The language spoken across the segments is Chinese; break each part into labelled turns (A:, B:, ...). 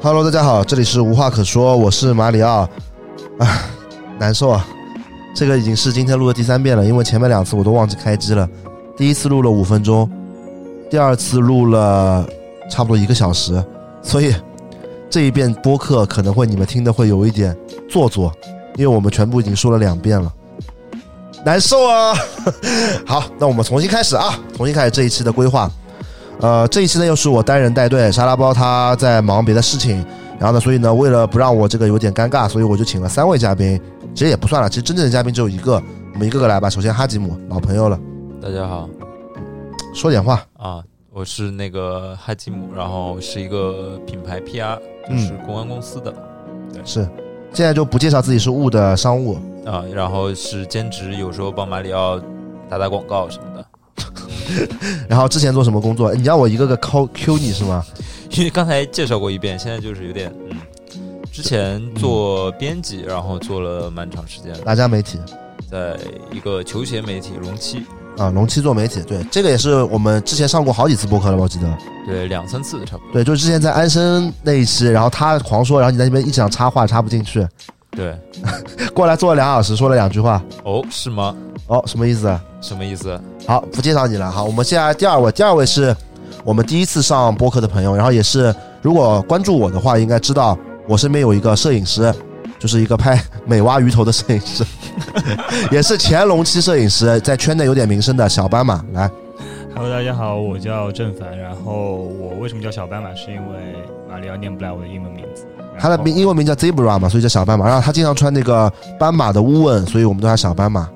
A: Hello，大家好，这里是无话可说，我是马里奥。啊，难受啊！这个已经是今天录的第三遍了，因为前面两次我都忘记开机了。第一次录了五分钟，第二次录了差不多一个小时，所以这一遍播客可能会你们听的会有一点做作，因为我们全部已经说了两遍了，难受啊！ 好，那我们重新开始啊，重新开始这一期的规划。呃，这一期呢又是我单人带队，沙拉包他在忙别的事情，然后呢，所以呢，为了不让我这个有点尴尬，所以我就请了三位嘉宾，其实也不算了，其实真正的嘉宾只有一个，我们一个个来吧。首先哈吉姆，老朋友了，
B: 大家好
A: 说点话。
B: 啊，我是那个哈吉姆，然后是一个品牌 PR，就
A: 嗯
B: 是公关公司的、
A: 是，现在就不介绍自己是雾的商务，
B: 啊，然后是兼职，有时候帮马里奥打打广告什么的。
A: 然后之前做什么工作？你要我一个个 Q Q 你是吗？
B: 因为刚才介绍过一遍，现在就是有点嗯，之前做编辑，然后做了蛮长时间的，
A: 哪家媒体？
B: 在一个球鞋媒体容七，
A: 啊，龙七做媒体，对，这个也是我们之前上过好几次播客了吧？我记得，
B: 对，两三次差不多。
A: 对，就是之前在安生那一期，然后他狂说，然后你在那边一直想插话插不进去，
B: 对，
A: 过来坐了两小时，说了两句话，
B: 哦，是吗？
A: 哦，什么意思啊？
B: 什么意思？
A: 好，不介绍你了。好，我们现在第二位，第二位是我们第一次上播客的朋友，然后也是如果关注我的话，应该知道我身边有一个摄影师，就是一个拍美蛙鱼头的摄影师， 也是乾隆期摄影师，在圈内有点名声的小斑马。来，
C: Hello，大家好，我叫郑凡。然后我为什么叫小斑马，是因为马里奥念不来我的英文名字。
A: 他的
C: 然后
A: 名英文名叫 Zebra 嘛，所以叫小斑马。然后他经常穿那个斑马的乌问，所以我们叫他小斑马。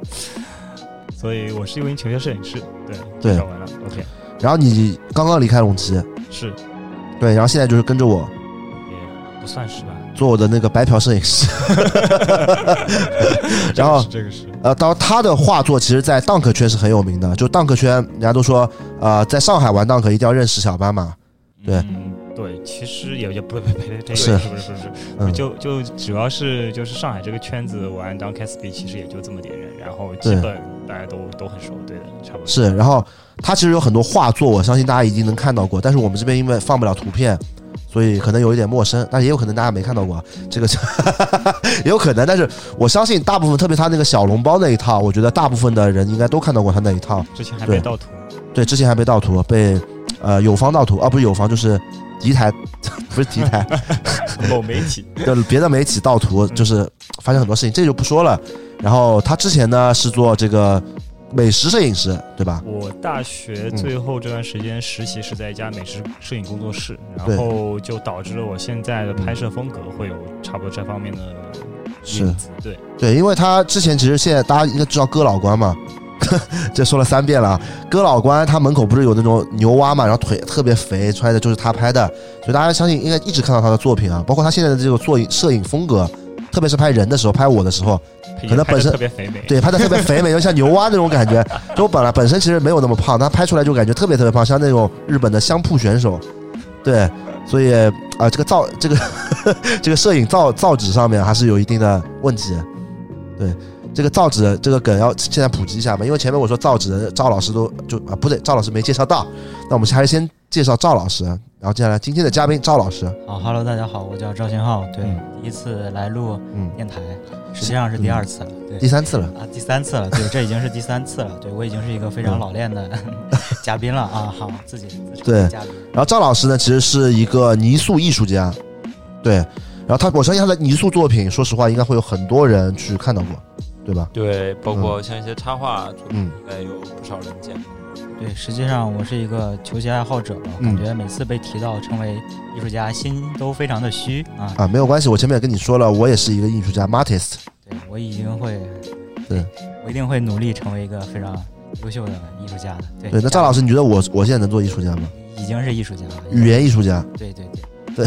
C: 所以我是一名球鞋摄影师。对，
A: 对
C: 讲完了。OK，
A: 然后你刚刚离开龙骑，
C: 是
A: 对，然后现在就是跟着我
C: 也不算是吧。
A: 做我的那个白嫖摄影师。 然后
C: 这个是这个是
A: 呃，当然他的画作其实，在 Dunk 圈是很有名的，就 Dunk 圈，人家都说，呃，在上海玩 Dunk 一定要认识小斑马。对
C: 嗯，对，其实也也不不不不不，
A: 是
C: 不是不是不是，
A: 嗯，
C: 就就主要是就是上海这个圈子玩当 c a s b 其实也就这么点人，然后基
A: 对
C: 本大家都都很熟，对的，差不多。
A: 是。然后他其实有很多画作，我相信大家一定能看到过，但是我们这边因为放不了图片，所以可能有一点陌生，但也有可能大家没看到过，啊这个也 有可能。但是我相信大部分，特别他那个小笼包那一套，我觉得大部分的人应该都看到过他那一套。
C: 之前还
A: 对
C: 被盗图，
A: 对，之前还被盗图，被呃友方盗图啊，不是友方，就是敌台， 不是敌台，
C: 某媒体
A: 就别的媒体盗图，就是发生很多事情，这就不说了。然后他之前呢是做这个美食摄影师，对吧？
C: 我
A: 嗯
C: 大学最后这段时间实习是在一家美食摄影工作室，
A: 对
C: 然后就导致了我现在的拍摄风格会有差不多这方面的
A: 是
C: 影子。对，
A: 对，因为他之前其实现在大家应该知道哥老关嘛， 这说了三遍了啊。哥老关他门口不是有那种牛蛙嘛，然后腿特别肥，穿的就是他拍的，所以大家相信应该一直看到他的作品啊，包括他现在的这个作影摄影风格，特别是拍人的时候，拍我的时候，
C: 配
A: 可能
C: 音拍
A: 本
C: 得
A: 身
C: 特别肥美。
A: 对，拍的特别肥美，就像牛蛙那种感觉。就我本来本身其实没有那么胖，但拍出来就感觉特别特别胖，像那种日本的相扑选手。对，所以啊、这个造这个这个摄影造造纸上面还是有一定的问题。对，这个造纸这个梗要现在普及一下嘛，因为前面我说造纸，赵老师都就啊不对，赵老师没介绍到，那我们还是先介绍赵老师，然后接下来今天的嘉宾赵老师，
D: 好，Hello，大家哦好，我叫赵新浩，对，
A: 嗯
D: 第一次来录
A: 嗯，
D: 电台，实际上是第二次了，
A: 第
D: 对，
A: 三次了。
D: 啊，第三次了，对，这已经是第三次了，对我已经是一个非
A: 嗯
D: 常老 练的嘉宾了啊，好，自己自己
A: 对
D: 嘉宾，
A: 然后赵老师呢，其实是一个泥塑艺术家，对。然后他，我相信他的泥塑作品，说实话，应该会有很多人去看到过，对吧？
B: 对，包括像一些插画作品，
A: 嗯
B: 应该有不少人见。
D: 对，实际上我是一个球鞋爱好者吧，
A: 嗯
D: 感觉每次被提到成为艺术家，心都非常的虚啊，
A: 啊，没有关系，我前面也跟你说了，我也是一个艺术家 m a r t i s t
D: 对我已经会，
A: 对，
D: 我一定会努力成为一个非常优秀的艺术家的，对，
A: 对，那赵老师，你觉得我我现在能做艺术家吗？
D: 已经是艺术家了，
A: 语言艺术家？
D: 对对对，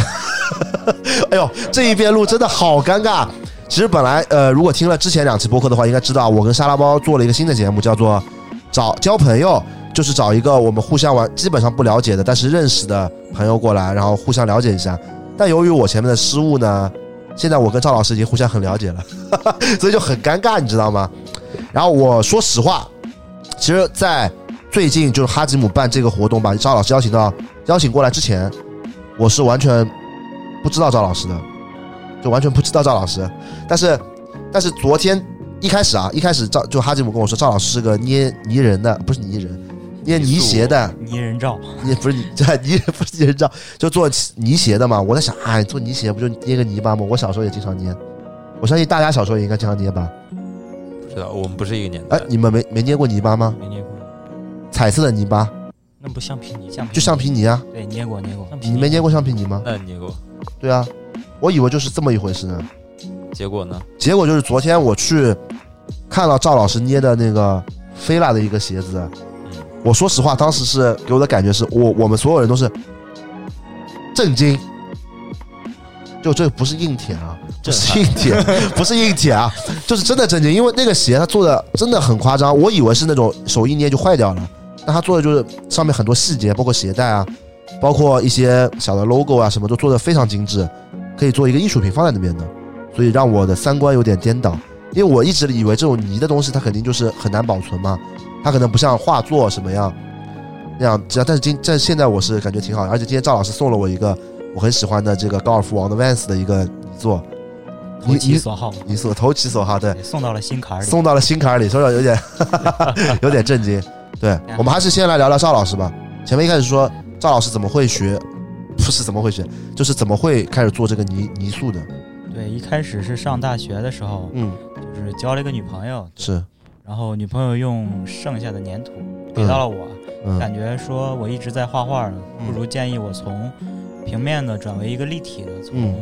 A: 哎呦，这一遍录真的好尴尬。其实本来呃，如果听了之前两期播客的话，应该知道我跟沙拉包做了一个新的节目，叫做“找交朋友”，就是找一个我们互相玩基本上不了解的，但是认识的朋友过来，然后互相了解一下。但由于我前面的失误呢，现在我跟赵老师已经互相很了解 了，所以就很尴尬，你知道吗？然后我说实话，其实，在最近就是哈吉姆办这个活动，把赵老师邀请到邀请过来之前，我是完全不知道赵老师的，就完全不知道赵老师。但是，但是昨天一开始啊，一开始赵就哈吉姆跟我说，赵老师是个捏泥人的，不是泥人，捏泥鞋的，
D: 泥人照，
A: 你不是你 这泥不是泥人造，就做泥鞋的嘛。我在想，哎，做泥鞋不就捏个泥巴吗？我小时候也经常捏，我相信大家小时候也应该经常捏吧？
B: 不知道我们不是一个年代
A: 哎，，你们没没捏过泥巴吗？
C: 没捏过，
A: 彩色的泥巴，
C: 那不橡皮泥，
D: 橡皮
A: 就橡皮泥啊，
D: 对，捏过捏过，
C: 橡皮
A: 你没捏过橡皮泥吗？
B: 那你给我
A: 对啊，我以为就是这么一回事呢。
B: 结果呢？
A: 结果就是昨天我去看到赵老师捏的那个菲拉的一个鞋子，
B: 嗯，
A: 我说实话，当时是给我的感觉是我我们所有人都是震惊，就这不是硬舔啊，不
B: 震
A: 是
B: 撼
A: 硬舔， 不是硬舔啊，就是真的震惊，因为那个鞋它做的真的很夸张，我以为是那种手一捏就坏掉了，但它做的就是上面很多细节，包括鞋带啊，包括一些小的 logo 啊什么都做的非常精致，可以做一个艺术品放在那边的，所以让我的三观有点颠倒，因为我一直以为这种泥的东西它肯定就是很难保存嘛，它可能不像画作什么样那样，只要但是今但是现在我是感觉挺好的，而且今天赵老师送了我一个我很喜欢的这个高尔夫王的 Vans 的一个泥座，
D: 投其所好，
A: 泥座投其所好，对，
D: 对送到了心坎儿里。
A: 送到了心坎儿里，所以说有点 有点震惊。对我们还是先来聊聊赵老师吧。前面一开始说赵老师怎么会学，不是怎么会学，就是怎么会开始做这个泥泥塑的。
D: 对，一开始是上大学的时候，
A: 嗯，
D: 就是交了一个女朋友，
A: 是，
D: 然后女朋友用剩下的粘土给到了我，
A: 嗯
D: 感觉说我一直在画画，
A: 嗯
D: 不如建议我从平面的转为一个立体的，从、
A: 嗯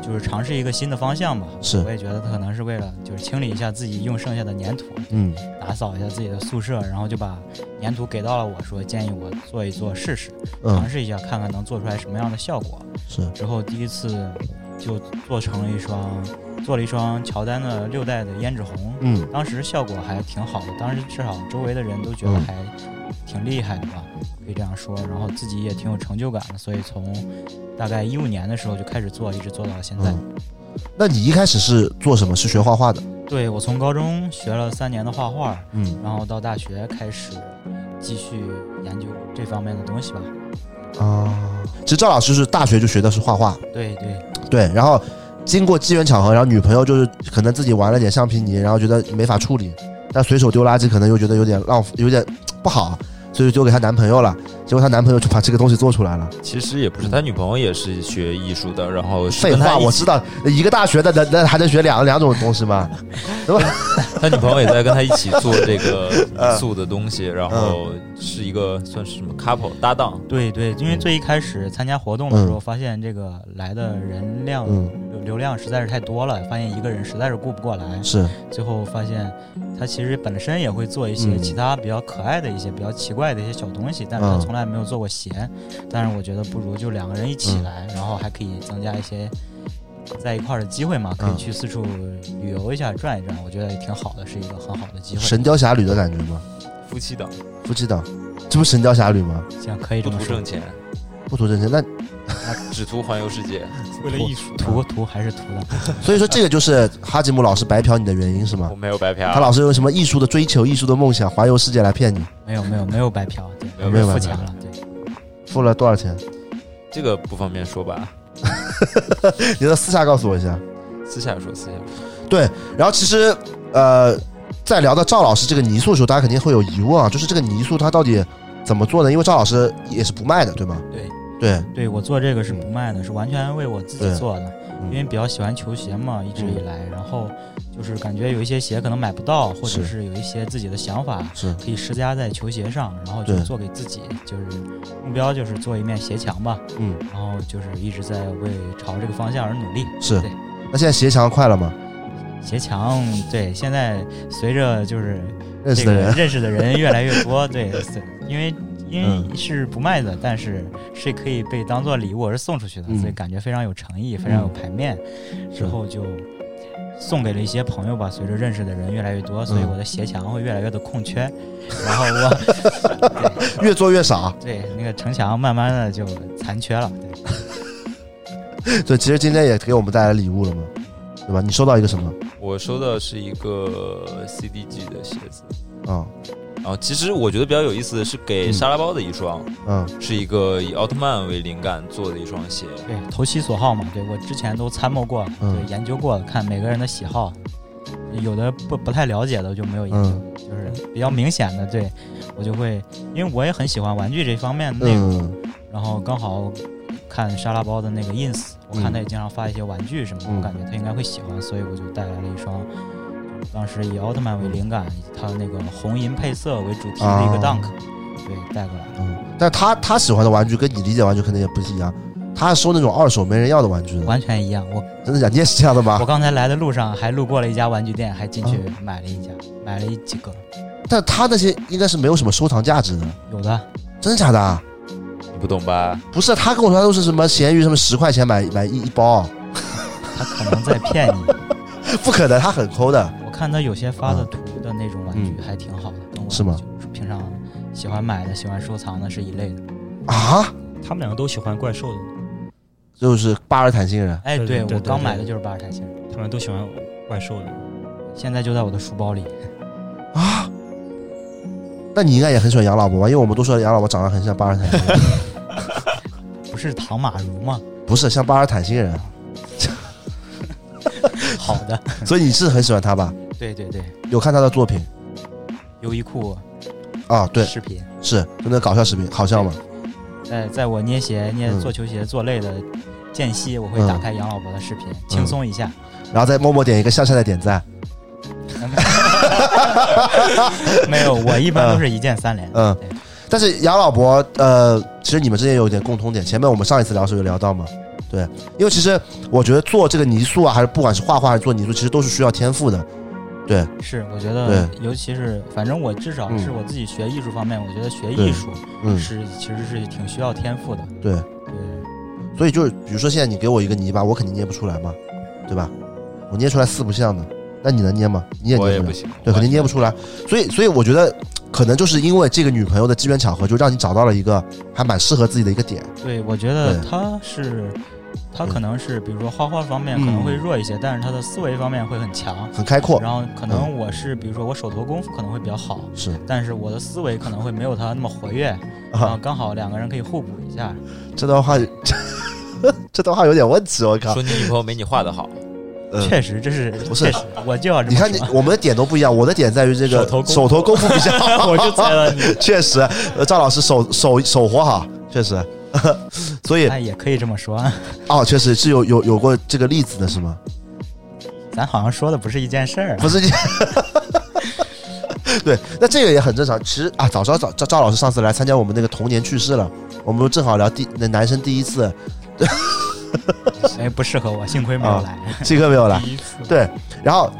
D: 就是尝试一个新的方向吧。
A: 是
D: 我也觉得可能是为了就是清理一下自己用剩下的粘土，
A: 嗯
D: 打扫一下自己的宿舍，然后就把粘土给到了我说，建议我做一做试试，尝
A: 嗯，
D: 试一下看看能做出来什么样的效果。
A: 是，
D: 之后第一次就做成了一双，做了一双乔丹的六代的胭脂红，
A: 嗯
D: 当时效果还挺好的，当时至少周围的人都觉得
A: 嗯
D: 还挺厉害的吧，可以这样说。然后自己也挺有成就感的，所以从大概一五年的时候就开始做，一直做到了现在。
A: 嗯。那你一开始是做什么？是学画画的？
D: 对我从高中学了三年的画画，
A: 嗯
D: 然后到大学开始继续研究这方面的东西吧。
A: 啊，其实赵老师是大学就学的是画画，
D: 对对
A: 对，然后经过机缘巧合，然后女朋友就是可能自己玩了点橡皮泥，然后觉得没法处理，但随手丢垃圾可能又觉得有点浪费，有点不好，所以就丢给她男朋友了。结果她男朋友就把这个东西做出来了。
B: 其实也不是，他女朋友也是学艺术的，然后是
A: 废
B: 跟他
A: 话，
B: 一起
A: 我知道呃一个大学的能能还能学两两种东西吗？
B: 他女朋友也在跟他一起做这个 泥塑的东西，然后是一个算是什么 couple 搭档，
D: 对对，因为
A: 嗯
D: 最一开始参加活动的时候，发现这个来的人量、
A: 嗯，
D: 流流量实在是太多了，发现一个人实在是顾不过来。
A: 是，
D: 最后发现，他其实本身也会做一些
A: 嗯
D: 其他比较可爱的一些、比较奇怪的一些小东西，但是他
A: 嗯
D: 从来没有做过鞋。但是我觉得不如就两个人一起
A: 嗯
D: 来，然后还可以增加一些在一块儿的机会嘛，可以
A: 嗯
D: 去四处旅游一下、转一转，我觉得也挺好的，是一个很好的机
A: 《
D: 会。
A: 神雕侠侣》的感觉吗？
B: 夫妻档，
A: 夫妻档，这不是《神雕侠侣》吗？
D: 行，可以
B: 不
D: 这么
B: 图
D: 说
B: 挣，钱，
A: 不图挣钱，那
B: 只图环游世界。
C: 为了艺术，
D: 图图还是图的，
A: 所以说这个就是哈吉姆老师白嫖你的原因是吗
B: 我？没有白
A: 他
B: 嫖，
A: 老是用什么艺术的追求、艺术的梦想、环游世界来骗你，
D: 没有没有没有白嫖，
B: 没
D: 对，
B: 有
A: 没有白
D: 付
A: 嫖
D: 钱了，对，
A: 付了多少钱？
B: 这个不方便说吧，
A: 你的私下告诉我一下。
B: 私下说，私下说。
A: 然后其实呃，在聊到赵老师这个泥塑的时候，大家肯定会有疑问啊，就是这个泥塑它到底怎么做呢？因为赵老师也是不卖的，对吗？
D: 对
A: 对，
D: 对我做这个是不卖的，是完全为我自己
A: 对
D: 做的，
A: 嗯
D: 因为比较喜欢球鞋嘛，一直以来，然后就是感觉有一些鞋可能买不到，或者
A: 是
D: 是有一些自己的想法
A: 是
D: 可以施加在球鞋上，然后就
A: 对
D: 做给自己，就是目标就是做一面鞋墙吧，
A: 嗯，
D: 然后就是一直在为朝这个方向而努力。
A: 是
D: 对。
A: 那现在鞋墙快了吗？
D: 鞋墙对，现在随着就是
A: 认识
D: 这
A: 的
D: 个
A: 人，
D: 认识的人越来越 多，对，是因为因
A: 嗯
D: 为是不卖的，但是是可以被当做礼物而送出去的，
A: 嗯
D: 所以感觉非常有诚意，非常有排面。之后就送给了一些朋友吧。随着认识的人越来越多，所以
A: 嗯
D: 我的鞋墙会越来越的空缺，然后 我
A: 越做越少。
D: 对那个城墙慢慢的就残缺了。对，
A: 对，其实今天也给我们带来礼物了嘛，对吧？你收到一个什么？
B: 我收到是一个 CDG 的鞋子，
A: 啊、
B: 然后其实我觉得比较有意思的是给沙拉包的一双，
A: 嗯
B: 是一个以奥特曼为灵感做的一双鞋。
D: 对，投其所好嘛。对我之前都参谋过，
A: 嗯
D: 对，研究过，看每个人的喜好，有的不不太了解的我就没有研究，
A: 嗯
D: 就是比较明显的，对我就会，因为我也很喜欢玩具这方面的内容，
A: 嗯
D: 然后刚好看沙拉包的那个 ins，我看
A: 嗯
D: 他也经常发一些玩具什么的，
A: 嗯
D: 我感觉他应该会喜欢，所以我就带来了一双。当时以奥特曼为灵感，以及他那个红银配色为主题的一
A: 啊
D: 个 Dunk，、对，带过来了。
A: 嗯，但他他喜欢的玩具跟你理解玩具可能也不一样，他收那种二手没人要的玩具的，
D: 完全一样，我
A: 真的假？你也是这样的吗
D: 我？刚才来的路上还路过了一家玩具店，还
A: 啊
D: 进去买了一家，买了一几个，
A: 但他那些应该是没有什么收藏价值的，
D: 有的
A: 真的假的啊？
B: 你不懂吧？
A: 不是，他跟我说他都是什么闲鱼什么十块钱买买一一包，啊
D: 他可能在骗你。
A: 不可能，他很抠的。
D: 我看他有些发的图的那种玩具还挺好的，跟我
A: 啊嗯是吗？
D: 平常喜欢买的、喜欢收藏的是一类的。
A: 啊，
C: 他们两个都喜欢怪兽的，
A: 就是巴尔坦星人，
D: 哎，
C: 对对
D: 对
C: 对
D: 我刚
C: 对
D: 买的就是巴尔坦星人，
C: 他们俩都喜欢怪兽的。
D: 现在就在我的书包里。
A: 那你应该也很喜欢杨老伯吧？因为我们都说杨老伯长得很像巴尔坦星 人，
D: 不是唐马 如吗？
A: 不是像巴尔坦星人，
D: 好的，
A: 所以你是很喜欢他吧？
D: 对对对，
A: 有看他的作品
D: 优衣库
A: 啊？对，
D: 视频，
A: 是就那搞笑视频，好笑吗？
D: 在在我捏鞋、捏
A: 嗯
D: 做球鞋做累的间隙，我会
A: 嗯
D: 打开杨老伯的视频，轻松 一下。
A: 然后再默默点一个向下的点 赞，
D: 没有，我一般都是一键三连。
A: 嗯
D: 对。
A: 但是杨老伯，呃，其实你们之间有一点共通点，前面我们上一次聊的时候有聊到嘛，对，因为其实我觉得做这个泥塑啊，还是不管是画画还是做泥塑，其实都是需要天赋的，对，
D: 是，我觉得，尤其是反正我至少
A: 嗯
D: 是我自己学艺术方面，我觉得学
A: 对
D: 艺术
A: 嗯，
D: 是其实是挺需要天赋的。
A: 对，
D: 对，
A: 所以就是比如说现在你给我一个泥巴，我肯定捏不出来嘛，对吧？我捏出来四不像的，那你能捏吗？你也
B: 我
A: 捏
B: 也
A: 不
B: 不
A: 了，
B: 行，
A: 对，肯定捏不
B: 出。
A: 出来。所以，所以我觉得可能就是因为这个女朋友的机缘巧合，就让你找到了一个还蛮适合自己的一个点。
D: 对，我觉得
A: 对嗯
D: 他是，他
A: 对
D: 可能是比如说画画方面可能
A: 嗯
D: 会弱一些，但是他的思维方面会很强。
A: 很开阔，
D: 然后可能
A: 嗯
D: 我是，比如说我手头功夫可能会比较好，
A: 是
D: 但是我的思维可能会没有他那么活跃，然后
A: 啊，
D: 刚好两个人可以互补一下。
A: 这段话， 这段话有点问题，我靠
B: 说，你女朋友没你画 的好，
A: 嗯。
D: 确实，这是
A: 不是
D: 确实，我就要这
A: 你
D: 么
A: 看你
D: 说。
A: 我们的点都不一样，我的点在于这个
C: 手头功夫
A: 手头功夫比较 好，
C: 我就猜了你，
A: 确实，呃赵老师手手手活好，确实， 所以
D: 哎，也可以这么说，
A: 哦，确实是有有有过这个例子的是吗？
D: 咱好像说的不是一件事儿啊。
A: 不是 你。对，那这个也很正常。其实啊，早知道赵赵赵老师上次来参加我们那个童年趣事了，我们正好聊第那男生第一次，
D: 哎，不适合我，幸亏没有来。
A: 这个没有来。
C: 第一次
A: 啊对，然后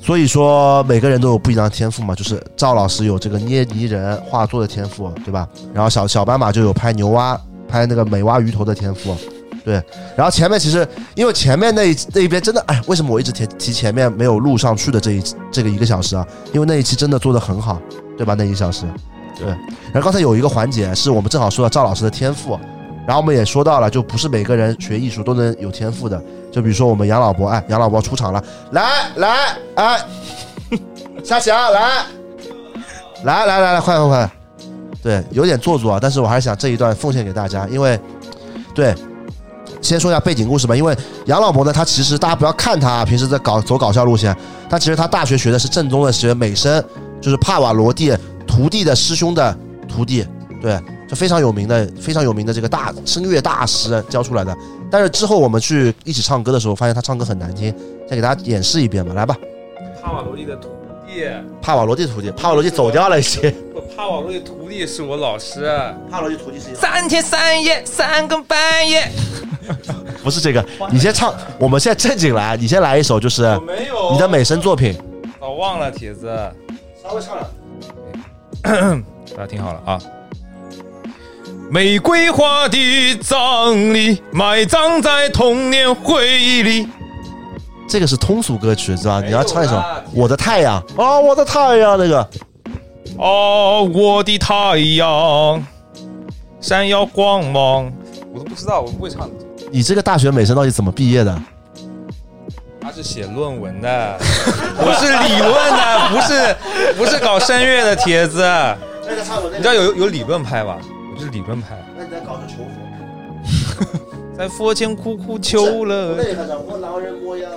A: 所以说每个人都有不一样的天赋嘛，就是赵老师有这个捏泥人画作的天赋，对吧？然后小小斑马就有拍牛蛙、拍那个美蛙鱼头的天赋。对，然后前面其实因为前面那一那一边真的，哎，为什么我一直提提前面没有录上去的这一这个一个小时啊？因为那一期真的做的很好，对吧？那一小时，对。然后刚才有一个环节是我们正好说到赵老师的天赋，然后我们也说到了，就不是每个人学艺术都能有天赋的，就比如说我们杨老伯，哎，杨老伯出场了，来来，哎，夏霞来，来来来来，快快快，对，有点做作啊，但是我还是想这一段奉献给大家，因为，对。先说一下背景故事吧，因为杨老伯呢，他其实大家不要看他啊平时在搞走搞笑路线，他其实他大学学的是正宗的学美声，就是帕瓦罗蒂徒弟的师兄的徒弟，对，就非常有名的非常有名的这个大声乐大师教出来的。但是之后我们去一起唱歌的时候，发现他唱歌很难听，再给大家演示一遍吧。来吧，
E: 帕瓦罗蒂的徒弟，
A: 帕瓦罗蒂徒弟，帕瓦罗蒂走掉了一些。
E: 不帕瓦罗蒂徒弟是我老师。
A: 帕瓦罗蒂徒弟是
E: 三天三夜，三更半夜。
A: 不是这个？你先唱，我们现在正经来，你先来一首，就是
E: 我没有。
A: 你的美声作品。
E: 早忘了帖子。哎
A: 稍微唱两
E: 大家听好了啊！玫瑰花的葬礼，埋葬在童年回忆里。
A: 这个是通俗歌曲，知道吧？你要唱一首
E: 没
A: 《
E: 有啦
A: 我的太阳》啊，《我的太阳》那个，
E: 哦，我的太阳，闪耀光芒。我都不知道，我不会唱。
A: 你这个大学美声到底怎么毕业的？
E: 啊，是写论文的，我是理论的，不是不是搞声乐的帖子。
A: 那个差不多，
E: 你知道有有理论派吧？我是理论派。
A: 那你再搞个求佛，
E: 在佛前苦苦求了，
A: 那个掌握狼人模样，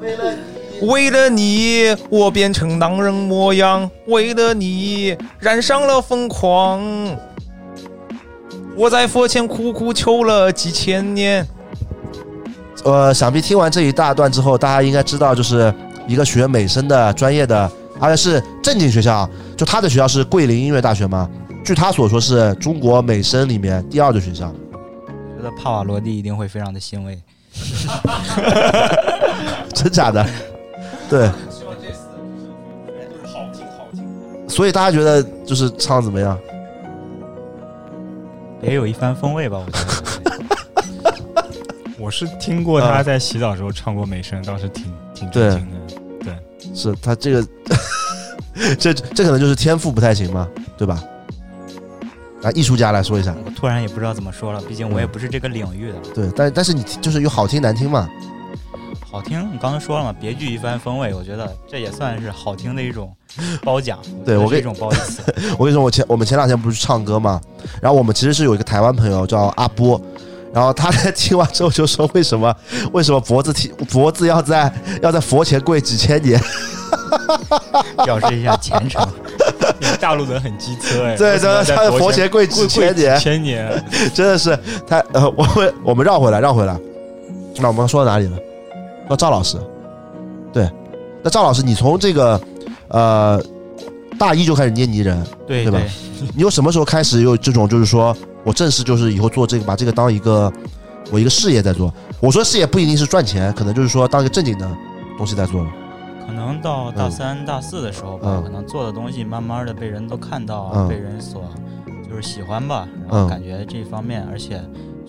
A: 为了你。
E: 为了你，我变成狼人模样；为了你，染上了疯狂。我在佛前苦苦求了几千年。
A: 呃，想必听完这一大段之后，大家应该知道，就是一个学美声的专业的，而且是正经学校啊，就他的学校是桂林音乐大学嘛。据他所说，是中国美声里面第二的学校。
D: 觉得帕瓦罗蒂一定会非常的欣慰。
A: 真假的？对。所以大家觉得就是唱怎么样？
D: 也有一番风味吧，我觉 得。
C: 我是听过
A: 啊
C: 他在洗澡的时候唱过美声，当时挺挺震惊的。
A: 是他这个， 这这可能就是天赋不太行嘛，对吧？啊，艺术家来说一下，
D: 我突然也不知道怎么说了，毕竟我也不是这个领域的。
A: 对，但但是你就是有好听难听嘛，
D: 好听，你刚才说了嘛，别具一番风味，我觉得这也算是好听的一种褒奖。
A: 对我
D: 觉
A: 给
D: 得是一种褒奖。
A: 我跟你说，我前我们前两天不是去唱歌嘛，然后我们其实是有一个台湾朋友叫阿波，然后他在听完之后就说，为什么 为什么脖子提脖子要在要在佛前跪几千年？
D: 表示一下虔 诚。
C: 你们大陆人很机车哎，
A: 对，
C: 为什么要
A: 对，
C: 在
A: 他在佛
C: 前
A: 前跪
C: 跪
A: 几
C: 跪
A: 千年，
C: 千年，
A: 真的是他呃，我们我们绕回来绕回来，那我们说到哪里了？说赵老师，对，那赵老师，你从这个呃大一就开始捏泥人，
D: 对
A: 对吧你又什么时候开始有这种，就是说我正式就是以后做这个，把这个当一个我一个事业在做？我说事业不一定是赚钱，可能就是说当一个正经的东西在做了。
D: 可能到大三、大四的时候吧，
A: 嗯
D: 可能做的东西慢慢的被人都看到，啊
A: 嗯
D: 被人所就是喜欢吧，然
A: 嗯
D: 后感觉这方面，而且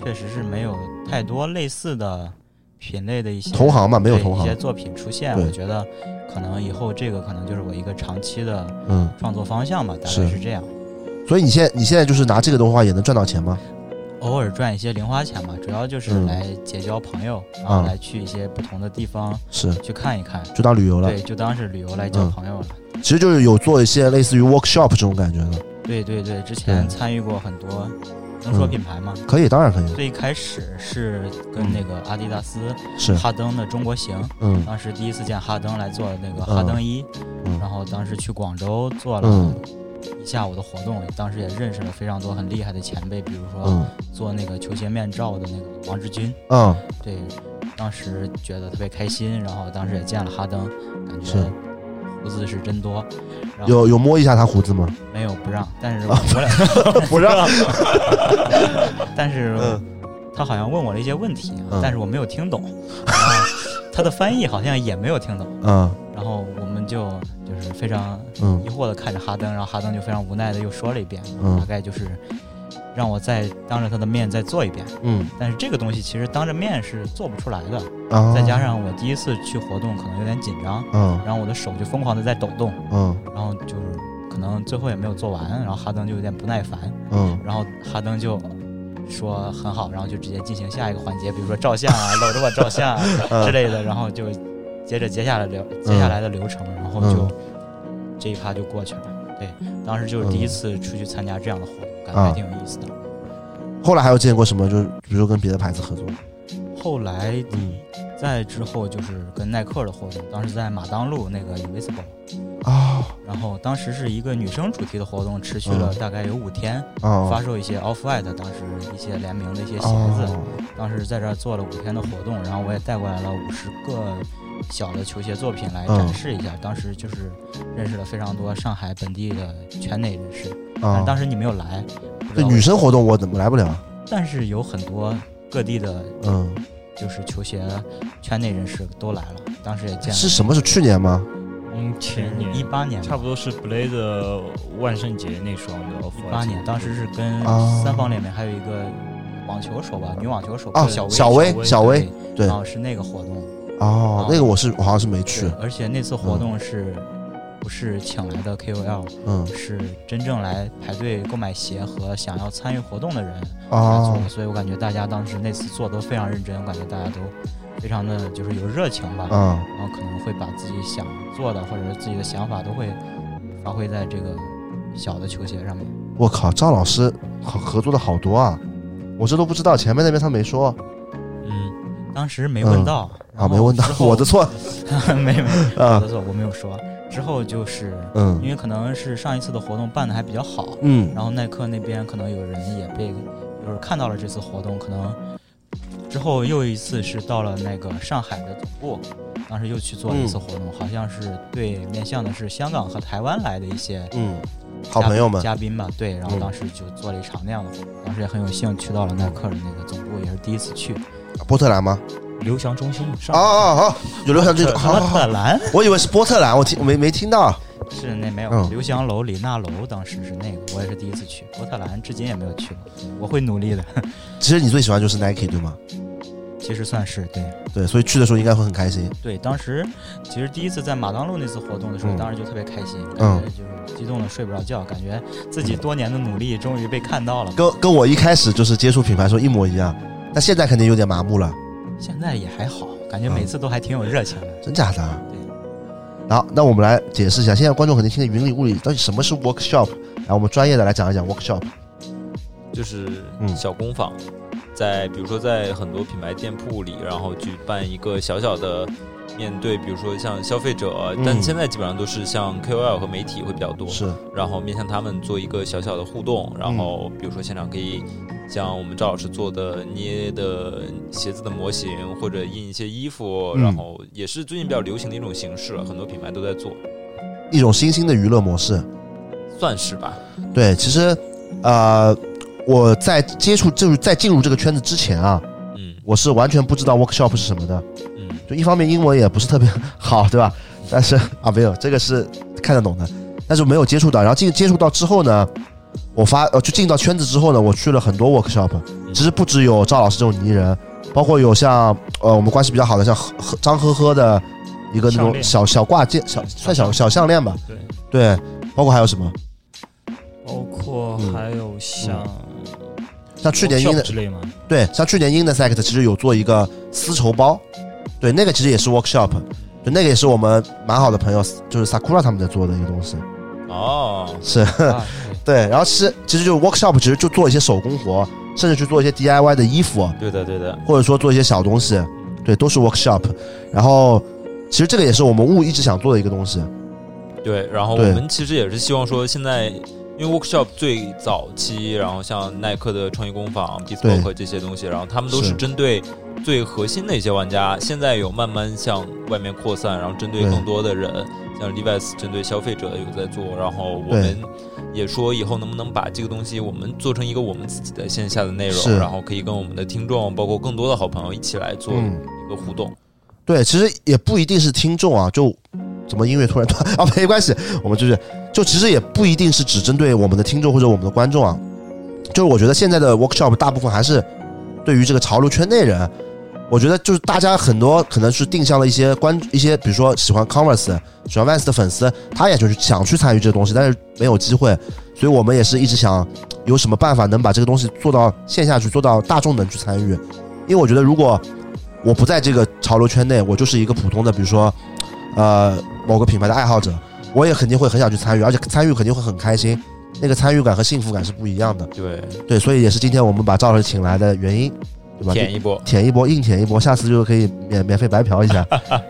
D: 确实是没有太多类似的品类的一些
A: 同行嘛没有
D: 对
A: 同行
D: 一些作品出现，
A: 对
D: 我觉得可能以后这个可能就是我一个长期的
A: 嗯，
D: 创作方向吧，大
A: 是
D: 概是这样。
A: 所以你现在你现在就是拿这个的话也能赚到钱吗？
D: 偶尔赚一些零花钱嘛，主要就是
A: 嗯
D: 来结交朋友，然
A: 嗯
D: 后来去一些不同的地方
A: 是，
D: 去看一看。
A: 就当旅游了
D: 对，。就当是旅游来交
A: 嗯
D: 朋友了。
A: 其实就是有做一些类似于 workshop 这种感觉的，
D: 对对对，之
A: 对
D: 前参与过很多，能说
A: 嗯嗯
D: 品牌吗？
A: 可以，当然可以，
D: 最开始是跟那个阿迪达斯、
A: 是，
D: 哈登的中国行，
A: 嗯
D: 当时第一次见哈登来做那个哈登衣，
A: 嗯
D: 然后当时去广州做了
A: 嗯
D: 一下午的活动，当时也认识了非常多很厉害的前辈，比如说
A: 嗯
D: 做那个球鞋面罩的那个王志军，
A: 嗯，
D: 对，当时觉得特别开心，然后当时也见了哈登，感
A: 是
D: 觉胡子是真多，然后
A: 有有摸一下他胡子吗？
D: 没有不让，但 是我我俩
A: 不让，
D: 但是
A: 嗯
D: 他好像问我了一些问题，
A: 嗯
D: 但是我没有听懂，然后他的翻译好像也没有听懂，
A: 嗯
D: 然后我们就就是非常
A: 嗯
D: 疑惑的看着哈登，然后哈登就非常无奈的又说了一遍，
A: 嗯
D: 大概就是让我再当着他的面再做一遍，
A: 嗯
D: 但是这个东西其实当着面是做不出来的，
A: 啊，
D: 再加上我第一次去活动可能有点紧张，
A: 嗯
D: 然后我的手就疯狂的在抖动，
A: 嗯
D: 然后就是可能最后也没有做完，然后哈登就有点不耐烦，
A: 嗯
D: 然后哈登就说很好，然后就直接进行下一个环节，比如说照相啊、搂着我照相啊之类的，然后就接着接下来流接下来的流程，然后就、这一趴就过去了。对，当时就是第一次出去参加这样的活动，感觉还挺有意思的。
A: 后来还有见过什么？就是比如说跟别的牌子合作，
D: 后来
A: 嗯
D: 在之后就是跟耐克的活动，当时在马当路那个 Invisible，
A: 啊
D: 然后当时是一个女生主题的活动，持续了
A: 嗯
D: 大概有五天，发
A: 啊
D: 售一些 Off White 当时一些联名的一些鞋子。
A: 啊
D: 当时在这儿做了五天的活动，然后我也带过来了五十个小的球鞋作品来展
A: 嗯
D: 示一下。当时就是认识了非常多上海本地的圈内人士，但
A: 啊！
D: 是当时你没有来，不知
A: 对
D: 道
A: 女生活动我怎么来不了？
D: 但是有很多各地的，
A: 嗯，
D: 就是球鞋圈内人士都来了。当时也见了
A: 是什么？是去年吗？
C: 嗯，前年
D: 一八年吧，
C: 差不多是 Blazer 万圣节那双的 Off
D: 一八年，当时是跟
A: 啊
D: 三方联盟还有一个网球手吧，女网球手
A: 啊
D: 小
A: 小
D: 薇
A: 薇小薇
D: 对
A: 对啊
D: 然后是那个活动。
A: 哦，那个我是我好像是没去
D: 对，，而且那次活动是不是请来的 KOL，
A: 嗯
D: 是真正来排队购买鞋和想要参与活动的人来做
A: 啊
D: 的。所以我感觉大家当时那次做都非常认真，我感觉大家都非常的就是有热情吧。
A: 啊
D: 然后可能会把自己想做的或者是自己的想法都会发挥在这个小的球鞋上面。
A: 我靠，赵老师合合作的好多啊，我这都不知道，前面那边他没说
B: 嗯，
D: 当时没问
A: 嗯
D: 到、
A: 啊，没问到
D: 然，后
A: 我的错
D: 没没，我
A: 啊
D: 的，错，我没有说。之后就是因
A: 嗯
D: 为可能是上一次的活动办的还比较好，
A: 嗯
D: 然后耐克那边可能有人也被，就是看到了这次活动，可能之后又一次是到了那个上海的总部，当时又去做了
A: 嗯
D: 一次活动，好像是对面向的是香港和台湾来的一些
A: 嗯，好朋友们，
D: 嘉宾吧，对，然后
A: 嗯
D: 当时就做了一场那样的活动，当时也很有幸去到了耐克的那个总部，也是第一次 去。
A: 波特兰吗？
C: 刘翔中心上
A: 哦哦哦，有刘翔这种，
D: 什
A: 好
D: 么
A: 好好
D: 特兰
A: 我以为是波特兰，我听没没听到
D: 是那没有、
A: 嗯
D: 刘翔楼、李娜楼，当时是那个，我也是第一次去。波特兰至今也没有去过，我会努力的。
A: 其实你最喜欢就是 Nike 对吗？
D: 其实算是对
A: 对，所以去的时候应该会很开心。
D: 对，当时其实第一次在马当路那次活动的时候，
A: 嗯
D: 当时就特别开心，
A: 嗯
D: 感觉就是激动的睡不着觉，感觉自己多年的努力终于被看到了。
A: 跟跟我一开始就是接触品牌的时候一模一样，但现在肯定有点麻木了，
D: 现在也还好，感觉每
A: 嗯
D: 次都还挺有热情的。
A: 真假的
D: 对？
A: 然后，那我们来解释一下，现在观众肯定听得云里雾里，到底什么是 workshop？来，我们专业的来讲一讲 workshop。
B: 就是
A: 嗯
B: 小工坊，在比如说在很多品牌店铺里，然后举办一个小小的。面对，比如说像消费者，
A: 嗯
B: 但现在基本上都是像 KOL 和媒体会比较多，
A: 是，嗯
B: 然后面向他们做一个小小的互动，然后比如说现场可以像我们赵老师做的捏的鞋子的模型，或者印一些衣服，
A: 嗯
B: 然后也是最近比较流行的一种形式，很多品牌都在做，
A: 一种新兴的娱乐模式。
B: 算是吧。
A: 对，其实，呃，我在接触就是在进入这个圈子之前啊，
B: 嗯
A: 我是完全不知道 workshop 是什么的。
B: 嗯
A: 就一方面英文也不是特别好，对吧？ 但是啊，没有这个是看得懂的，但是没有接触到。然后进接触到之后呢，我发呃就进到圈子之后呢，我去了很多 workshop，其实不只有赵老师这种泥人，包括有像呃我们关系比较好的像呵呵张呵呵的一个那
C: 项
A: 种
C: 链
A: 小小挂件，小算小小项链吧，
C: 对，
A: 对，包括还有什么
C: 包括还有像
A: 像嗯去年
C: workshop
A: 英的
C: 之类吗？
A: 对，像去年 Intersect 其实有做一个丝绸包，对，那个其实也是 workshop，对，那个也是我们蛮好的朋友，就是 Sakura 他们在做的一个东西。
B: 哦，
A: 是
D: 啊，
A: 对，然后其实其实就是 workshop，其实就做一些手工活，甚至去做一些 DIY 的衣服，
B: 对的对的，
A: 或者说做一些小东西，对，都是 workshop。然后其实这个也是我们物一直想做的一个东西，
B: 对。然后我
A: 对
B: 们其实也是希望说现在。因为 workshop 最早期，然后像耐克的创意工坊、Bespoke 这些东西，然后他们都
A: 是
B: 是针对最核心的一些玩家。现在有慢慢向外面扩散，然后针对
A: 对
B: 更多的人，像 Levi's 针对消费者有在做。然后我
A: 对
B: 们也说以后能不能把这个东西我们做成一个我们自己的线下的内容
A: 是，
B: 然后可以跟我们的听众，包括更多的好朋友一起来做
A: 嗯
B: 一个互动。
A: 对，其实也不一定是听众啊，就怎么音乐突然断 啊，没关系，我们就是就其实也不一定是只针对我们的听众或者我们的观众啊，就是我觉得现在的 workshop 大部分还是对于这个潮流圈内人，我觉得就是大家很多可能是定向了一些关一些，比如说喜欢 Converse、喜欢 Vans 的粉丝，他也就是想去参与这个东西，但是没有机会，所以我们也是一直想有什么办法能把这个东西做到线下去，做到大众能去参与，因为我觉得如果我不在这个潮流圈内，我就是一个普通的，比如说，呃，某个品牌的爱好者，我也肯定会很想去参与，而且参与肯定会很开心，那个参与感和幸福感是不一样的。
B: 对，
A: 对，所以也是今天我们把赵老师请来的原因，对吧？
B: 舔一波。
A: 舔一波，硬舔一波，下次就可以免免费白嫖一下。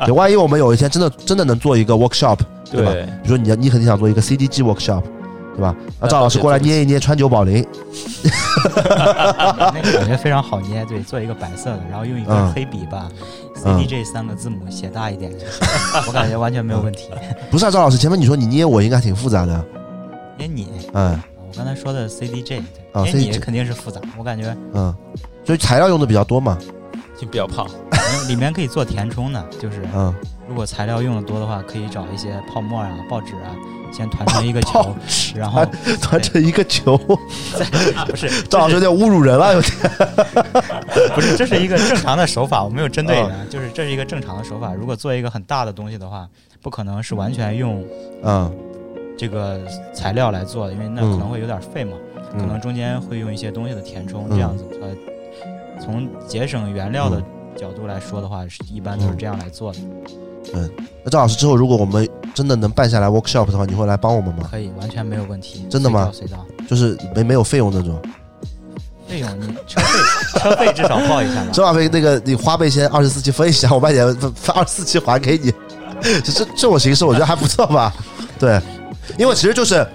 A: 对，万一我们有一天真的真的能做一个 workshop，对吧？
B: 对，
A: 比如说你你肯定想做一个 CDG workshop，对吧？让赵老师过来捏一捏川久保玲，
D: 那个感觉非常好捏，对，做一个白色的，然后用一
A: 嗯
D: 根黑笔把
A: 嗯
D: CDJ 三个字母写大一点，我感觉完全没有问题。
A: 不是啊，赵老师，前面你说你捏我应该挺复杂的，
D: 捏你，
A: 嗯
D: 我刚才说的 CDJ，
A: 啊
D: 捏你
A: CDJ
D: 肯定是复杂，我感觉
A: 嗯，所以材料用的比较多嘛，
B: 就比较胖。
D: 嗯里面可以做填充的，就是
A: 嗯。
D: 如果材料用的多的话，可以找一些泡沫啊、报纸啊，先团成 一个球，然后啊
A: 团成一个球，
D: 不是，
A: 赵老师有点侮辱人了，有点。
D: 不是，
A: 啊
D: 这是一个正常的手法，我没有针对你啊，就是这是一个正常的手法。如果做一个很大的东西的话，不可能是完全用
A: 嗯
D: 这个材料来做的，因为那可能会有点废嘛，
A: 嗯
D: 可能中间会用一些东西的填充，
A: 嗯
D: 这样子呃，从节省原料的角度来说的话，是一般都是这样来做
A: 嗯
D: 的，
A: 那赵老师之后，如果我们真的能办下来 workshop 的话，你会来帮我们吗？
D: 可以完全没有问题。
A: 真的吗
D: 随到
A: 就是没没有费用那种，
D: 随到，费用你车费车费至少报一下吧。
A: 周小飞那个你花呗先二十四期分一下，我把你分二十四期还给你， 这这这种形式我觉得还不错吧？对，因为其实就是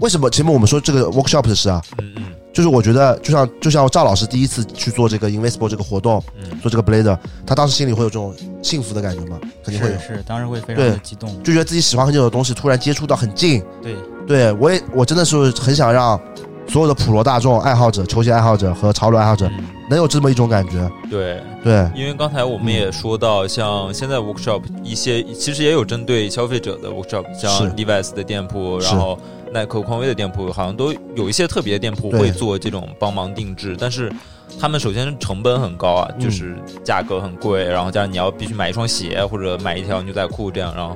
A: 为什么前面我们说这个 workshop 的事啊，
B: 嗯嗯
A: 就是我觉得就像就像赵老师第一次去做这个 invisible 这个活动，
B: 嗯
A: 做这个 blader，他当时心里会有这种幸福的感觉吗？肯定会有
D: 是，是，当时会非常的激动。
A: 就觉得自己喜欢很久的东西突然接触到很近，
D: 对，
A: 对我也我真的是很想让所有的普罗大众爱好者、球鞋爱好者和潮流爱好者
B: 嗯，
A: 能有这么一种感觉，
B: 对，
A: 对，
B: 因为刚才我们也说到，像现在 workshop 一些其实也有针对消费者的 workshop，像
A: 是
B: Levi's 的店铺，
A: 是
B: 然后耐克、匡威的店铺，好像都有一些特别的店铺
A: 对
B: 会做这种帮忙定制，但是他们首先成本很高啊，
A: 嗯
B: 就是价格很贵，然后加上你要必须买一双鞋或者买一条牛仔裤这样，然后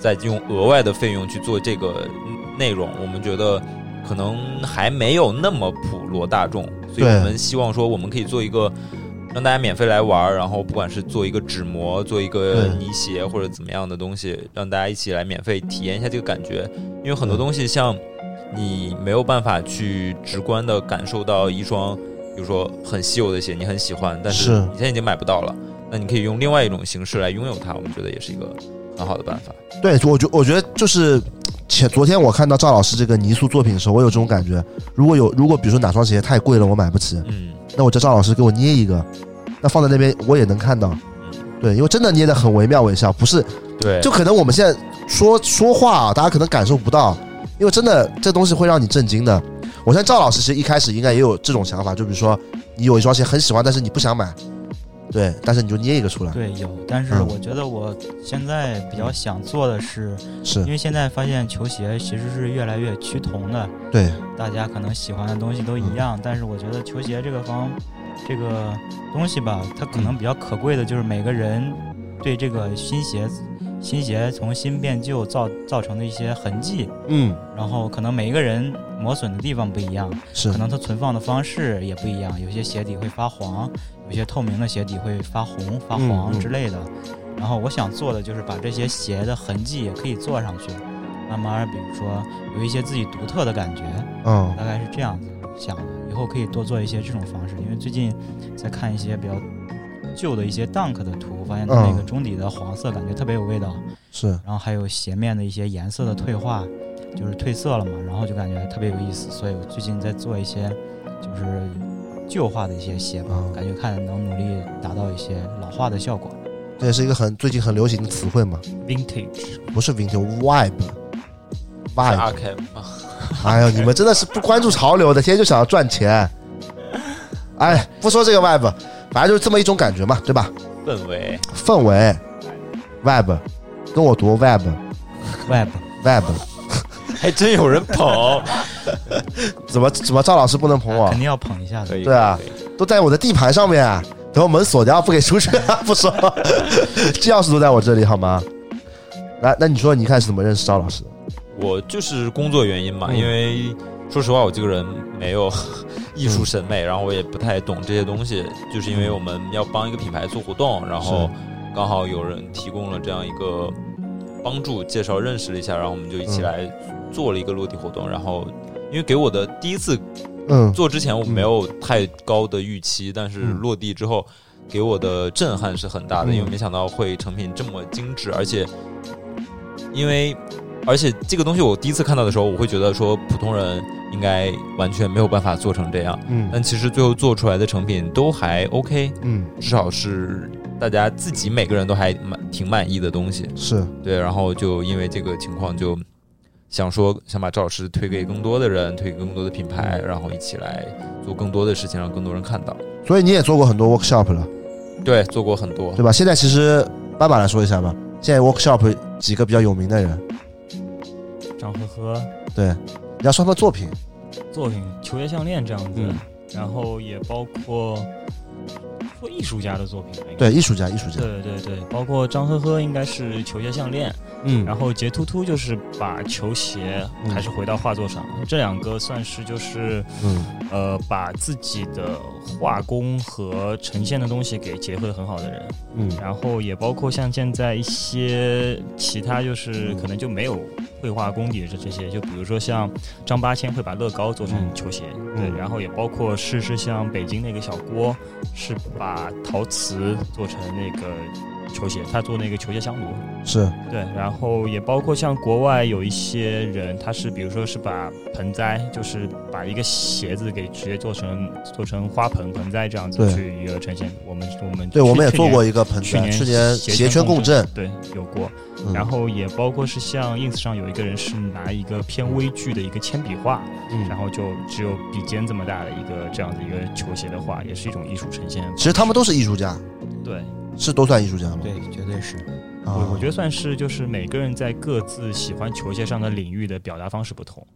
B: 再用额外的费用去做这个内容，我们觉得可能还没有那么普罗大众，所以
A: 对
B: 我们希望说我们可以做一个让大家免费来玩儿，然后不管是做一个纸模、做一个
A: 对
B: 泥鞋或者怎么样的东西，让大家一起来免费体验一下这个感觉，因为很多
A: 嗯
B: 东西像你没有办法去直观的感受到一双，比如说很稀有的鞋，你很喜欢，但是
A: 是
B: 你现在已经买不到了，那你可以用另外一种形式来拥有它，我们觉得也是一个很好的办法。
A: 对，我觉我觉得就是前昨天我看到赵老师这个泥塑作品的时候，我有这种感觉。如果有如果比如说哪双鞋太贵了，我买不起，
B: 嗯
A: 那我叫赵老师给我捏一个，那放在那边我也能看到。
B: 嗯，
A: 对，因为真的捏得很惟妙惟肖，不是
B: 对，
A: 就可能我们现在说说话、啊，大家可能感受不到，因为真的这东西会让你震惊的。我像赵老师，其实一开始应该也有这种想法，就比如说你有一双鞋很喜欢，但是你不想买，对，但是你就捏一个出来，
D: 对，有，但是
A: 嗯
D: 我觉得我现在比较想做的是，
A: 是
D: 因为现在发现球鞋其实是越来越趋同的，
A: 对，
D: 大家可能喜欢的东西都一样，但是我觉得球鞋这个方这个东西吧，它可能比较可贵的就是每个人对这个新鞋新鞋从新变旧造造成的一些痕迹，
A: 嗯，
D: 然后可能每一个人磨损的地方不一样，
A: 是
D: 可，能它存放的方式也不一样，有些鞋底会发黄，有些透明的鞋底会发红、发
A: 嗯
D: 黄
A: 嗯
D: 之类的。然后我想做的就是把这些鞋的痕迹也可以做上去，慢慢比如说有一些自己独特的感觉，
A: 嗯
D: 大概是这样子想的。以后可以多做一些这种方式，因为最近在看一些比较旧的一些 Dunk 的图，发现它那个
A: 嗯
D: 中底的黄色感觉特别有味道，
A: 是，
D: 然后还有鞋面的一些颜色的退化，就是褪色了嘛，然后就感觉特别有意思，所以我最近在做一些就是旧化的一些鞋吧，
A: 嗯
D: 感觉看能努力达到一些老化的效果。
A: 这也是一个很最近很流行的词汇嘛，
C: vintage
A: 不是 vintage，vibe，vibe，
B: 阿啊 K
A: 哎呦，你们真的是不关注潮流的，天天就想要赚钱，哎，不说这个 vibe，反正就是这么一种感觉嘛，对吧？
B: 氛围，
A: 氛围，web，跟我读 web
D: Web
A: web，
B: 还真有人捧，
A: 怎么怎么赵老师不能捧
C: 啊
A: 我
D: 肯？定要捧一下的
B: 可，以，
A: 对啊
B: 可以，
A: 都在我的地盘上面啊，等我门锁掉不给出去， 不说，这钥匙都在我这里好吗？来，那你说你一开始怎么认识赵老师的？
B: 我就是工作原因嘛，
A: 嗯
B: 因为说实话，我这个人没有 艺术审美，然后我也不太懂这些东西，就是因为我们要帮一个品牌做活动，然后刚好有人提供了这样一个帮助，介绍认识了一下，然后我们就一起
A: 嗯
B: 来做了一个落地活动，然后。因为给我的第一次
A: 嗯，
B: 做之前我
A: 嗯
B: 没有太高的预期，但是
A: 嗯
B: 落地之后给我的震撼是很大的，
A: 嗯
B: 因为没想到会成品这么精致，而且因为而且这个东西我第一次看到的时候，我会觉得说普通人应该完全没有办法做成这样，
A: 嗯
B: 但其实最后做出来的成品都还 OK，
A: 嗯，
B: 至少是大家自己每个人都还蛮挺满意的东西。
A: 是，
B: 对，然后就因为这个情况，就想说想把赵老师推给更多的人，推给更多的品牌，然后一起来做更多的事情，让更多人看到。
A: 所以你也做过很多 workshop 了，
B: 对，做过很多
A: 对，吧？现在其实斑马来说一下吧，现在 workshop 几个比较有名的人，
C: 张呵呵
A: 对，你要说他们作品，
C: 作品球鞋项链这样子，
A: 嗯
C: 然后也包括做艺术家的作品吧。应该
A: 对，艺术家，艺术家，
C: 对对对，包括张呵呵应该是球鞋项链，
A: 嗯
C: 然后杰突突就是把球鞋
A: 嗯
C: 还是回到画作上，这两个算是就是
A: 嗯
C: 呃把自己的画工和呈现的东西给结合的很好的人，
A: 嗯
C: 然后也包括像现在一些其他
A: 嗯
C: 就是可能就没有绘画功底的这些，就比如说像张八千会把乐高做成球鞋，
A: 嗯
C: 对，然后也包括是是像北京那个小郭是把陶瓷做成那个球鞋，他做那个球鞋香炉，
A: 是，
C: 对，然后也包括像国外有一些人，他是比如说是把盆栽，就是把一个鞋子给直接做成做成花盆盆栽这样子
A: 对
C: 去一个呈现。我们我们
A: 对，
C: 去
A: 我们也
C: 去
A: 做
C: 年
A: 过一个盆
C: 去
A: 栽，
C: 年
A: 呃去年
C: 鞋
A: 鞋圈共振，
C: 对，有过。
A: 嗯
C: 然后也包括是像 ins 上有一个人是拿一个偏微距的一个铅笔画，然
A: 嗯，
C: 后就只有笔尖这么大的一个这样子一个球鞋的画，也是一种艺术呈现。
A: 其实他们都是艺术家，
C: 对，
A: 是都算艺术家吗？
D: 对，绝对是。
A: 啊，
C: 我我觉得算是就是每个人在各自喜欢球鞋上的领域的表达方式不同。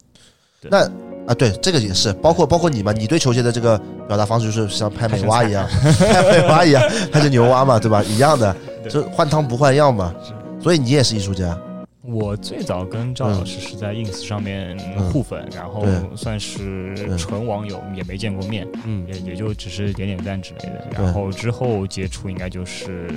A: 那啊，对，这个也是，包括包括你嘛，你对球鞋的这个表达方式就是像拍美蛙一样， 拍美蛙一样，还是牛蛙嘛，对吧？一样的，
C: 对
A: 就换汤不换药嘛。
C: 是
A: 所以你也是艺术家，
C: 我最早跟赵老师是在 ins 上面
A: 嗯
C: 互粉，然后
A: 对
C: 算是纯网友，也没见过面，
A: 嗯
C: 也也就只是点点赞之类的。
A: 对
C: 然后之后接触应该就是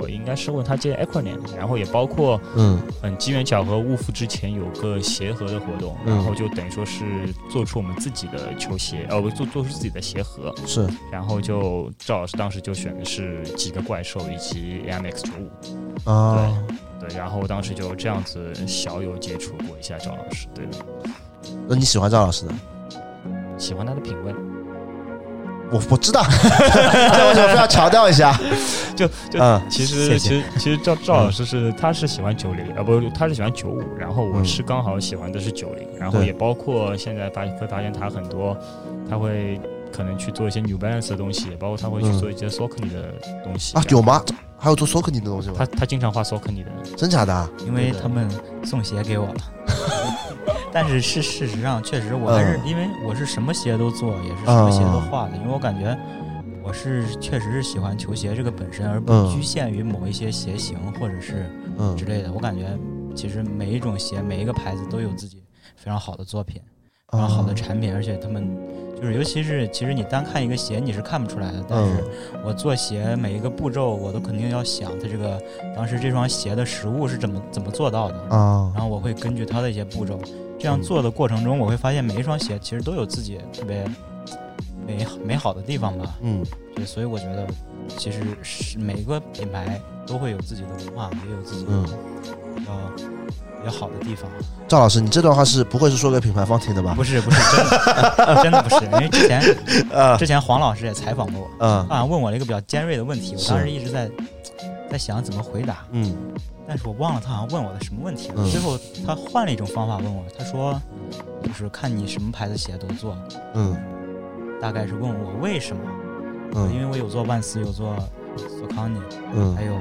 C: 我应该是问他借 Acronym，然后也包括
A: 嗯
C: 嗯机缘巧合误付之前有个鞋盒的活动，
A: 嗯
C: 然后就等于说是做出我们自己的球鞋，呃不做做出自己的鞋盒，
A: 是，
C: 然后就赵老师当时就选的是几个怪兽以及 AMX 九五。
A: 啊，
C: 对，然后当时就这样子小有接触过一下赵老师，对的，
A: 那你喜欢赵老师的？
C: 喜欢他的品味，
A: 我我知道， 这为什么非要强调一下？
C: 就就。
A: 嗯
C: 其实，
D: 谢谢
C: 其实，其实赵赵老师是，他是喜欢九零，啊，不，他是喜欢九五，然后我
A: 嗯
C: 是刚好喜欢的是九零，然后
A: 对
C: 也包括现在发会发现他很多，他会可能去做一些 New Balance 的东西，也包括他会去
A: 嗯
C: 做一些 Saucony 的东西
A: 啊，有吗？还有做 s o c 的东西吗
C: 他？他经常画 Saucony 的，
A: 真假的啊？
D: 因为
C: 对的
D: 他们送鞋给我了。 但是事事实上，确实我还是、因为我是什么鞋都做，也是什么鞋都画的，因为我感觉我是确实是喜欢球鞋这个本身，而不
A: 嗯
D: 局限于某一些鞋型或者是
A: 嗯
D: 之类的。我感觉其实每一种鞋、每一个牌子都有自己非常好的作品，非
A: 啊
D: 常好的产品，而且他们就是尤其是其实你单看一个鞋你是看不出来的，但是。
A: 嗯
D: 我做鞋每一个步骤，我都肯定要想它这个当时这双鞋的实物是怎么怎么做到的，
A: 啊
D: 然后我会根据它的一些步骤，这样做的过程中，我会发现每一双鞋其实都有自己特别美好美好的地方吧。
A: 嗯
D: 对，所以我觉得其实是每个品牌都会有自己的文化，也有自己的
A: 嗯，
D: 比较比呃较好的地方。
A: 赵老师，你这段话是不会是说给品牌方听的吧？
D: 不是不是真的真的不是，因为之前
A: 啊
D: 之前黄老师也采访过我，
A: 啊
D: 好像问我了一个比较尖锐的问题，我
A: 是
D: 当时一直在在想怎么回答。
A: 嗯
D: 但是我忘了他好像问我的什么问题了。
A: 嗯
D: 最后他换了一种方法问我，他说，就是看你什么牌子鞋都做，
A: 嗯
D: 大概是问我为什么，
A: 嗯
D: 因为我有做万斯，有做索康尼，
A: 嗯哎
D: 还有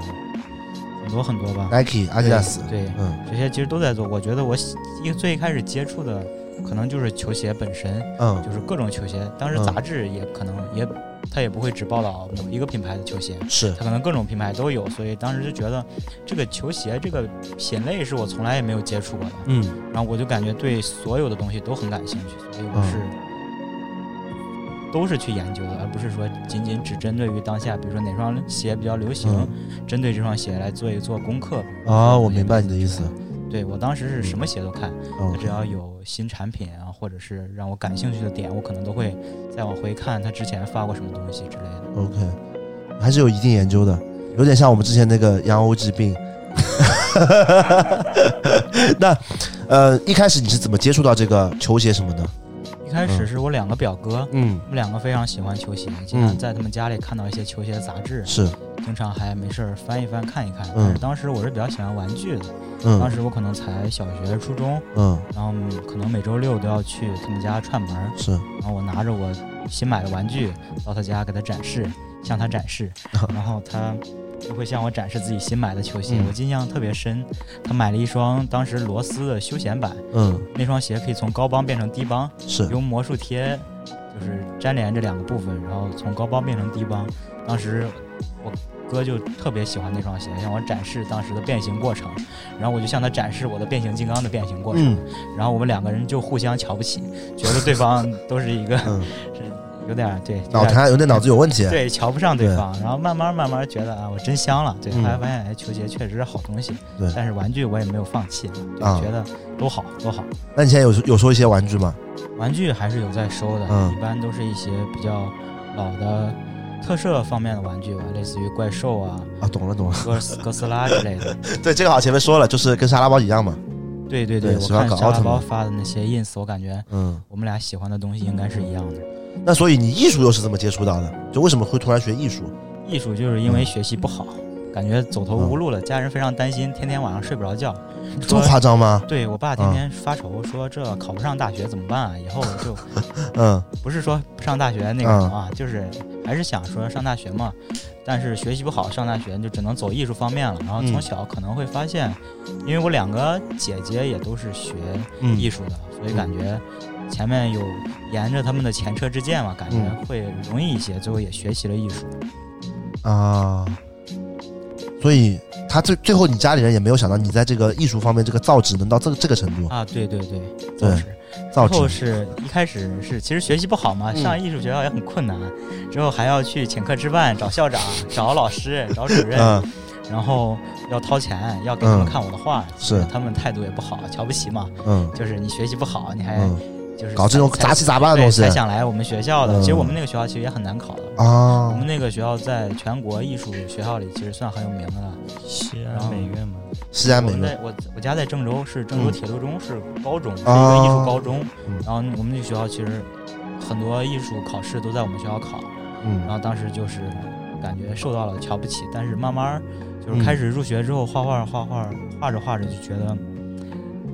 D: 很多很多吧，
A: ，Nike、阿迪达斯，
D: 对，对
A: 嗯
D: 这些其实都在做。我觉得我喜一最一开始接触的可能就是球鞋本身，
A: 嗯
D: 就是各种球鞋。当时
A: 嗯
D: 杂志也可能也，他也不会只报道某一个品牌的球鞋，
A: 是
D: 它可能各种品牌都有，所以当时就觉得这个球鞋这个品类是我从来也没有接触过的，
A: 嗯
D: 然后我就感觉对所有的东西都很感兴趣，所以我是、都是去研究的，而不是说仅仅只针对于当下，比如说哪双鞋比较流行，针对这双鞋来做一做功课。
A: 啊，我明白你的意思。
D: 对我当时是什么鞋都看，
A: 嗯
D: 只要有新产品啊，或者是让我感兴趣的点，我可能都会再往回看他之前发过什么东西之类的。
A: ，OK，还是有一定研究的，有点像我们之前那个洋欧疾病。 那呃，一开始你是怎么接触到这个球鞋什么的？
D: 一开
A: 嗯
D: 始是我两个表哥，
A: 嗯
D: 我，们两个非常喜欢球鞋，经常在他们家里看到一些球鞋的杂志，
A: 是，
D: 经常还没事儿翻一翻看一看。
A: 嗯
D: 但是当时我是比较喜欢玩具的，当
A: 嗯
D: 时我可能才小学、初中，
A: 嗯
D: 然后嗯可能每周六都要去他们家串门儿，
A: 是，
D: 然后我拿着我新买的玩具到他家给他展
A: 嗯
D: 示，向他展 示，然后他。就会向我展示自己新买的球鞋，
A: 嗯
D: 我印象特别深。他买了一双当时罗斯的休闲版，
A: 嗯
D: 那双鞋可以从高帮变成低帮，
A: 是，
D: 用魔术贴就是粘连这两个部分，然后从高帮变成低帮。当时我哥就特别喜欢那双鞋，向我展示当时的变形过程，然后我就向他展示我的变形金刚的变形过程，
A: 嗯
D: 然后我们两个人就互相瞧不起，觉得对方都是一个
A: 嗯，
D: 有点儿对有
A: 脑
D: 点儿
A: 瘫，有点脑子有问题。
D: 对，瞧不上对
A: 对
D: 方，然后慢慢慢慢觉得啊，我真香了。对，
A: 嗯
D: 后来发现哎，球鞋确实是好东西，
A: 对
D: 但是玩具我也没有放弃，对
A: 啊
D: 觉得都好都好。
A: 那你现在有有收一些玩具吗？
D: 玩具还是有在收的，
A: 嗯
D: 一般都是一些比较老的特摄方面的玩具吧，类似于怪 兽啊、
A: 啊，懂了懂了。
D: 哥斯哥斯拉之类的。
A: 对，这个好，前面说了，就是跟沙拉包一样嘛。
D: 对对
A: 对
D: 我
A: 喜欢
D: 看
A: 搞
D: 沙
A: 奥
D: 拉
A: 特曼
D: 包发的那些 ins，我感觉
A: 嗯，
D: 我们俩喜欢的东西应该是一样的。
A: 那所以你艺术又是怎么接触到的？就为什么会突然学艺术？
D: 艺术就是
A: 嗯
D: 因为学习不好，感觉走投无路了，家人非常担心，天天晚上睡不 着觉。
A: 这么夸张吗？
D: 对我爸天天发愁，说这考不上大学怎么办啊？以后就
A: 嗯
D: 不是说不上大学那个什么啊，就是还是想说上大学嘛，但是学习不好，上大学就只能走艺术方面了。然后从
A: 嗯
D: 小可能会发现，因为我两个姐姐也都是学
A: 嗯
D: 艺术的，所以感觉前面有沿着他们的前车之鉴嘛，感觉
A: 嗯
D: 会容易一些。最后也学习了艺术，
A: 啊，所以他最最后你家里人也没有想到你在这个艺术方面这个造诣能到这个这个程度，
D: 啊，对对对，
A: 哦对
D: 就是
A: 造
D: 之后
A: 诣
D: 是一开始是其实学习不好嘛，
A: 嗯
D: 上艺术学校也很困难，之后还要去请客吃饭，找校长、找老师、找主任，
A: 嗯
D: 然后要掏钱，要给他们
A: 嗯
D: 看我的画，
A: 是
D: 他们态度也不好，瞧不起嘛，
A: 嗯
D: 就是你学习不好，你还
A: 嗯，
D: 就是
A: 搞这种
D: 哎才
A: 杂七杂八的
D: 对
A: 东西啊
D: 才想来我们学校的。
A: 嗯
D: 其实我们那个学校其实也很难考的。我
A: 啊
D: 们，那个学校在全国艺术学校里其实算很有名的了。
C: 西
A: 哦
C: 安美院嘛，
A: 西安
D: 我
A: 美
D: 们
A: 院
D: 在我我家在郑州，是郑
A: 嗯
D: 州铁路中，是高中，是一
A: 啊
D: 个艺术高中。
A: 嗯
D: 然后我们那个学校其实很多艺术考试都在我们学校考，
A: 嗯
D: 然后当时就是感觉受到了瞧不起，但是慢慢儿
A: 嗯
D: 就是开始入学之后画画画画画着画着就觉得。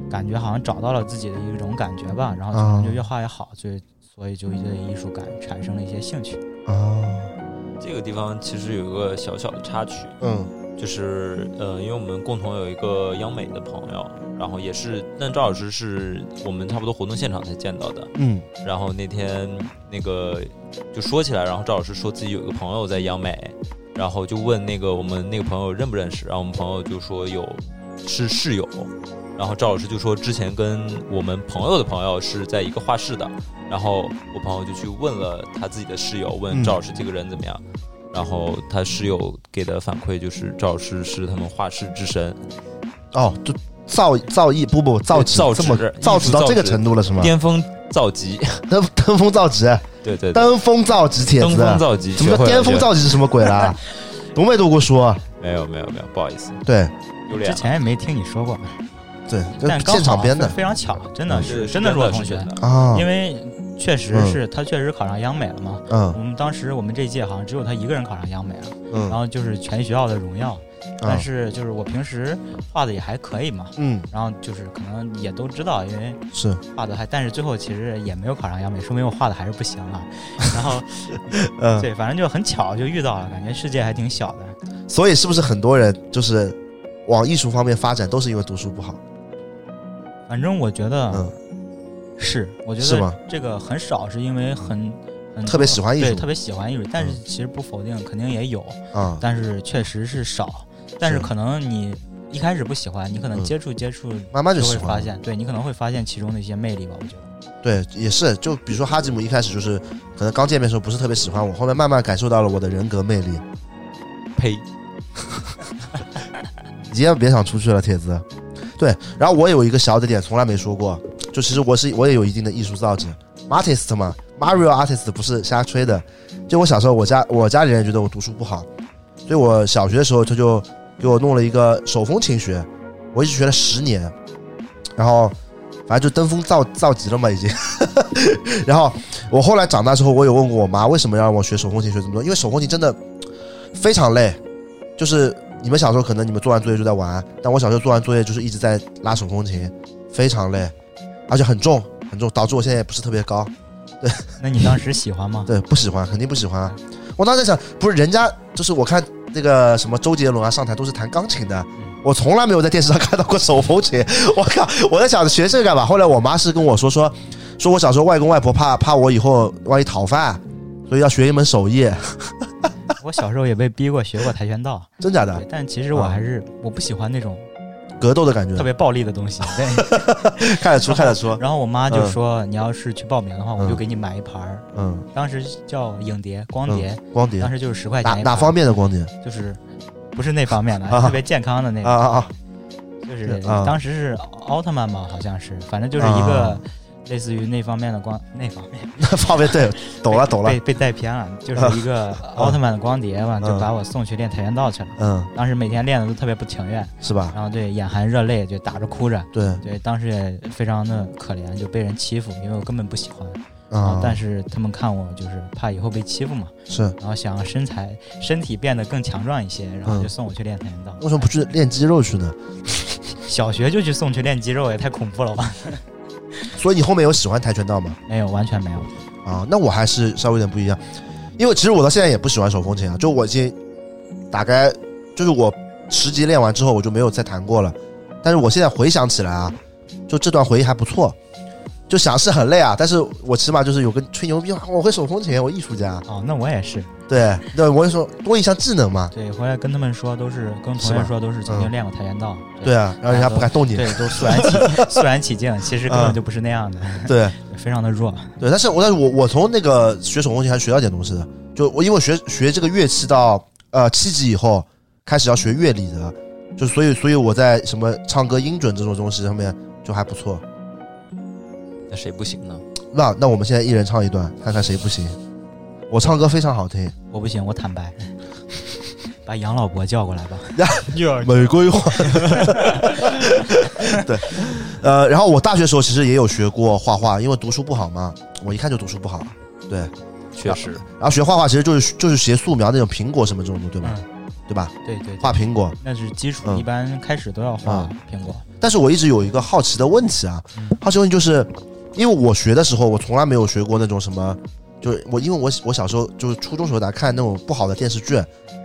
D: 感觉好像找到了自己的一种感觉吧，然后可
A: 啊
D: 能就越画越好，所以所以就对艺术感产生了一些兴趣。
A: 啊
B: 这个地方其实有一个小小的插曲，
A: 嗯
B: 就是呃，因为我们共同有一个央美的朋友，然后也是，但赵老师是我们差不多活动现场才见到的。
A: 嗯
B: 然后那天那个就说起来，然后赵老师说自己有一个朋友在央美，然后就问那个我们那个朋友认不认识，然后我们朋友就说有是室友，然后赵老师就说之前跟我们朋友的朋友是在一个画室的，然后我朋友就去问了他自己的室友，问
A: 嗯
B: 赵老师这个人怎么样。然后他室友给的反馈就是赵老师是他们画室之神，
A: 哦，就造造诣不不造
B: 造
A: 诣这么
B: 纸
A: 造
B: 艺术
A: 诣到
B: 造
A: 这个
B: 纸
A: 程度了是吗？
B: 巅峰造极，
A: 登登峰造极，
B: 对对对，
A: 登峰造极帖
B: 登
A: 子，啊
B: 峰造极，
A: 什么
B: 学会
A: 叫
B: 了
A: 巅峰
B: 学
A: 造极是什么鬼 啦？读没读过书？啊
B: 没有没有没有，不好意思，
A: 对
B: 有脸
D: 之
B: 了。
D: 前也没听你说过，
A: 对，就
D: 但刚好
A: 现场编的
D: 非常巧，真的嗯是
B: 对
D: 真的是我同学
B: 真，的
A: 啊，
D: 因为确实是他确实考上央美了嘛。我
A: 嗯
D: 们当时我们这一届好像只有他一个人考上央美了，
A: 嗯
D: 然，后就是全学校的荣耀。但
A: 嗯
D: 是就是我平时画的也还可以嘛，
A: 嗯
D: 然后就是可能也都知道，因为
A: 是
D: 画的还，但是最后其实也没有考上央美，说明我画的还是不行 啊。然后
A: 嗯，
D: 对，反正就很巧就遇到了，感觉世界还挺小的。
A: 所以是不是很多人就是往艺术方面发展，都是因为读书不好？
D: 反正我觉得
A: 嗯
D: 是，啊我觉
A: 是吗
D: 得这个很少是因为很很
A: 特别喜欢艺术
D: 对，特别喜欢艺术，但是
A: 嗯
D: 其实不否定，肯定也有，
A: 啊，
D: 但是确实是少。但是
A: 是
D: 可能你一开始不喜欢，你可能
A: 嗯
D: 接触接触
A: 慢慢就
D: 就
A: 喜
D: 会
A: 欢
D: 发
A: 了。
D: 现，对你可能会发现其中的一些魅力吧。我觉得
A: 对，也是，就比如说哈吉姆一开始就是可能刚见面的时候不是特别喜欢我，后面慢慢感受到了我的人格魅力。
B: 呸！
A: 你今天别想出去了，铁子。对，然后我有一个小的点从来没说过，就其实我是我也有一定的艺术造诣，artist 嘛，Mario artist 不是瞎吹的。就我小时候，我家我家里人觉得我读书不好，所以我小学的时候他就给我弄了一个手风琴学，我一直学了十年，然后反正就登峰造造极了嘛已经。 然后我后来长大之后，我有问过我妈为什么要让我学手风琴学这么多，因为手风琴真的非常累，就是你们小时候可能你们做完作业就在玩，但我小时候做完作业就是一直在拉手风琴，非常累，而且很重很重，导致我现在也不是特别高。
D: 那你当时喜欢吗？
A: 对，不喜欢，肯定不喜欢。我当时在想，不是人家就是我看那个什么周杰伦啊上台都是弹钢琴的，我从 来没有在电视上看到过手风琴。我靠，我在想学这个干嘛？后来我妈是跟我说说，说我小时候外公外婆怕怕我以后万一讨饭，所以要学一门手艺，
D: 我小时候也被逼过学过跆 拳道，
A: 真假的
D: 对，但其实我
A: 啊
D: 还是我不喜欢那种
A: 格斗的感觉
D: 特，别暴力的东 西。对，
A: 看得出看得出，
D: 然后我妈就
A: 嗯
D: 说，你要是去报名的话，我就
A: 嗯
D: 给你买一盘儿，
A: 嗯，
D: 当时叫影碟、光碟，
A: 嗯光碟
D: 当，时就是十块钱
A: 哪
D: 一盘
A: 哪方面的光碟
D: 就是不是那方面的，
A: 啊
D: 特别健康的那
A: 啊
D: 个，
A: 啊 啊，
D: 就是
A: 啊
D: 当时是奥特曼吧，好像是，反正就是一
A: 啊
D: 个类似于那方面的光那方面，
A: 那方面对，懂了懂了
D: 被，被带偏了，就是一个奥特曼的光碟嘛，就把我送去练跆拳道去了。
A: 嗯，
D: 当时每天练的都特别不情愿，
A: 是吧？
D: 然后对眼含热泪，就打着哭着，
A: 对啊
D: 对，当时也非常的可怜，就被人欺负，因为我根本不喜欢。然
A: 啊
D: 后，但是他们看我就是怕以后被欺负嘛，
A: 是
D: 然后想要身材身体变得更强壮一些，然后
A: 嗯
D: 就送我去练跆拳道。
A: 为什么不去练肌肉去呢？
D: 小学就去送去练肌肉，也太恐怖了吧？
A: 所以你后面有喜欢跆拳道吗？
D: 没有，完全没有。
A: 啊，那我还是稍微有点不一样，因为其实我到现在也不喜欢手风琴啊，就我已经大概就是我十级练完之后我就没有再弹过了，但是我现在回想起来啊，就这段回忆还不错，就想是很累啊，但是我起码就是有个吹牛逼啊，我会手风琴，我艺术家，
D: 哦，那我也是。
A: 对，那我就说多一项技能嘛，
D: 对，回来跟他们说都是跟
A: 是
D: 同
A: 吧嗯
D: 学说都是曾经练过跆拳道。
A: 对啊，让人家不敢动你，
D: 对，都肃然起 肃然起敬，其实根
A: 嗯
D: 本就不是那样的，
A: 对
D: 非常的弱。
A: 对，但是我但是我我从那个学手风琴还学到点东西的，就我因为我学学这个乐器到呃七级以后开始要学乐理的，就所以所以我在什么唱歌音准这种东西上面就还不错。
B: 那谁不行呢？
A: 那那我们现在一人唱一段，看看谁不行。我唱歌非常好听，
D: 我不行，我坦白。 把杨老伯叫过来吧。
A: 玫瑰花。对，呃，然后我大学时候其实也有学过画画，因为读书不好嘛，我一看就读书不好。对，
B: 确实，
A: 然后学画画其实就是就是学素描那种苹果什么这种的，对吧？对吧？
D: 嗯对对，对
A: 画苹果，
D: 那是基础，
A: 嗯
D: 一般开始都要画苹果。
A: 但是我一直有一个好奇的问题啊，好奇问题就是，因为我学的时候，我从来没有学过那种什么，就是我因为我我小时候就是初中时候大家看那种不好的电视剧，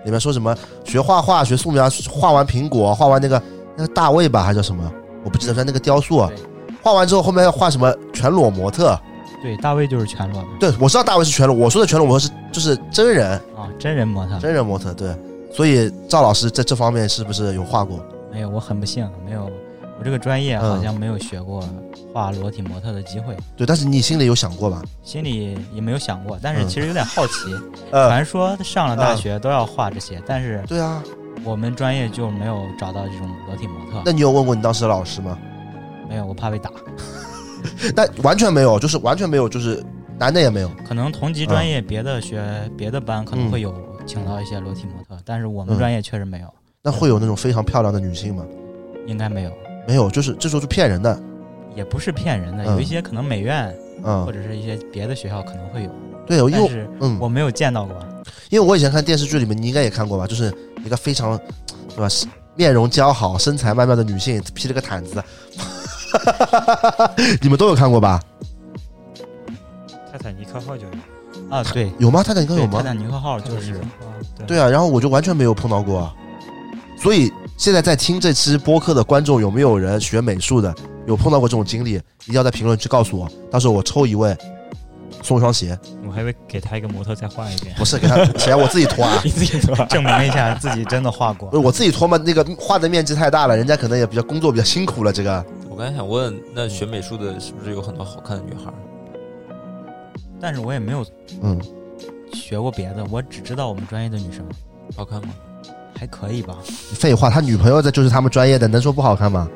A: 里面说什么学画画、学素描，画完苹果，画完那个那个大卫吧，还叫什么，我不记得，反正那个雕塑啊
D: 对，
A: 画完之后后面要画什么全裸模特，
D: 对，大卫就是全裸的
A: 对我知道大卫是全裸，我说的全裸模特是就是真人
D: 啊，真人模特。
A: 真人模特，对，所以赵老师在这方面是不是有画过？
D: 没有，哎我很不幸，没有我这个专
A: 嗯
D: 业好像没有学过画裸体模特的机会，
A: 对，但是你心里有想过吧？
D: 心里也没有想过，但是
A: 嗯
D: 其实有点好奇。
A: 呃，
D: 传说上了大学都要画这些，但是
A: 对啊，
D: 我们专业就没有找到这种裸体模特
A: 那，你有问过你当时的老师吗？
D: 没有，我怕被打。
A: 那完全没有，就是完全没有，就是男的也没有。
D: 可能同级
A: 嗯
D: 专业别的学别的班可能会有请到一些裸体模特，但是我们
A: 嗯
D: 专业确实没有，
A: 那会有那种非常漂亮的女性吗？
D: 应该没有，
A: 没有，就是这时候是骗人的。
D: 也不是骗人的，
A: 嗯
D: 有一些可能美院或
A: 嗯，
D: 者是一些别的学校可能会有，
A: 对，因为
D: 但
A: 我
D: 是
A: 嗯，
D: 我没有见到过。
A: 因为我以前看电视剧里面，你应该也看过吧？就是一个非常，对吧？面容姣好、身材曼妙的女性披了个毯子， 你们都有看过吧？
C: 泰坦尼克号就有，
D: 啊， 对，
A: 有吗？泰坦尼克
D: 对，
A: 有
D: 泰
A: 吗？
D: 坦尼克 号就
C: 泰坦尼
D: 是
C: 克号，对
A: 对啊，然后我就完全没有碰到过啊。所以现在在听这期播客的观众，有没有人学美术的，有碰到过这种经历？一定要在评论区告诉我，到时候我抽一位送一双鞋。
C: 我还会给他一个模特再画一遍， ，
A: 不是给他谁啊？我自己脱啊
C: 你自己说，
D: 证明一下自己真的画过
A: 不。是 我自己脱嘛？那个画的面积太大了，人家可能也比较工作比较辛苦了。这个
B: 我刚才想问，那学美术的是不是有很多好看的女孩？
D: 但是我也没有
A: 嗯，
D: 学过别的，我只知道我们专业的女生
B: 好看吗？
D: 还可以吧，
A: 废话，他女朋友在就是他们专业的，能说不好看吗？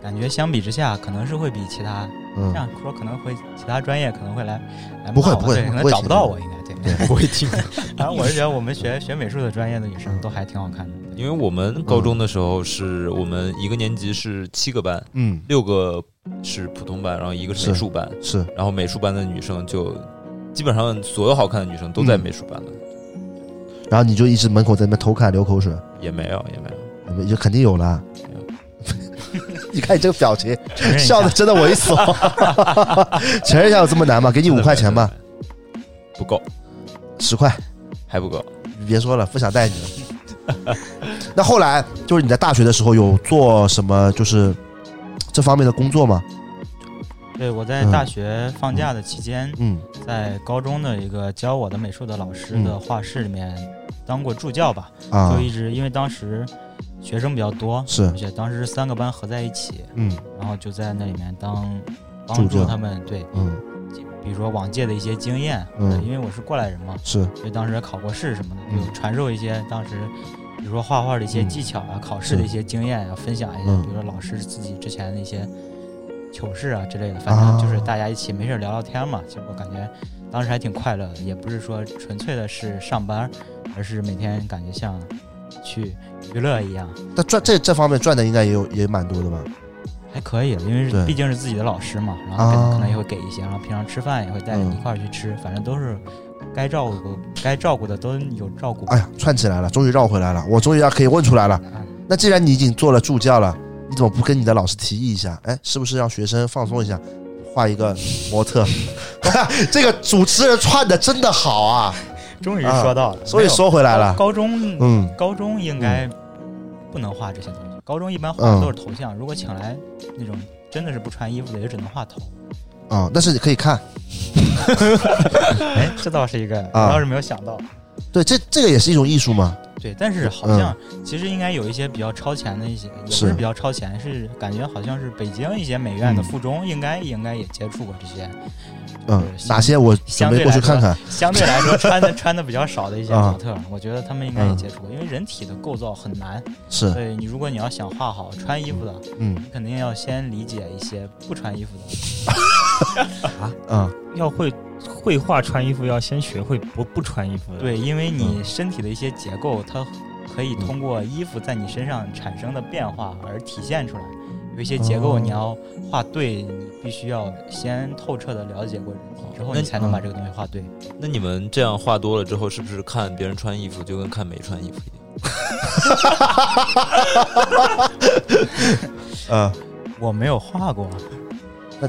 D: 感觉相比之下可能是会比其他这
A: 嗯，
D: 样说可能会其他专业可能会来来骂我
A: 不会不会
D: 对
A: 不
D: 可
A: 会
D: 能找
A: 听
D: 不
A: 的
D: 到我应该对。
B: 不会听，
D: 反正我是觉得我们学学美术的专业的女生都还挺好看的，
B: 因为我们高中的时候是我们一个年级是七个班，
A: 嗯，
B: 六个是普通班，然后一个是美术班，
A: 是
B: 然后美术班的女生就基本上所有好看的女生都在
A: 嗯
B: 美术班了，
A: 然后你就一直门口在那边偷看流口水，
B: 也没有也没有，
A: 你们就肯定有了啊
B: 没有。
A: 你看你这个表情，
D: 承认 一
A: 笑
D: 下
A: 的真的 猥琐。承认一下有这么难吗？给你五块钱吧，
B: 不够，
A: 十块，
B: 还不够。
A: 别说了，不想带你了。 那后来就是你在大学的时候有做什么就是这方面的工作吗？
D: 对我在
A: 嗯
D: 大学放假的期间，
A: 嗯
D: 在高中的一个教我的美术的老师的画室里面当过助教吧，
A: 啊
D: 就，一直因为当时学生比较多，
A: 是
D: 而，且当时是三个班合在一起，
A: 嗯
D: 然后就在那里面当
A: 助
D: 帮助
A: 教
D: 他们，对，
A: 嗯
D: 比如说往届的一些经验，
A: 嗯
D: 对因为我是过来人嘛，
A: 是，
D: 所以当时也考过试什么的，
A: 嗯
D: 就传授一些当时，比如说画画的一些技巧啊，考试的一些经验啊，分享一下，
A: 嗯
D: 比如说老师自己之前的一些糗事啊之类的，反正就是
A: 啊
D: 大家一起没事儿聊聊天嘛。其实我感觉当时还挺快乐的，也不是说纯粹的是上班，而是每天感觉像去娱乐一样，
A: 但赚这这方面赚的应该也有也蛮多的吧？
D: 还可以了，因为
A: 对
D: 是毕竟是自己的老师嘛，然后可能
A: 啊
D: 可能也会给一些，然后平常吃饭也会带着你一块儿去吃，反正都是该照顾该照顾的都有照顾。
A: 哎呀，串起来了，终于绕回来了，我终于要可以问出来了。那既然你已经做了助教了，你怎么不跟你的老师提议一下？哎，是不是让学生放松一下，画一个模特？ 这个主持人串的真的好啊！
D: 终于
A: 啊
D: 说到了，
A: 所以
D: 没有
A: 说回来了，
D: 高高中，
A: 嗯
D: 高中应该不能画这些东西。高中一般画
A: 嗯
D: 的都是头像，如果请来那种真的是不穿衣服的，也只能画头。
A: 啊、但是你可以看，
D: 哎， 这倒是一个，我
A: 啊
D: 倒是没有想到。
A: 对，这这个也是一种艺术嘛。
D: 对，但是好像其实应该有一些比较超前的一些，也不
A: 嗯是
D: 是比较超前，是感觉好像是北京一些美院的
A: 嗯
D: 附中，应该应该也接触过这些，
A: 嗯
D: 对，
A: 哪些我准
D: 相
A: 备
D: 对
A: 过
D: 来
A: 去
D: 说
A: 看看。
D: 相对 来说穿的穿的比较少的一些
A: 啊
D: 模特，我觉得他们应该也
A: 嗯
D: 接触过，因为人体的构造很难，
A: 是，
D: 所以你如果你要想画好穿衣服的，
A: 嗯
D: 肯定要先理解一些不穿衣服的。
A: 嗯
C: 要会绘画穿衣服，要先学会不不穿衣服的。
D: 对，因为
A: 嗯
D: 你身体的一些结构，它可以通过衣服在你身上产生的变化而体现出来。有一些结构
A: 哦
D: 你要画对，你必须要先透彻的了解过人体，之后
B: 那
D: 你才
A: 嗯
D: 能把这个东西画对。
B: 那你们这样画多了之后，是不是看别人穿衣服就跟看没穿衣服一样？
A: 嗯，
D: 我没有画过。啊对，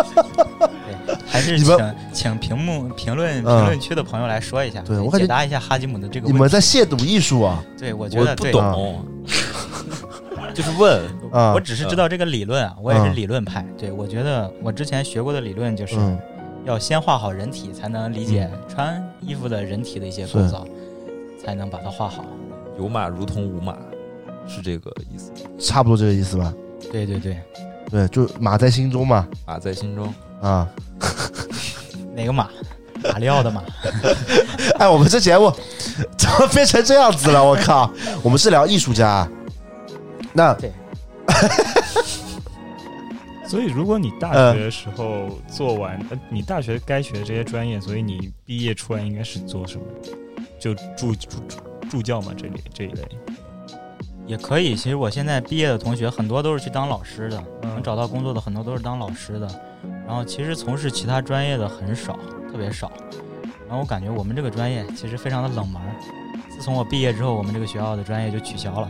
D: 还是
A: 你
D: 请
A: 们
D: 请屏幕评论
A: 嗯
D: 评论区的朋友来说一下，
A: 对我感觉
D: 解答一下哈吉姆的这个
A: 你
D: 问
A: 们
D: 题。
A: 在亵渎艺术啊？
D: 对，我觉
B: 我
D: 得
B: 不
D: 对
B: 懂，啊就是问
A: 啊嗯
D: 我只是知道这个理论啊，我也是理论派。对，我觉得我之前学过的理论就是
A: 嗯
D: 要先画好人体，才能理解穿衣服的人体的一些构造，才能把它画好。
B: 有马如同无马，是这个意思。
A: 差不多这个意思吧。
D: 对对对，
A: 对，就马在心中嘛。
B: 马在心中，
A: 啊，
D: 哪个马？马里奥 的马。
A: 哎，我们这节目 怎么变成这样子了？我靠，我们是聊艺术家、啊。那
C: 所以，如果你大学
A: 嗯
C: 的时候做完，呃，你大学该学这些专业，所以你毕业出来应该是做什么？就助助助助教嘛，这里这一类。
D: 也可以。其实我现在毕业的同学很多都是去当老师的，能
C: 嗯
D: 找到工作的很多都是当老师的，然后其实从事其他专业的很少，特别少。然后我感觉我们这个专业其实非常的冷门儿。自从我毕业之后，我们这个学校的专业就取消了。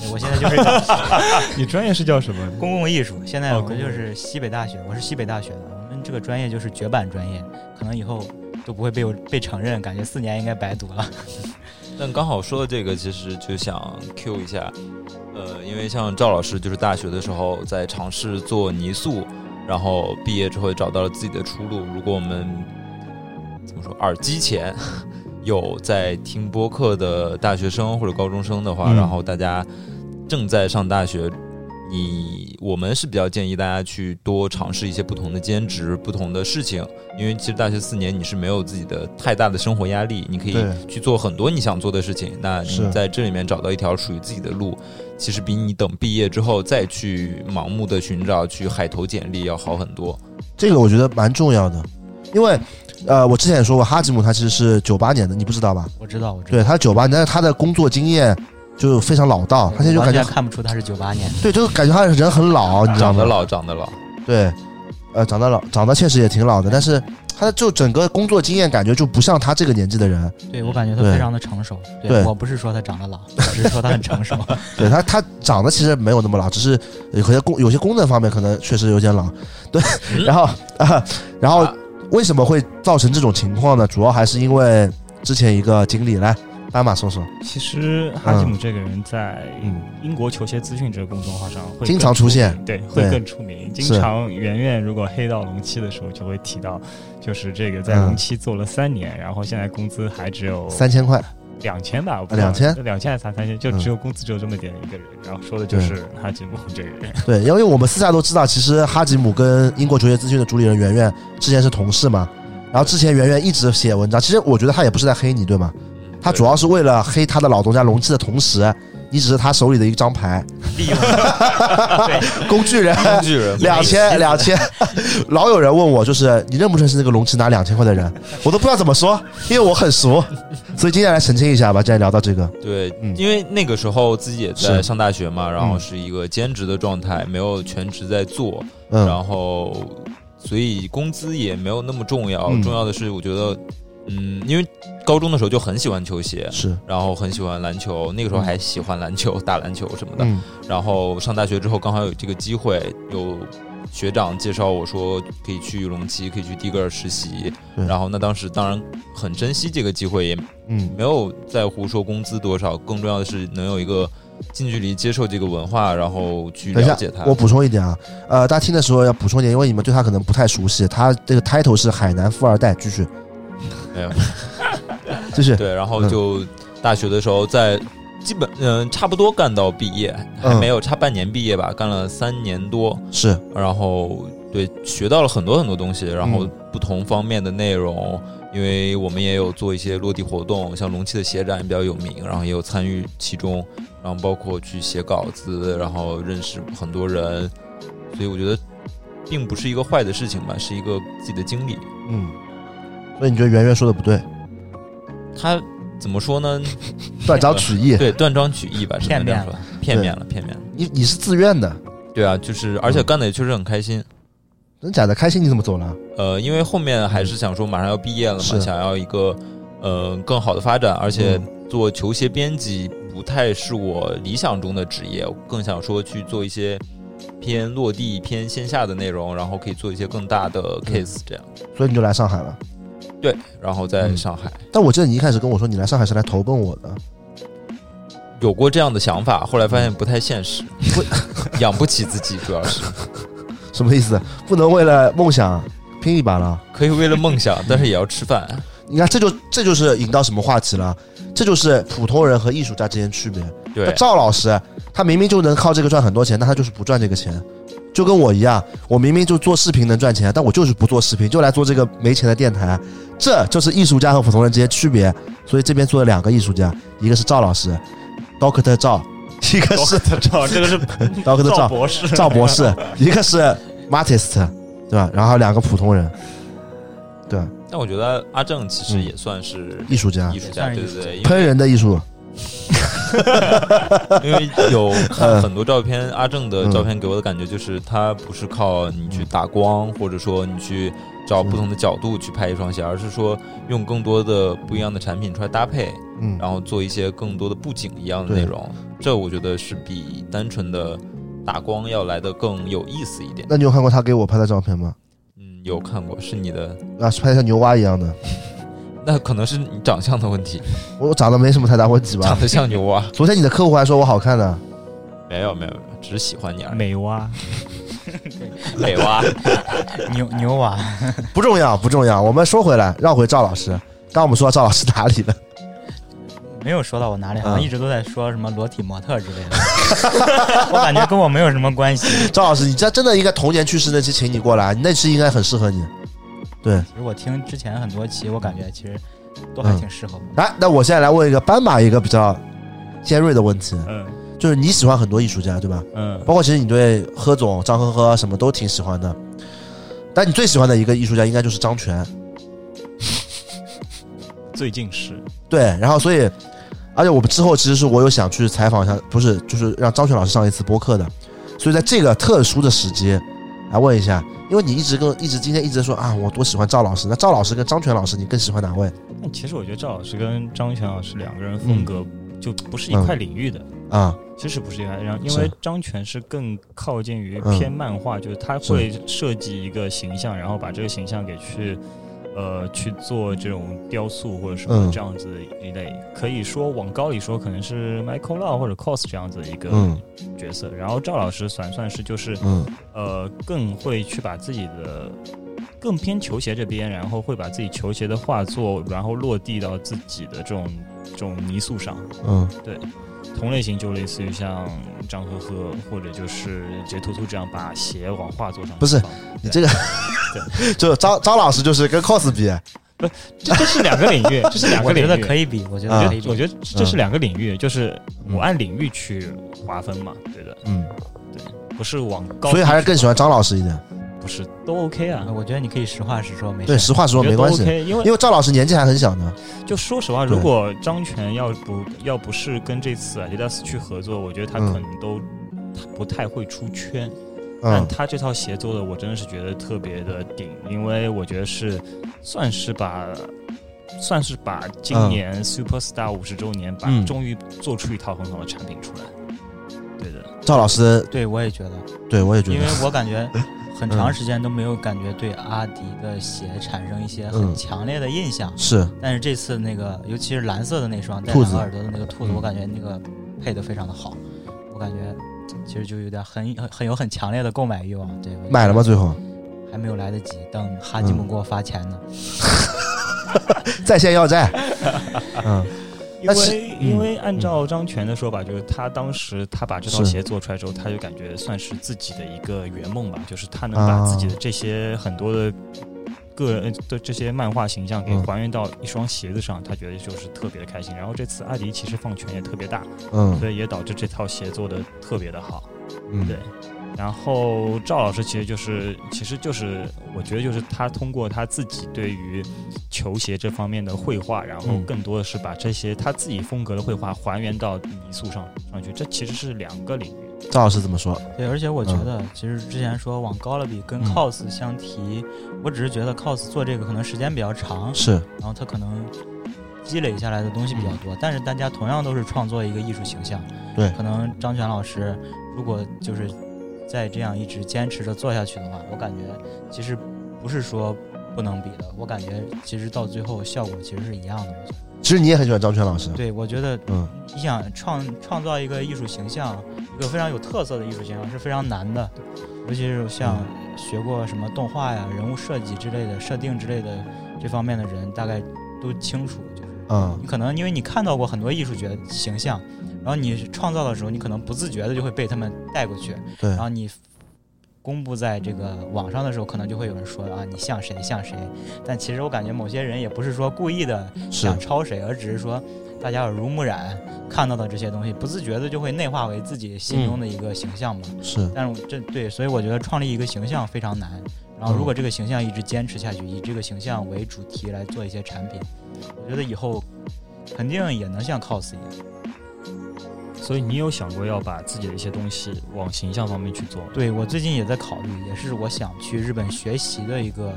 D: 对我现在就是搞
C: 你专业是叫什么？
D: 公共艺术，现在
C: 哦
D: 我们
C: 公共
D: 就是西北大学，我是西北大学的，我们这个专业就是绝版专业，可能以后都不会被我被承认，感觉四年应该白读了。
B: 但刚好说的这个，其实就想 Q 一下，呃，因为像赵老师就是大学的时候在尝试做泥塑，然后毕业之后找到了自己的出路。如果我们怎么说，耳机前有在听播客的大学生或者高中生的话，
A: 嗯
B: 然后大家正在上大学。你我们是比较建议大家去多尝试一些不同的兼职、不同的事情，因为其实大学四年你是没有自己的太大的生活压力，你可以
A: 对
B: 去做很多你想做的事情。那
A: 是
B: 你在这里面找到一条属于自己的路，其实比你等毕业之后再去盲目的寻找、去海投简历要好很多。
A: 这个我觉得蛮重要的，因为呃，我之前也说过，哈吉姆他其实是九八年的，你不知道吧？
D: 我知道，我知道。
A: 对，他九八，但是他的工作经验就非常老道，他现在就
D: 完
A: 感觉
D: 全看不出他是九八年的。
A: 对，就是感觉他人很老，你知道
B: 长
A: 吗
B: 得？老，长得老，
A: 对，呃，长得老，长得确实也挺老的，但是他的就整个工作经验感觉就不像他这个年纪的人。
D: 对我感觉他
A: 对
D: 非常的成熟。对
A: 对
D: 我不是说他长得老，我只是说他很 成熟。
A: 对他，他长得其实没有那么老，只是有些功有些功能方面可能确实有点老。对， 然后啊，然后
B: 嗯啊
A: 为什么会造成这种情况呢？主要还是因为之前一个经理来，斑马搜索，
B: 哦
C: 其实哈吉姆这个人在英国球鞋资讯这个公众号上
A: 嗯
C: 会
A: 经常出现
C: 更出名，对，会
A: 对
C: 更出名。
A: 是
C: 经常圆圆如果黑到龙七的时候，就会提到，就是这个在
A: 嗯
C: 龙七做了三年，然后现在工资还只有
A: 三千块，
C: 两千吧，我不
A: 两千
C: 两千还是嗯三三千，就只有工资只有这么点的一个人，然后说的就是哈吉姆这个 人，
A: 对，因为我们私下都知道，其实哈吉姆跟英国球鞋资讯的主理人圆圆之前是同事嘛，然后之前圆圆一直写文章，其实我觉得他也不是在黑你，对吗？
B: 嗯
A: 他
B: 对
A: 主要是为了黑他的老东家龙七的同时，你只是他手里的一张牌，
D: 利用
A: 工具人。
B: 工具人，
A: 哎两 千两千， 老有人问我，就是你认不认识那个龙七拿两千块的人，我都不知道怎么说，因为我很 熟，所以今天来澄清一下吧。既然聊到这个，
B: 对
A: 嗯，
B: 因为那个时候自己也在
A: 是
B: 上大学嘛，然后
A: 嗯
B: 是一个兼职的状态，没有全职在做，
A: 嗯
B: 然后所以工资也没有那么重要，
A: 嗯
B: 重要的是我觉得，嗯，因为高中的时候就很喜欢球鞋，
A: 是，
B: 然后很喜欢篮球，那个时候还喜欢篮球、打篮球什么的。
A: 嗯
B: 然后上大学之后刚好有这个机会，有学长介绍我说可以去龙七，可以去蒂格尔实习。
A: 对
B: 然后那当时当然很珍惜这个机会，也
A: 嗯
B: 没有在乎说工资多少，更重要的是能有一个近距离接受这个文化，然后去
A: 等一
B: 了
A: 下
B: 解它。
A: 我补充一点啊，呃，大家听的时候要补充一点，因为你们对他可能不太熟悉。他这个 title 是海南富二代，继续，
B: 没有，
A: 继续，
B: 对，然后就大学的时候在基本嗯、差不多干到毕业，还
A: 嗯
B: 没有差半年毕业吧，干了三年多，
A: 是，
B: 然后对学到了很多很多东西，然后不同方面的内容，因为我们也有做一些落地活动，像龙七的鞋展也比较有名，然后也有参与其中，然后包括去写稿子，然后认识很多人，所以我觉得并不是一个坏的事情吧，是一个自己的经历。
A: 嗯。所以你觉得圆圆说的不 对，
B: 他怎么说呢？
A: 断章取义，
B: 对，断章取义吧，只能这样说，片面了，片面了。
A: 你你是自愿的，
B: 对啊，就是而且干的也确实很开心。
A: 真假的？开心你怎么走了？
B: 呃，因为后面还是想说马上要毕业了嘛，
A: 是
B: 想要一个呃更好的发展，而且
A: 嗯
B: 做球鞋编辑不太是我理想中的职业，我更想说去做一些偏落地、偏线下的内容，然后可以做一些更大的 case 这样。
A: 所以你就来上海了。
B: 对，然后在
A: 嗯
B: 上海、
A: 但我记得你一开始跟我说你来上海是来投奔我的，
B: 有过这样的想法，后来发现不太现实，不养不起自己，主要是
A: 什么意思？不能为了梦想拼一把了？
B: 可以为了梦想，但是也要吃饭。
A: 你看，这就这就是引到什么话题了？这就是普通人和艺术家之间区别。那
B: 对，
A: 赵老师，他明明就能靠这个赚很多钱，但他就是不赚这个钱，就跟我一样，我明明就做视频能赚钱，但我就是不做视频，就来做这个没钱的电台，这就是艺术家和普通人之间区别。所以这边坐了两个艺术家，一个是赵老师，Doctor 赵，一个是
C: 赵 这个是
A: Doctor
C: 赵
A: 赵
C: 博士，
A: 赵博 士，一个是 Martist，对吧？然后两个普通人，对，
B: 但我觉得阿正其实
A: 嗯
B: 也算是
A: 艺术家
B: 艺，术家，
D: 也算是
B: 对
D: 艺术
B: 对对，因为
A: 喷人的艺术，
B: 因为有看
A: 嗯
B: 很多照片，阿正的照片给我的感觉就是，他不是靠你去打光，或者说你去找不同的角度去拍一双鞋，而是说用更多的不一样的产品出来搭配，
A: 嗯，
B: 然后做一些更多的布景一样的
A: 对
B: 内容。这我觉得是比单纯的打光要来的更有意思一点。
A: 那你有看过他给我拍的照片吗？
B: 嗯，有看过，是你的，
A: 啊，是拍的像牛蛙一样的，
B: 那可能是你长相的 问题，
A: 我我长得没什么太大问题吧
B: 长？得像牛蛙。
A: 昨天你的客户还说我好看呢，
B: 没有没有，没有只是喜欢你而已。
C: 美蛙，
B: 美 蛙，
D: 牛牛娃，
A: 不重要不重要。我们说回来，绕回赵老师，刚我们说到赵老师哪里 了？
D: 没有说到我哪里，好
A: 嗯
D: 像一直都在说什么裸体模特之类的， 我感觉跟我没有什么关系。
A: 赵老师，你这真的应该童年去世那期请你过来，那期应该很适合你。
D: 其实我听之前很多期，我感觉其实都
A: 嗯
D: 还挺适合我。
A: 来，那我现在来问一个斑马一个比较尖锐的问题，
C: 嗯
A: 就是你喜欢很多艺术家对吧？
C: 嗯，
A: 包括其实你对何总、张呵呵啊什么都挺喜欢的，但你最喜欢的一个艺术家应该就是张全。
C: 最近是
A: 对，然后所以，而且我们之后其实是我有想去采访一下，不是，就是让张雪老师上一次播客的，所以在这个特殊的时机来问一下，因为你一直跟一直今天一直说啊，我多喜欢赵老师，那赵老师跟张全老师，你更喜欢哪位
C: 那其实我觉得赵老师跟张全老师两个人风格就不是一块领域的，
A: 啊？
C: 其实不是一块，然后
A: 是
C: 因为张全是更靠近于
A: 嗯
C: 偏漫画，就是他会设计一个形象，然后把这个形象给去呃去做这种雕塑或者什
A: 嗯
C: 么这样子一类，可以说往高里说，可能是 Michael Lau 或者 Cos 这样子一个
A: 嗯
C: 角色。然后赵老师算算是就是
A: 嗯
C: 呃更会去把自己的更偏球鞋这边，然后会把自己球鞋的画作，然后落地到自己的这种这种泥塑上。
A: 嗯
C: 同类型就类似于像张呵呵或者就是杰图图这样把鞋往画作上
A: 不是
C: 放
A: 你这个， 就张张老师就是跟 cos 比，
C: 这这是两 个领域，这是两个
D: 我
C: 领域
D: 觉得可以比，我觉得可以比。
C: 我觉得这是
A: 嗯
C: 两个领域，就是
A: 嗯
C: 我按领域去划分嘛，对的，
A: 嗯，
C: 不是往高，
A: 所以还是更喜欢张老师一点。
C: 不是都 OK 啊
D: 呃，我觉得你可以实话实说，没
A: 对，
D: 事。
A: 实话实说
C: 我觉
A: 没
C: 得都
A: 关系，
C: OK，因为
A: 因为赵老师年纪还很小呢。
C: 就说实话，
A: 对
C: 如果张全要不要不是跟这次阿迪达斯去合作，我觉得他
A: 嗯
C: 可能都他不太会出圈。但
A: 嗯
C: 他这套鞋做的，我真的是觉得特别的顶，因为我觉得是算是把算是把今
A: 嗯
C: 年 Superstar 五十周年把
A: 嗯
C: 终于做出一套很好的产品出来。对的，
A: 赵老师，
D: 对，我也觉得，
A: 对我也觉
D: 因为
A: 得，嗯
D: 我 感觉很长时间都没有感觉对阿迪的鞋产生一些
A: 嗯
D: 很强烈的印象，
A: 是
D: 但是这次那个，尤其是蓝色的那双带
A: 兔
D: 两
A: 子
D: 个耳朵的那个兔子，
A: 嗯
D: 我感觉那个配的非常的好，我感觉其实就有点很很很有很强烈的购买欲望。对，我
A: 买了吗？最 后
D: 还没有来得及，等哈吉姆给我发钱呢。
A: 在线要 债。嗯
C: 因
A: 但是
C: 为
A: 嗯
C: 因为按照张全的说法，就是他当时他把这套
A: 是
C: 鞋做出来之后，他就感觉算是自己的一个圆梦吧，就是他能把自己
A: 啊
C: 的这些很多的个人的这些漫画形象给
A: 嗯
C: 还原到一双鞋子上，他觉得就是特别的开心。然后这次阿迪其实放权也特别大，
A: 嗯
C: 所以也导致这套鞋做的特别的好。
A: 嗯，
C: 对然后赵老师其实就是，其实就是，我觉得就是他通过他自己对于球鞋这方面的绘画，然后
A: 嗯
C: 更多的是把这些他自己风格的绘画还原到泥塑上上去，这其实是两个领域。
A: 赵老师怎么说？
D: 对，而且我觉得，其实之前说往高了比跟
A: 嗯
D: COS 相提，我只是觉得 COS 做这个可能时间比较长，
A: 是
D: 然后它可能积累下来的东西比较多，但是大家同样都是创作一个艺术形象。
A: 对
D: 可能张全老师如果就是再这样一直坚持着做下去的话，我感觉其实不是说不能比的，我感觉其实到最后效果其实是一样的。我觉得，
A: 其实你也很喜欢张全老师。
D: 对我觉得
A: 嗯
D: 你想创创造一个艺术形象，一个非常有特色的艺术形象是非常难的，尤其是像学过什么动画呀、人物设计之类的、设定之类的这方面的人，大概都清楚。就是
A: 嗯
D: 你可能因为你看到过很多艺术角形象，然后你创造的时候，你可能不自觉的就会被他们带过去，
A: 对
D: 然，后你公布在这个网上的时候，可能就会有人说啊，你像谁像谁。但其实我感觉某些人也不是说故意的
A: 是
D: 想抄谁，而只是说大家耳濡目染看到的这些东西，不自觉的就会内化为自己
A: 嗯
D: 心中的一个形象嘛。
A: 是
D: 但是我这对，所以我觉得创立一个形象非常难。然后
A: 嗯
D: 如果这个形象一直坚持下去，以这个形象为主题来做一些产品，我觉得以后肯定也能像 cos 一样。
C: 所以你有想过要把自己的一些东西往形象方面去做吗？
D: 对我最近也在考虑，也是我想去日本学习的一个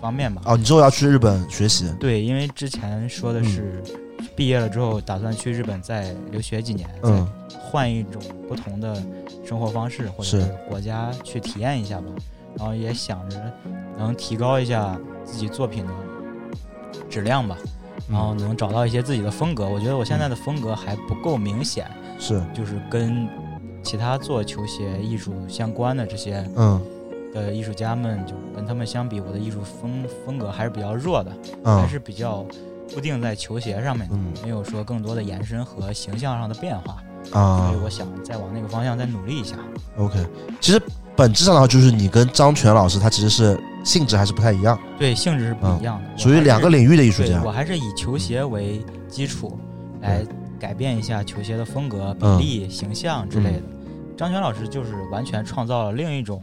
D: 方面吧。
A: 哦，你之后要去日本学习。
D: 对，因为之前说的是
A: 嗯
D: 毕业了之后打算去日本再留学几年，再
A: 嗯
D: 换一种不同的生活方式或者
A: 是
D: 是国家去体验一下吧。然后也想着能提高一下自己作品的质量吧，然后
A: 嗯，
D: 能找到一些自己的风格。我觉得我现在的风格还不够明显，
A: 是
D: 就是跟其他做球鞋艺术相关的这些
A: 嗯
D: 的艺术家们，就跟他们相比，我的艺术风风格还是比较弱的，还
A: 嗯
D: 是比较固定在球鞋上面的，
A: 嗯
D: 没有说更多的延伸和形象上的变化。
A: 啊
D: 所以我想再往那个方向再努力一下。
A: ，OK。其实本质上的话，就是你跟张全老师他其实是性质还是不太一样，
D: 对，性质是不一样的，我
A: 啊属于
D: 还
A: 两个
D: 是
A: 领域的艺术
D: 对，
A: 家
D: 我。还是以球鞋为基础来改变一下球鞋的风格、比
A: 嗯
D: 例、形象之类的。张全老师就是完全创造了另一种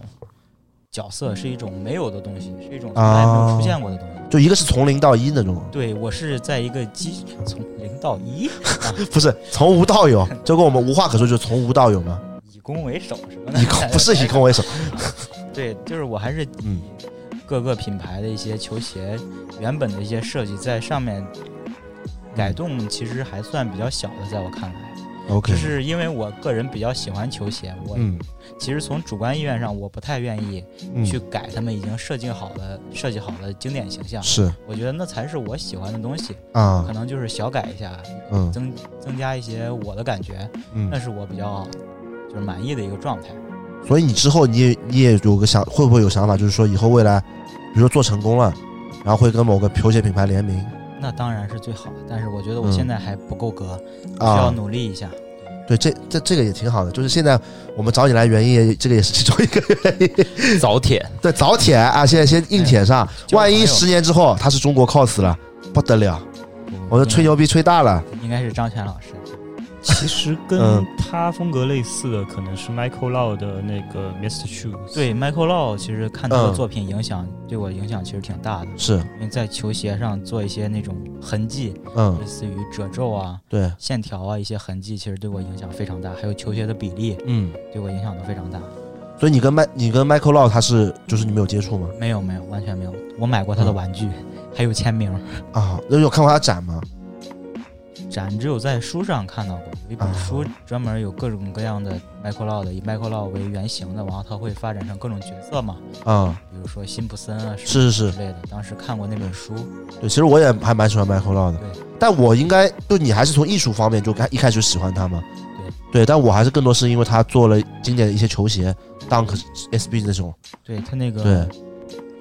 D: 角色，是一种没有的东西，是一种从来没有出现过的东西。
A: 就一个是从零到一那种，
D: 对我是在一个基从零到一，啊
A: 不是从无到有，就跟我们无话可说，就是从无到有嘛。
D: 以攻为守什么 的，
A: 以空不是以空为首，
D: 对，就是我还是
A: 嗯
D: 以各个品牌的一些球鞋原本的一些设计在上面改动，其实还算比较小的，在我看来，
A: OK，
D: 就是因为我个人比较喜欢球鞋，我
A: 嗯
D: 其实从主观意愿上，我不太愿意
A: 嗯
D: 去改他们已经设计好的、设计好的经典形象。
A: 是
D: 我觉得那才是我喜欢的东西，
A: 啊
D: 可能就是小改一下，
A: 嗯
D: 增增加一些我的感觉，那
A: 嗯，
D: 是我比较就是满意的一个状态。
A: 所以你之后你也你也有个想会不会有想法，就是说以后未来，比如说做成功了，然后会跟某个球鞋品牌联名
D: 那当然是最好的，但是我觉得
A: 嗯
D: 我现在还不够格，需要
A: 啊？
D: 努力一下。
A: 对，这这这个也挺好的，就是现在我们找你来原因也这个也是其中一个 原因。
B: 早铁，
A: 对，早舔啊，现在先硬舔上，
D: 哎交
A: 万一
D: 朋友
A: 十年之后他是中国 cos 了，不得了，我
D: 就
A: 这吹牛逼吹大了。
D: 应该是张全老师，
C: 其实跟
A: 嗯
C: 他风格类似的，可能是 Michael Lau 的那个 Mr. Shoes。
D: 对 Michael Lau，其实看他
A: 嗯
D: 的作品影响、对我影响其实挺大的，
A: 是，
D: 因为在球鞋上做一些那种痕迹，
A: 嗯
D: 类，似于褶皱啊、
A: 对，
D: 线条啊一些痕迹，其实对我影响非常大，还有球鞋的比例
A: 嗯，
D: 对我影响都非常大。
A: 所以你跟麦，你跟 Michael Law 他是就是你们有接触吗？
D: 没有没有，完全没有，我买过
A: 嗯
D: 他的玩具， 还有签名。
A: 啊，那有看过他展吗？
D: 展只有在书上看到过，有一本
A: 啊
D: 书专门有各种各样的 Michael Law 的，以 Michael Law 为原型的，然后他会发展成各种角色嘛，
A: 啊，
D: 比如说辛普森啊什
A: 是是
D: 么
A: 是，
D: 之类的。当时看过那本书，
A: 对，其实我也还蛮喜欢 Michael Law 的
D: 对，
A: 但我应该就你还是从艺术方面就开一开始就喜欢他嘛，对，但我还是更多是因为他做了经典的一些球鞋，Dunk SB 那种，
D: 对他那
A: 对
D: 个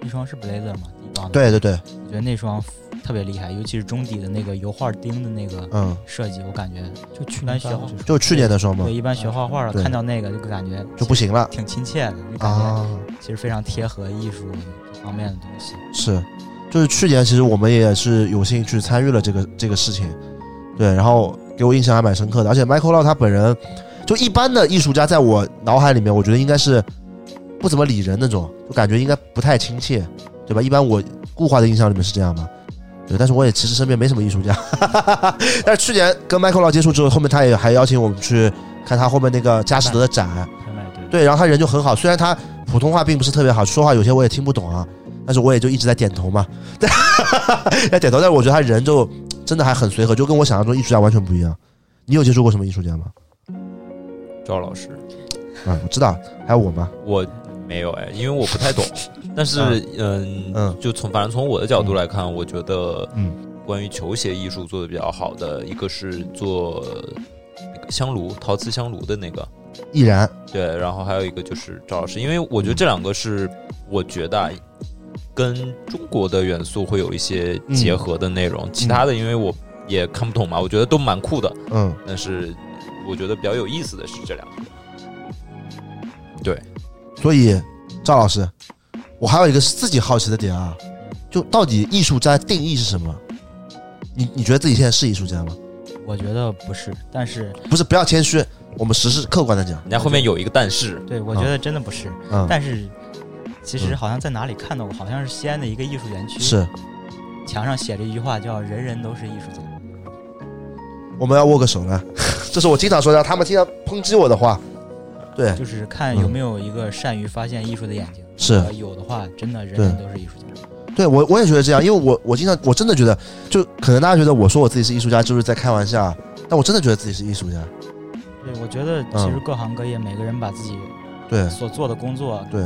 D: 一双是 Blazer 嘛，一双的，
A: 对对对，
D: 我觉得那双特别厉害，尤其是中底的那个油画钉的那个
A: 嗯，
D: 设计，我感觉
C: 就啊去
D: 年发的
A: 就去年那双嘛
D: 对，一般学画画
A: 对
D: 的看到那个就感觉
A: 就不行了
D: 挺亲切的，就感觉
A: 啊。
D: 其实非常贴合艺术这方面的东西。
A: 是，就是去年其实我们也是有幸去参与了这个这个事情，对，然后给我印象还蛮深刻的。而且 Michael Lau 他本人，就一般的艺术家，在我脑海里面，我觉得应该是不怎么理人那种，就感觉应该不太亲切，对吧？一般我固化的印象里面是这样嘛。对，但是我也其实身边没什么艺术家， 但是去年跟 Michael Lau 接触之后，后面他也还邀请我们去看他后面那个佳士得的展，
C: 拍卖对，
A: 对，然后他人就很好，虽然他普通话并不是特别好，说话有些我也听不懂啊，但是我也就一直在点头嘛， 对，在点头。但是我觉得他人就真的还很随和，就跟我想象中艺术家完全不一样。你有接触过什么艺术家吗？
B: 赵老师，
A: 啊，我知道，还有我吗？
B: 我没有哎，因为我不 太懂。但是嗯
A: 嗯
B: 就从反正从我的角度来看，我觉得
A: 嗯
B: 关于球鞋艺术做的比较好的一个是做那个香炉陶瓷香炉的那个，
A: 毅然，
B: 对，然后还有一个就是赵老师，因为我觉得这两个是我觉得啊跟中国的元素会有一些结合的内容，其他的因为我也看不懂嘛，我觉得都蛮酷的，
A: 嗯，
B: 但是我觉得比较有意思的是这两个。
A: 所以赵老师，我还有一个自己好奇的点啊，就到底艺术家定义是什么？你你觉得自己现在是艺术家吗？
D: 我觉得不是，但是
A: 不是，不要谦虚，我们实事客观的讲，
B: 人家后面有一个但是，
D: 对我
A: 啊
D: 觉得真的不是，
A: 嗯，
D: 但是其实
A: 嗯
D: 好像在哪里看到过，好像是西安的一个艺术园区，
A: 是
D: 墙上写着一句话叫“人人都是艺术家
A: 我们要握个手呢， 这是我经常说的，他们经常抨击我的话。对”，，
D: 就是看
A: 嗯
D: 有没有一个善于发现艺术的眼睛。
A: 是
D: 如果有的话，真的人人都是艺术家。
A: 对我我也觉得这样，因为我我经常我真的觉得，就可能大家觉得我说我自己是艺术家就是在开玩笑，但我真的觉得自己是艺术家。
D: 对，我觉得其
A: 嗯
D: 实各行各业每个人把自己
A: 对
D: 所做的工作
A: 对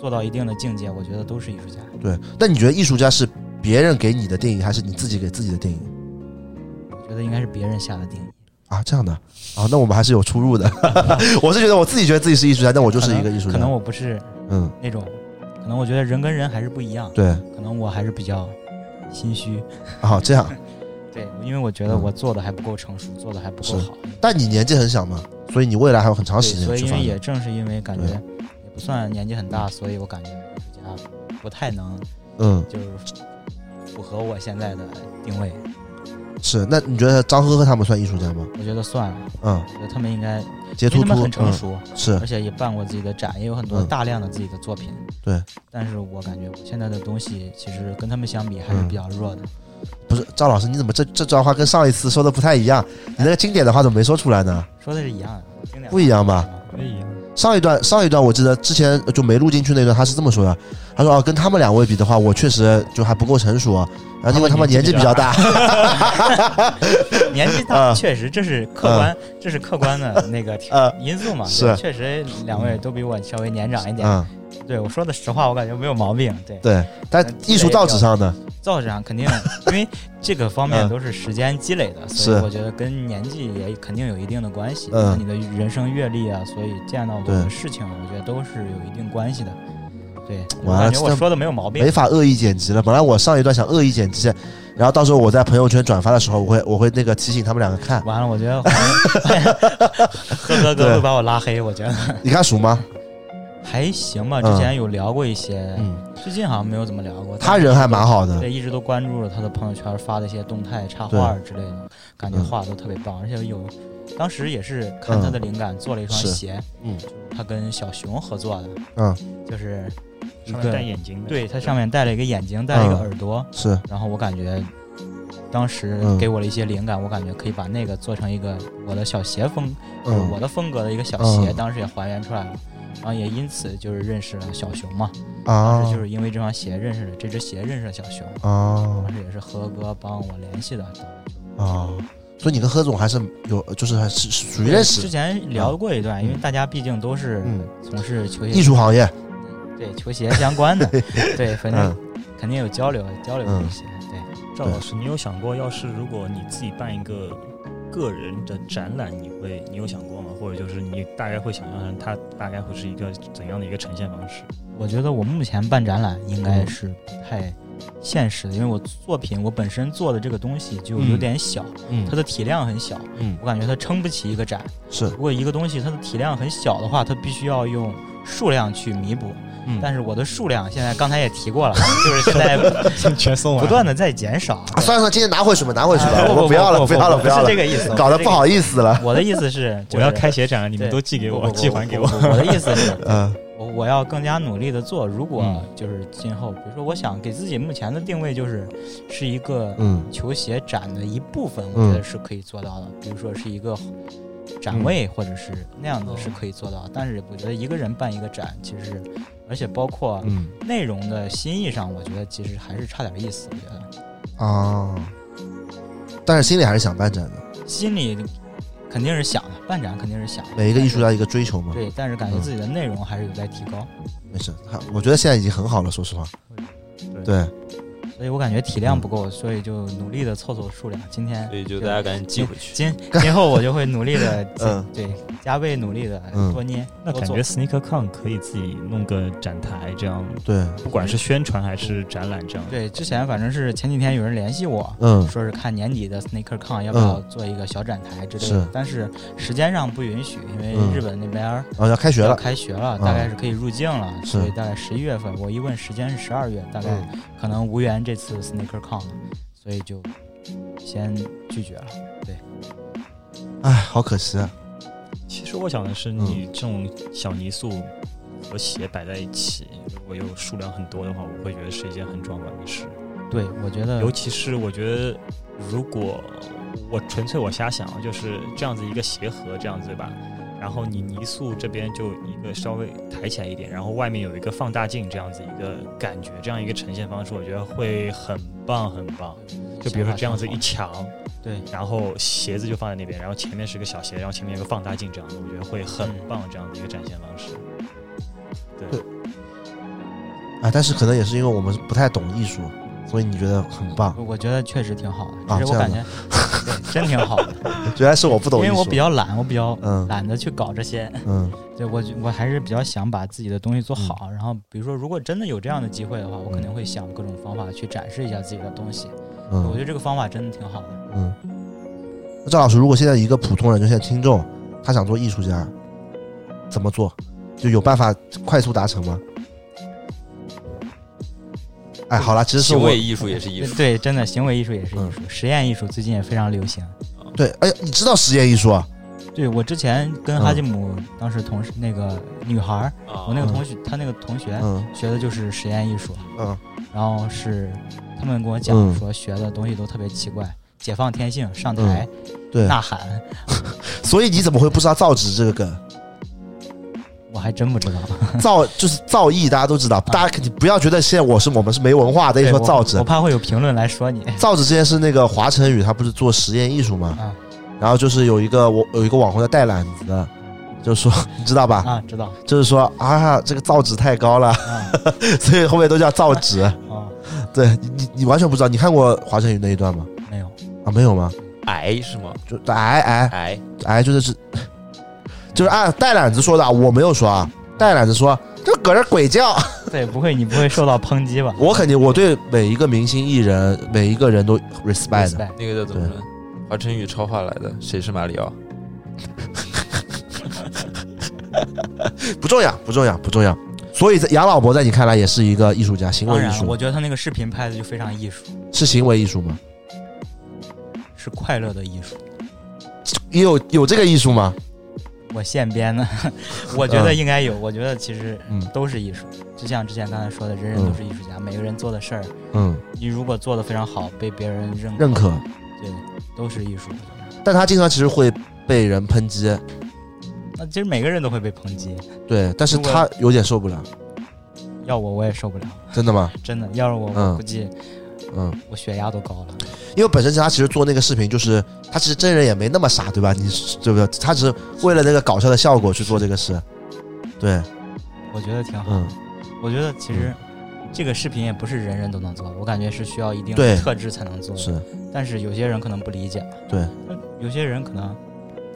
D: 做到一定的境界，我觉得都是艺术家。
A: 对，那你觉得艺术家是别人给你的定义，还是你自己给自己的定义
D: 我觉得应该是别人下的定义。
A: 啊？这样的啊，那我们还是有出入的。 我是觉得我自己觉得自己是艺术家，但我就是一个艺术家。
D: 可能我不是
A: 嗯，
D: 那种，可能我觉得人跟人还是不一样，
A: 对
D: 可能我还是比较心虚。
A: 啊，这样。
D: 对，因为我觉得我做的还不够成熟，做的还
A: 嗯
D: 不
A: 是
D: 够好。
A: 但你年纪很小嘛，所以你未来还有很长时
D: 对
A: 间
D: 所以
A: 去
D: 因
A: 发
D: 为
A: 展
D: 也。正是因为感觉
A: 对
D: 也不算年纪很大，所以我感觉艺术家不太能
A: 嗯，
D: 就是符合我现在的定位。
A: 是。那你觉得张呵呵他们算艺术家吗？
D: 我觉得算了，
A: 嗯
D: 我，觉得他们应该，因
A: 杰
D: 为
A: 突
D: 他们
A: 突
D: 很成
A: 嗯
D: 熟，
A: 是
D: 而且也办过自己的展，也有很多
A: 嗯
D: 大量的自己的作品。
A: 对，
D: 但是我感觉我现在的东西其实跟他们相比还是比较弱的。
A: 不是赵老师，你怎么这这段话跟上一次说的不太一样？你那个经典的话怎么没说出来呢？
D: 说的是一样的，
A: 不一样吧？
C: 可以啊，
A: 上一段上一段我记得之前就没录进去那段，他是这么说的，他说哦、跟他们两位比的话，我确实就还不够成熟，啊然后因为他们年纪比较大，
D: 年纪
A: 啊
D: 大确实这是客观，这是客观的那个
A: 啊
D: 因素嘛。对
A: 是
D: 确实两位都比我稍微年长一点。
A: 嗯，
D: 对我说的实话，我感觉没有毛病。对，
A: 对， 但艺术造纸上的，
D: 造纸上肯定， 因为这个方面
A: 嗯
D: 都是时间积累的，所
A: 是
D: 以我觉得跟年纪也肯定有一定的关系，
A: 嗯
D: 和你的人生阅历啊，所以见到过
A: 对
D: 的事情，我觉得都是有一定关系的。对，我
A: 完了
D: 感觉我
A: 这
D: 说的没有毛病
A: 没。法恶意剪辑了。本来我上一段想恶意剪辑，然后到时候我在朋友圈转发的时候，我会我会那个提醒他们两个看。
D: 完了，我觉 得呵呵哥
A: 对
D: 会把我拉黑，我觉得
A: 你看熟吗？
D: 还行吧。
A: 嗯
D: 之前有聊过一些，
A: 嗯，
D: 最近好像没有怎么聊过。
A: 他人还蛮好
D: 但是
A: 的，
D: 对，一直都关注了他的朋友圈发的一些动态、插画之类的，
A: 嗯
D: 感觉画得都特别棒，而且有，当时也是看他的灵感做了一双
A: 是
D: 鞋，
A: 嗯，
D: 他跟小熊合作的，
A: 嗯，
D: 就是一
C: 上面戴
D: 个，
C: 眼镜的，
D: 对，它上面戴了一个眼睛，戴了一个
A: 嗯
D: 耳朵，
A: 是
D: 然后我感觉当时
A: 嗯
D: 给我了一些灵感，我感觉可以把那个做成一个我的小鞋风，就是
A: 嗯
D: 我的风格的一个小鞋，
A: 嗯
D: 当时也还原出来了，然后也因此就是认识了小熊嘛，
A: 啊
D: 当时就是因为这双鞋认识了这只鞋认识了小熊，
A: 啊
D: 当时也是何哥帮我联系的。
A: 啊！所以你跟贺总还是有，就是还是是属于认
D: 之
A: 识，
D: 前聊过一段，因为大家毕竟都是
A: 嗯，
D: 从事球鞋
A: 艺术行业，
D: 对球鞋相关的，对，反正肯定有交流，交流
A: 嗯
D: 一些，对，
C: 赵老师，你有想过，要是如果你自己办一个个人的展览，你会你有想过吗？或者就是你大概会想象成它大概会是一个怎样的一个呈现方式？
D: 我觉得我目前办展览应
A: 嗯
D: 该是不太现实的，因为我作品我本身做的这个东西就有点小，
A: 嗯
D: 它的体量很小，
A: 嗯，
D: 我感觉它撑不起一个展。
A: 是啊
D: 如果一个东西它的体量很小的话，它必须要用数量去弥补。
A: 嗯
D: 但是我的数量现在刚才也提过 了，就是现在
E: 全送
D: 不断的在减少。
A: 啊算了算了，今天拿回去吧，拿回去吧，
D: 啊
A: 我们不要了，
E: 不
A: 不
E: 不
A: 要了，
E: 不
A: 不要
D: 是
A: 了
D: 这，个意思，
A: 搞得不好意思了，
D: 我的意 思是，
E: 我要开鞋展，你们
D: 对
E: 都寄给
D: 给
E: 我，寄还给我。
D: 我的意思是，
A: 嗯
D: 我我要更加努力的做。如果
E: 嗯
D: 就是今后，比如说，我想给自己目前的定位就是是一个
A: 嗯
D: 球鞋展的一部分，我
A: 嗯
D: 觉得是可以做到的。比如说是一个展
A: 嗯
D: 位，或者是那样子是可以做到。但是我觉得一个人办一个展，其实而且包括
A: 嗯
D: 内容的新意上，我觉得其实还是差点意思。我觉得
A: 啊，但是心里还是想办展的，
D: 心里肯定是想的，办展肯定是想的
A: 每一个艺术
D: 但
A: 家
D: 是
A: 一个追求嘛，
D: 对，但是感觉
A: 嗯
D: 自己的内容还是有待提高。
A: 没事，他我觉得现在已经很好了，说实话，对。
D: 所以我感觉体量
A: 嗯
D: 不够，所以就努力的凑凑数量。今天
B: 所以就大家赶紧寄回去。
D: 今今后我就会努力的，
A: 嗯
D: 对，加倍努力的
A: 嗯
D: 多捏。
C: 那
D: 多
C: 感
D: 做
C: 觉 SneakerCon 可以自己弄个展台，这样
A: 对，
C: 不管是宣传还是展览，这样
D: 对，之前反正是前几天有人联系我，
A: 嗯
D: 说是看年底的 SneakerCon 要不要做一个小展台之类
A: 是
D: 的，但是时间上不允许，因为
A: 嗯
D: 日本那边儿
A: 啊，要开学
D: 要
A: 了，
D: 开学了，
A: 嗯
D: 大概是可以入境了，
A: 是
D: 所以大概十一月份。我一问时间是十二月，大概
A: 嗯
D: 可能无缘这次 SneakerCon，了所以就先拒绝了。
A: 哎，好可惜啊，
C: 其实我想的是，你这种小泥塑和鞋摆在一起，如果有数量很多的话，我会觉得是一件很壮观的事。
D: 对，我觉得
C: 尤其是我觉得，如果我纯粹我瞎想啊，就是这样子一个鞋盒，这样子对吧？然后你泥塑这边就一个稍微抬起来一点，然后外面有一个放大镜，这样子一个感觉，这样一个呈现方式，我觉得会很棒很棒。就比如说这样子一墙，
D: 对，
C: 然后鞋子就放在那边，然后前面是个小鞋，然后前面有个放大镜，这样子我觉得会很棒，这样的一个展现 方式。
A: 啊，但是可能也是因为我们不太懂艺术，所以你觉得很棒，
D: 我觉得确实挺好
A: 啊
D: 的，只是我
A: 这样
D: 感
A: 的
D: 觉、对真挺好的，
A: 原来是我不
D: 嗯因
A: 懂艺术，
D: 为我比较懒，我比较
A: 嗯
D: 懒得去搞这些。
A: 嗯
D: 对我就，我还是比较想把自己的东西做好。然后，比如说，如果真的有这样的机会的话，我肯定会想各种方法去展示一下自己的东西。我觉
A: 嗯嗯
D: 得这个方法真的挺好的。
A: 嗯。那赵老师，如果现在一个普通人，就现在听众，他想做艺术家，怎么做？就有办法快速达成吗？哎，好啦，其实是
B: 行
A: 我
B: 为艺术也是艺术，
D: 对，真的，行为艺术也是
A: 嗯
D: 艺术，实验艺术最近也非常流行。
A: 对，哎，你知道实验艺术啊？
D: 对我之前跟
A: 嗯
D: 哈吉姆当时同事那个女孩儿，
B: 啊
D: 我那个同学，她那个同学
A: 嗯
D: 学的就是实验艺术。
A: 嗯
D: 然后是他们跟我
A: 嗯
D: 讲说学的东西都特别奇怪，解放天性，上台、
A: 对，
D: 呐喊，
A: 所以你怎么会不知道造纸这个梗？
D: 我还真不知道。
A: 造就是造诣，大家都知道，大家肯定不要觉得现在我是我们是没文化的，一
D: 啊对
A: 说
D: 我
A: 造纸
D: 我，怕会有评论来说你。
A: 造纸这件事，那个华晨宇他不是做实验艺术嘛，
D: 啊
A: 然后就是有一个我有一个网红叫带懒子的，就说 你知道吧，
D: 啊，知道
A: 就是说啊这个造纸太高了，
D: 啊
A: 所以后面都叫造 纸。
D: 哦，
A: 对你你你完全不知道，你看过华晨宇那一段吗？
D: 没有
A: 啊，没有吗？
B: 癌是吗？
A: 就哎哎
B: 癌
A: 哎，就是是，就是按带懒子说的啊，我没有说啊，带懒子说就搁这鬼叫。
D: 对，不会你不会受到抨击吧
A: 我肯定，我对每一个明星艺人，每一个人都 respect 的。
D: ？respect
B: 那个叫怎么说？华晨宇超话来的，谁是马里奥？
A: 不重要，不重要，不重要。所以在杨老伯在你看来也是一个艺术家，行
D: 当
A: 为艺
D: 然了，我
A: 术
D: 觉得他那个视频拍的就非常艺术，
A: 是行为艺术吗？
D: 是快乐的艺术。
A: 也有有这个艺术吗？
D: 我现编 的，我觉得应该有。我觉得其实
A: 嗯
D: 都是艺术，就像之前刚才说的，人人都是艺术家，每个人做的事儿，
A: 嗯，
D: 你如果做的非常好，被别人认
A: 认可。
D: 对，都是艺术。
A: 但他经常其实会被人抨击，
D: 那其实每个人都会被抨击，
A: 对，但是
D: 如果
A: 他有点受不了，
D: 要我我也受不了，
A: 真的吗？
D: 真的。要是我，
A: 嗯
D: 我估计
A: 嗯，
D: 我血压都高了。
A: 因为本身他其实做那个视频，就是他其实真人也没那么傻，对吧？你对不对？他只是为了那个搞笑的效果去做这个事，对，
D: 我觉得挺好。
A: 嗯，
D: 我觉得其实这个视频也不是人人都能做，我感觉是需要一定
A: 对
D: 的特质才能做的。
A: 是，
D: 但是有些人可能不理解吧。
A: 对
D: 那有些人可能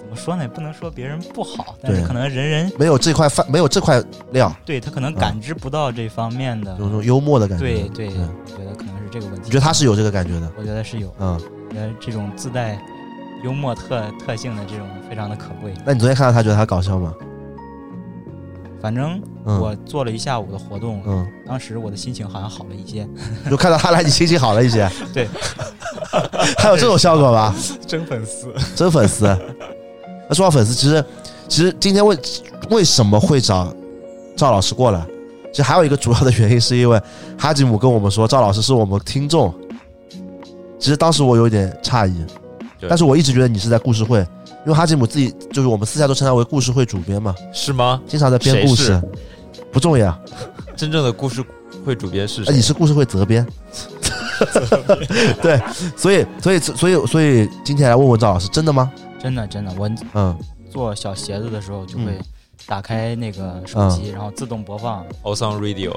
D: 怎么说呢？也不能说别人不好，但是
A: 对
D: 可能人人
A: 没有这块饭，没有这块料，
D: 对他可能感知不到这方面的。
A: 有种幽默的感觉。
D: 对对，
A: 嗯
D: 我觉得可能是这个问题。
A: 你觉得他是有这个感觉的？
D: 我觉得是有，
A: 嗯，
D: 我觉得这种自带幽默特特性的这种非常的可贵。
A: 那你昨天看到他，觉得他搞笑吗？
D: 反正
A: 嗯，
D: 我做了一下午的活动，
A: 嗯，
D: 当时我的心情好像好了一些，
A: 就看到他来，你心情好了一些。
D: 对，
A: 还有这种效果吗？
D: 真粉丝。
A: 真粉丝。那说到粉丝，其实其实今天为为什么会找赵老师过来？其实还有一个主要的原因，是因为哈吉姆跟我们说赵老师是我们听众。其实当时我有一点诧异，
B: 对
A: 但是我一直觉得你是在故事会，因为哈吉姆自己就是我们私下都称他为故事会主编嘛，
B: 是吗？
A: 经常在编故
B: 谁
A: 事
B: 是。
A: 不重要，
B: 真正的故事会主编是
A: 哎
B: 谁？
A: 你是故事会责编。 对，所以所以所以所以今天来问问赵老师，真的吗？
D: 真的真的，我
A: 嗯，
D: 做小鞋子的时候就
A: 嗯
D: 会打开那个手机，然后自动播放。
B: o s o n Radio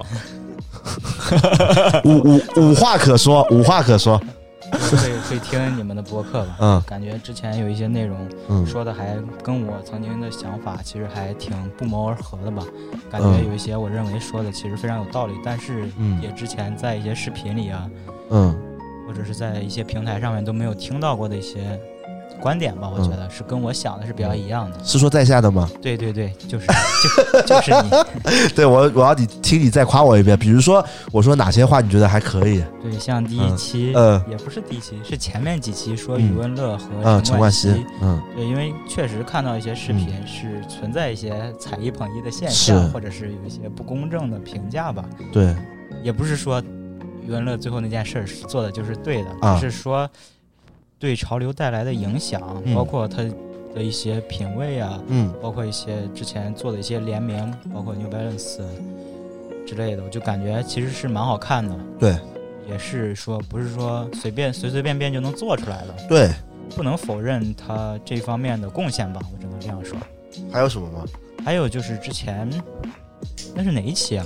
A: 无无无话可说，无话可说。
D: 会会听你们的播客吧。
A: 嗯
D: 感觉之前有一些内容
A: 嗯，
D: 说的还跟我曾经的想法其实还挺不谋而合的吧，感
A: 嗯
D: 觉有一些我认为说的其实非常有道理，但是
A: 嗯
D: 也之前在一些视频里啊，
A: 嗯
D: 或者是在一些平台上面都没有听到过的一些观点
A: 嗯
D: 吧，我觉得是跟我想的是比较一样的，。
A: 是说在下的吗？
D: 对对对，就是就 就是你，
A: 对我，我要你听你再夸我一遍。比如说，我说哪些话你觉得还可以？
D: 对，像第一期
A: 嗯呃
D: 也不是第一期，是前面几期说
A: 嗯
D: 余文乐和
A: 嗯，陈
D: 陈
A: 冠
D: 冠
A: 希，嗯
D: 对，因为确实看到一些视频是存在一些踩一捧一的现
A: 是
D: 象，或者是有一些不公正的评价吧。
A: 对，
D: 也不是说余文乐最后那件事儿是做的就是对的，
A: 啊
D: 只是说对潮流带来的影响，
A: 嗯
D: 包括他的一些品味啊，
A: 嗯
D: 包括一些之前做的一些联名，包括 New Balance 之类的，我就感觉其实是蛮好看的。
A: 对，
D: 也是说不是说随便随随便便就能做出来的。
A: 对，
D: 不能否认他这方面的贡献吧，我只能这样说。
A: 还有什么吗？
D: 还有就是之前那是哪一期啊？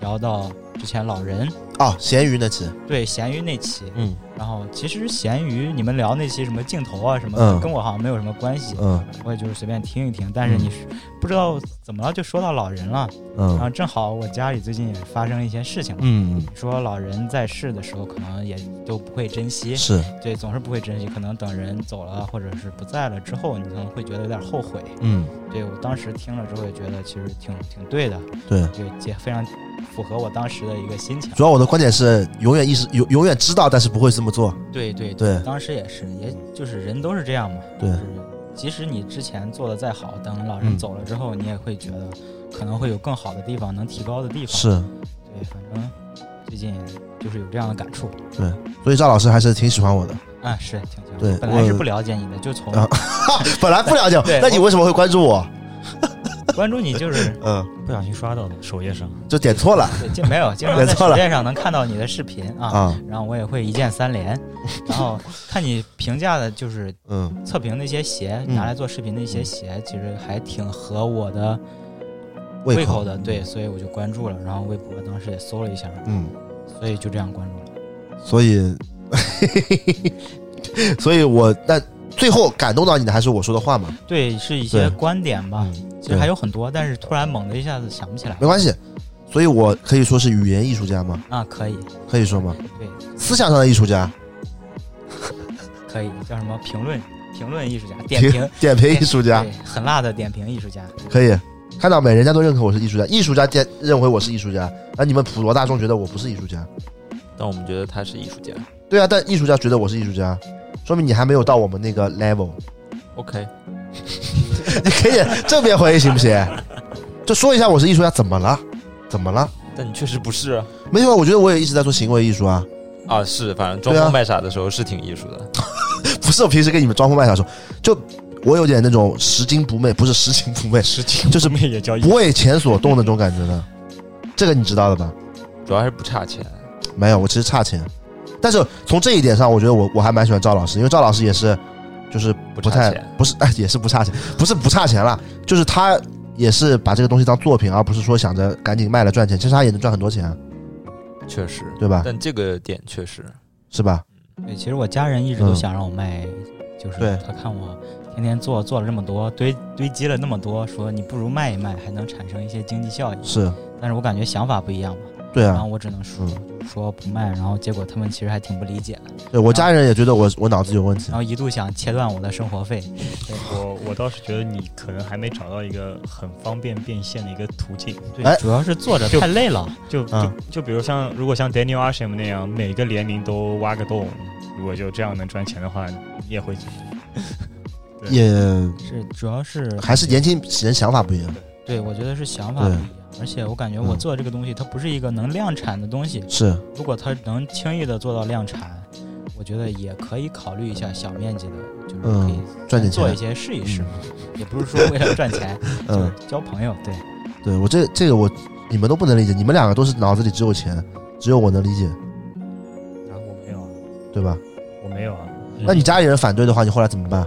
D: 聊到之前老人
A: 哦，咸鱼那期，
D: 对咸鱼那期，
A: 嗯
D: 然后其实咸鱼你们聊那期什么镜头啊什么，
A: 嗯
D: 跟我好像没有什么关系，
A: 嗯
D: 我也就是随便听一听。但是你是不知道怎么了就说到老人了，然后
A: 嗯
D: 正好我家里最近也发生了一些事情嘛。
A: 嗯，
D: 说老人在世的时候，可能也都不会珍惜，
A: 是，
D: 对，总是不会珍惜。可能等人走了，或者是不在了之后，你可能会觉得有点后悔。
A: 嗯
D: 对我当时听了之后也觉得其实挺挺对的，
A: 对。
D: 对，也非常符合我当时的一个心情。
A: 主要我的观点是，永远意识永永远知道，但是不会这么做。
D: 对对
A: 对
D: 当时也是，也就是人都是这样嘛。
A: 对
D: 就是即使你之前做的再好，等老人
A: 嗯
D: 走了之后，你也会觉得可能会有更好的地方，能提高的地方。
A: 是，
D: 对，反正最近就是有这样的感触。
A: 所以赵老师还是挺喜欢我的。
D: 啊，是挺挺
A: 对
D: 本来
A: 我
D: 是不了解你的，就从
A: 啊本来不了解我
D: 对，
A: 那你为什么会关注我？
D: 关注你就是
A: 嗯，
C: 不小心刷到的首页上，
A: 就点错了
D: 对经没 有经常
A: 认
D: 在
A: 错了
D: 手电上能看到你的视频啊，
A: 啊。
D: 然后我也会一键三连，然后看你评价的就是
A: 嗯
D: 测评那些鞋，
A: 嗯
D: 拿来做视频的一些鞋，其实还挺合我的
A: 胃口
D: 口的，对，所以我就关注了。然后微博当时也搜了一下，
A: 嗯，
D: 所以就这样关注了。
A: 所以， 所以我那最后感动到你的还是我说的话嘛？
D: 对，是一些
A: 对
D: 观点吧，
A: 嗯，
D: 其实还有很多，但是突然猛的一下子想不起来
A: 没关系。所以我可以说是语言艺术家吗？
D: 啊，可以，
A: 可以说吗？
D: 对，
A: 思想上的艺术家，
D: 可以，叫什么评论评论艺术家，点
A: 评
D: 评
A: 点评艺术家
D: 对，很辣的点评艺术 家，
A: 可以。看到没？人家都认可我是艺术家，艺术家认认为我是艺术家，而你们普罗大众觉得我不是艺术家。
B: 但我们觉得他是艺术家。
A: 对啊，但艺术家觉得我是艺术家，说明你还没有到我们那个 level。
B: OK，
A: 你可以正面回应行不行？就说一下我是艺术家，怎么了？怎么了？
B: 但你确实不是啊，
A: 没有啊，我觉得我也一直在做行为艺术啊，
B: 啊是，反正装
A: 对啊
B: 疯卖傻的时候是挺艺术的。
A: 不是我平时跟你们装疯卖傻说，就我有点那种拾金不昧，不是拾金不昧，
C: 实际
A: 就是
C: 面也叫一
A: 不为钱所动的那种感觉呢。这个你知道的吧？
B: 主要还是不差钱。
A: 没有，我其实差钱，但是从这一点上，我觉得我我还蛮喜欢赵老师，因为赵老师也是，就是不
B: 不差
A: 太
B: 钱
A: 不是 哎，也是不差钱，不是不差钱啦，就是他也是把这个东西当作品，而不是说想着赶紧卖了赚钱，其实他也能赚很多钱，啊
B: 确实，
A: 对吧？
B: 但这个点确实，
A: 是吧？
D: 对，其实我家人一直都
A: 嗯
D: 想让我卖，就是
A: 对
D: 他看我天天做做了这么多，堆堆积了那么多，说你不如卖一卖，还能产生一些经济效益。
A: 是，
D: 但是我感觉想法不一样嘛，
A: 对
D: 然
A: 啊
D: 后，我只能说
A: 嗯
D: 说不卖，然后结果他们其实还挺不理解的，
A: 对我家人也觉得我我脑子有问题
D: 然，后一度想切断我的生活费。
C: 我我倒是觉得你可能还没找到一个很方便变现的一个途径，
D: 对，
A: 哎
D: 主要是坐着
C: 就
D: 太累了。
C: 就就
A: 嗯
C: 就比如像如果像 Daniel Asham 那样，每个联名都挖个洞，如果就这样能赚钱的话，你也会啊对
A: 也
D: 是，主要是
A: 还是年轻人想法不一样，
D: 对，我觉得是想法不一
A: 对
D: 样。而且我感觉我
A: 嗯
D: 做这个东西，它不是一个能量产的东西。
A: 是
D: 如果它能轻易的做到量产，我觉得也可以考虑一下小面积的，就是可以
A: 嗯赚点
D: 做一
A: 钱，
D: 些试一试嘛，也不是说为了赚钱，就
A: 嗯，
D: 是交朋友。对，
A: 对我这这个我你们都不能理解，你们两个都是脑子里只有钱，只有我能理解，
C: 啊，我没有啊，
A: 对吧？
C: 我没有啊，
D: 嗯
A: 那你家里人反对的话，你后来怎么办？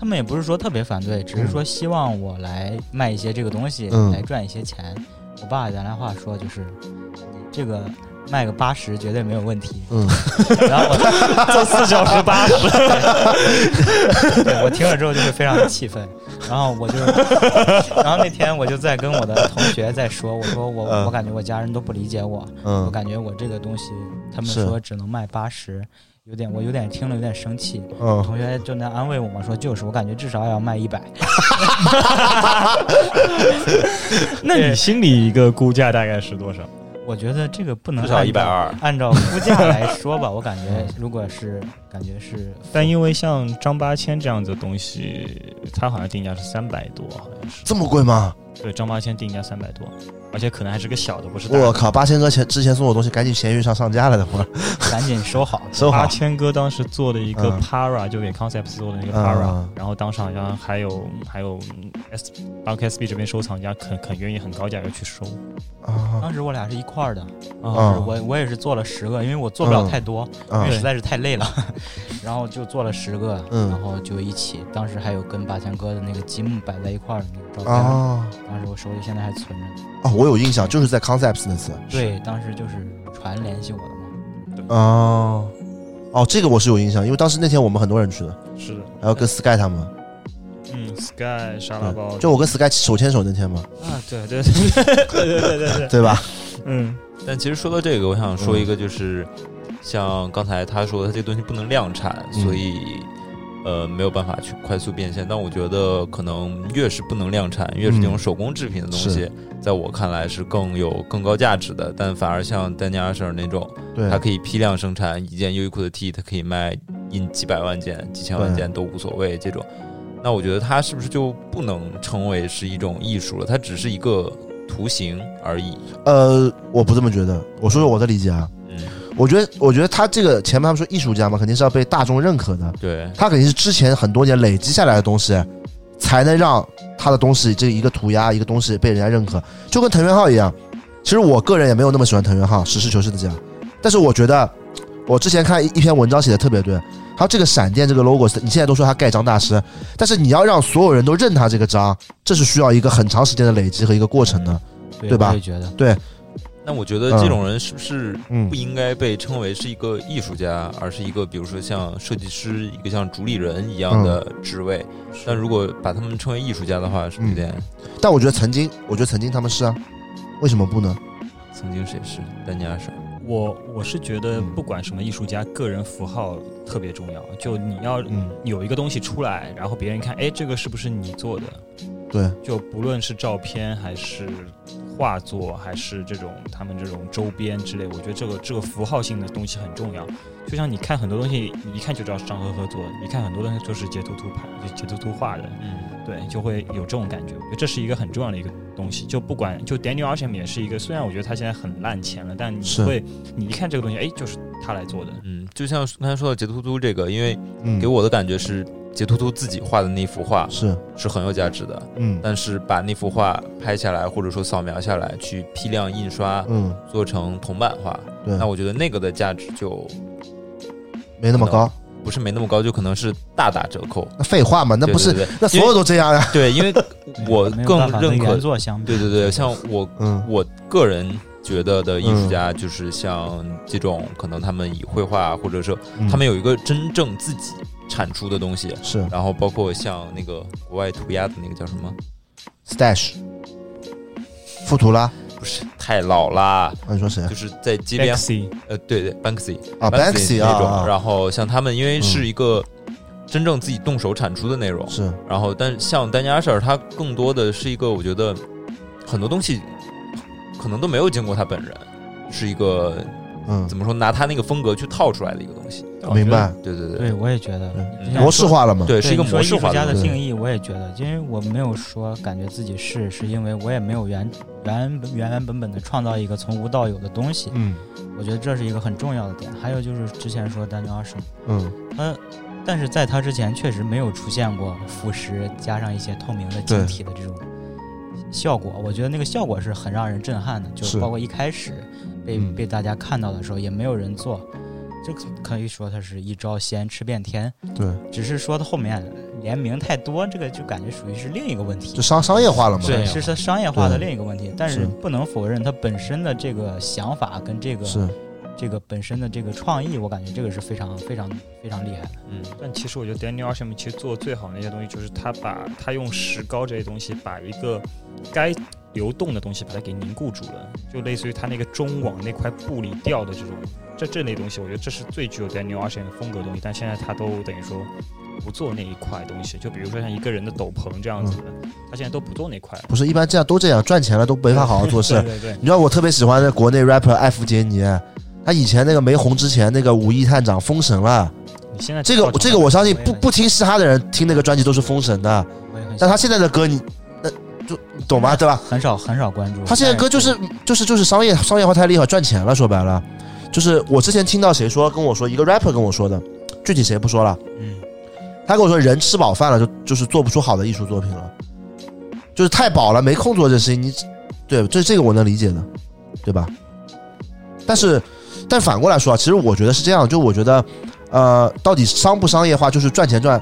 D: 他们也不是说特别反对，只是说希望我来卖一些这个东西，
A: 嗯
D: 来赚一些钱。我爸原来话说就是，你这个卖个八十绝对没有问题。
A: 嗯，
D: 然后我做四小时八十，对我听了之后就会非常的气愤。然后我就，然后那天我就在跟我的同学在说，我说我、
A: 嗯
D: 我感觉我家人都不理解我，我
A: 嗯
D: 感觉我这个东西，他们
A: 是
D: 说只能卖八十，有点我有点听了有点生气。我
A: 嗯，
D: 同学就能安慰我嘛，说就是，我感觉至少要卖 一百。
C: 那你心里一个估价大概是多少？
D: 我觉得这个不能
B: 至少
D: 按
B: 一百
D: 照。
B: 二。
D: 按照估价来说吧，我感觉如果是感觉是，
C: 但因为像张八千这样子的东西，它好像定价是三百多，好像是
A: 这么贵吗？
C: 对，张八千定价三百多，而且可能还是个小的，不是大的。
A: 我靠，八千哥前之前送我东西，赶紧闲鱼上上架了，等会儿
D: 赶紧收好。
A: 收
C: 八
A: 好。
C: 千哥当时做的一个
A: 嗯
C: Para，、就给 Concept 做的那个
A: 嗯
C: Para，、
A: 嗯
C: 然后当时好像还有还有嗯 S Bank SB 这边收藏家肯肯愿意很高价格去收
A: 啊
D: 当时我俩是一块儿的，
A: 啊
D: 就是我我也是做了十个，因为我做不了太多，
A: 啊
D: 因为！实在是太累了， 然后就做了十个，
A: 嗯
D: 然后就一起。当时还有跟八千哥的那个积木摆在一块儿的那个照片，
A: 啊
D: 当时我手里现在还存着呢。
A: 啊！我有印象，就是在 Concepts 那次。
D: 对，当时就是传联系我的嘛。
A: 哦哦，这个我是有印象，因为当时那天我们很多人去的，
C: 是的，
A: 还有跟 Sky 他们，
C: 嗯 Sky 沙拉包
A: 嗯就我跟 Sky 手牵手那天嘛，
C: 啊，对对对对对对对，
A: 对吧？
C: 嗯，
B: 但其实说到这个，我想说
A: 嗯
B: 一个，就是、像刚才他说的，他这个东西不能量产，
A: 嗯
B: 所以呃没有办法去快速变现。但我觉得可能越是不能量产，越是这种
A: 嗯
B: 手工制品的东西，在我看来是更有更高价值的。但反而像丹尼尔舍尔那种，
A: 对
B: 它，可以批量生产一件优衣库的 T，它可以卖印几百万件、几千万件都无所谓这种。那我觉得它是不是就不能称为是一种艺术了？它只是一个图形而已。
A: 呃，我不这么觉得。我说说我的理解啊，
B: 嗯，
A: 我觉得，我觉得他这个前面他们说艺术家嘛，肯定是要被大众认可的，
B: 对，
A: 他肯定是之前很多年累积下来的东西，才能让他的东西这一个涂鸦一个东西被人家认可，就跟藤原浩一样。其实我个人也没有那么喜欢藤原浩，实事求是的讲，但是我觉得我之前看一一篇文章写的特别对，他这个闪电这个 logo，你现在都说他盖章大师，但是你要让所有人都认他这个章，这是需要一个很长时间的累积和一个过程的。
D: 对
A: 对吧
D: 我也觉得
B: 那我觉得这种人是不是
A: 嗯
B: 不应该被称为是一个艺术家，而是一个比如说像设计师、一个像主理人一样的职位？
A: 嗯
B: 但如果把他们称为艺术家的话，是不是有点
A: 但我觉得曾经，我觉得曾经他们是啊，为什么不呢？
B: 曾经谁是丹尼尔是？
C: 我我是觉得
A: 嗯
C: 不管什么艺术家，个人符号特别重要。就你要
A: 嗯，
C: 有一个东西出来，然后别人看，哎，这个是不是你做的？
A: 对，
C: 就不论是照片还是画作，还是这种他们这种周边之类，我觉得这个这个符号性的东西很重要。就像你看很多东西，你一看就知道是张合合作，你看很多东西都是截图图拍、就截图图画的，
B: 嗯，
C: 对，就会有这种感觉。我觉得这是一个很重要的一个东西。就不管就 Daniel a r s h a m 也是一个，虽然我觉得他现在很烂钱了，但你
A: 是
C: 会你一看这个东西，哎，就是他来做的。
B: 嗯，就像刚才说到截图图这个，因为
A: 嗯，
B: 给我的感觉是截图图自己画的那幅画
A: 是，
B: 是很有价值的，
A: 嗯
B: 但是把那幅画拍下来或者说扫描下来，去批量印刷
A: 嗯，
B: 做成铜版画，
A: 对，
B: 那我觉得那个的价值就
A: 没那么高，
B: 不是没那么高，就可能是大打折扣。
A: 那废话嘛，那
B: 对
A: 不是，
B: 对
A: 那所有都这样啊呀、
B: 对，对因为我
D: 没有
B: 更
D: 办法跟
B: 认可
D: 原，作相比。
B: 对对对，像我
A: 嗯
B: 我个人觉得的艺术家，就是像这种，可能他们以绘画或者是
A: 嗯，
B: 他们有一个真正自己产出的东西，
A: 是
B: 然后包括像那个国外涂鸦的那个叫什么，
A: stash，富图拉，
B: 不是太老啦，
A: 啊你说谁啊
B: 就是在街边，
C: Lexi，
B: 呃，对对，Banksy
A: 啊？Banksy
B: 那
A: 啊
B: 种，
A: 啊，
B: 然后像他们，因为
A: 嗯
B: 是一个真正自己动手产出的内容，
A: 是，
B: 然后，但像丹尼尔舍尔，他更多的是一个，我觉得很多东西可能都没有经过他本人，是一个
A: 嗯
B: 怎，么说，拿他那个风格去套出来的一个东西。
A: 明白，
B: 对对对
D: 对，我也觉得
A: 对
D: 你像
A: 模式
D: 说
A: 化了嘛，
B: 对，是一个
D: 你说
B: 模式
D: 艺术
B: 化
D: 家
B: 的
D: 的
B: 东西。
D: 定义，我也觉得，因为我没有说感觉自己是，是因为我也没有原原原原本本的创造一个从无到有的东西。
A: 嗯
D: 我觉得这是一个很重要的点。还有就是之前说丹尼尔什么，
A: 嗯，
D: 他呃但是在他之前确实没有出现过腐蚀加上一些透明的
A: 对
D: 晶体的这种效果。我觉得那个效果是很让人震撼的，就是包括一开始被、
A: 嗯
D: 被大家看到的时候，也没有人做。这可可以说他是一招鲜吃遍天，
A: 嗯对，
D: 只是说他后面联名太多，这个就感觉属于是另一个问题
A: 就。商商业化了嘛，
D: 对，
A: 是
D: 是它商业化的
A: 对
D: 另一个问题，但
A: 是
D: 是不能否认它本身的这个想法跟这个
A: 是，
D: 这个本身的这个创意，我感觉这个是非常非常非常厉害的。
B: 嗯，
C: 但其实我觉得 Daniel a r s h a m 其实做的最好的一些东西，就是他把他用石膏这些东西，把一个该流动的东西把它给凝固住了，就类似于他那个中网那块布里掉的这种这这类东西，我觉得这是最具有 Daniel a r s h a m 风格的东西。但现在他都等于说不做那一块东西，就比如说像一个人的斗篷这样子的，
A: 嗯
C: 他现在都不做那块了。
A: 不是一般这样都这样，赚钱了都没法好好做事。
C: 对对对，
A: 你知道我特别喜欢的国内 rapper 艾弗杰尼，他以前那个没红之前那个五亿探长封神了，
C: 你现在
A: 这个
C: 靠着
A: 这个我相信不
D: 我也
A: 不听嘻哈的人听那个专辑都是封神的，
D: 我也很
A: 但他现在的歌你那就你懂吗？对吧？
D: 很少很少关注
A: 他现在歌就是就是就是商业商业化太厉害，赚钱了。说白了，就是我之前听到谁说跟我说，一个 rapper 跟我说的，具体谁不说了，
D: 嗯，
A: 他跟我说人吃饱饭了就就是做不出好的艺术作品了，就是太饱了没空做这事情。你对，这这个我能理解的，对吧？但是但反过来说啊，其实我觉得是这样，就我觉得呃，到底商不商业化，就是赚钱赚，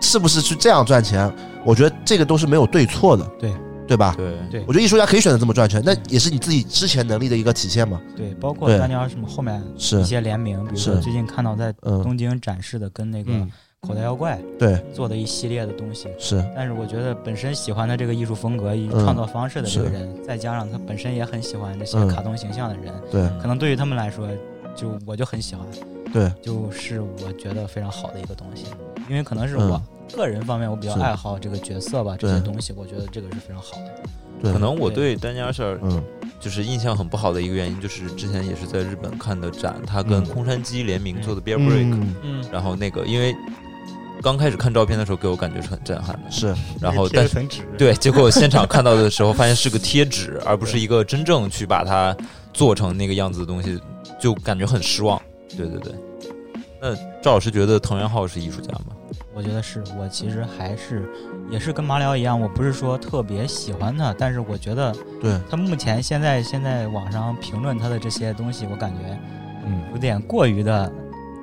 A: 是不是去这样赚钱？我觉得这个都是没有对错的，
D: 对
A: 对吧？
B: 对
D: 对
A: 我觉得艺术家可以选择这么赚钱，那也是你自己之前能力的一个体现嘛。
D: 对，包括
A: 对
D: 丹尼尔什么后面
A: 是
D: 一，些联名，比如说
A: 是
D: 最近看到在
A: 嗯，
D: 东京展示的跟那个
A: 嗯
D: 口袋妖怪
A: 对，
D: 做的一系列的东西。
A: 是，
D: 但是我觉得本身喜欢他这个艺术风格、以
A: 嗯
D: 创作方式的这个
A: 是
D: 人，再加上他本身也很喜欢这些
A: 嗯
D: 卡通形象的人，
A: 对
D: 可能对于他们来说，就我就很喜欢，
A: 对，
D: 就是我觉得非常好的一个东西，因为可能是我个人方面我比较
A: 嗯是
D: 爱好这个角色吧，这
A: 对
D: 些东西我觉得这个是非常好的。
A: 对，
B: 可能我对丹尼尔舍尔
A: 嗯
B: 就是印象很不好的一个原因，就是之前也是在日本看的展，他跟
A: 嗯
B: 空山鸡联名做的 Bear Break，
A: 嗯
C: 嗯，
B: 然后那个因为刚开始看照片的时候，给我感觉是很震撼的。
A: 是
B: 然后，
C: 贴
B: 但
C: 了
B: 是
C: 层纸，
B: 对，结果现场看到的时候，发现是个贴纸，而不是一个真正去把它做成那个样子的东西，就感觉很失望。对对对。那赵老师觉得藤原浩是艺术家吗？
D: 我觉得是我其实还是也是跟麻聊一样，我不是说特别喜欢他，但是我觉得
A: 对，
D: 他目前现在现在网上评论他的这些东西，我感觉
E: 嗯，
D: 有点过于的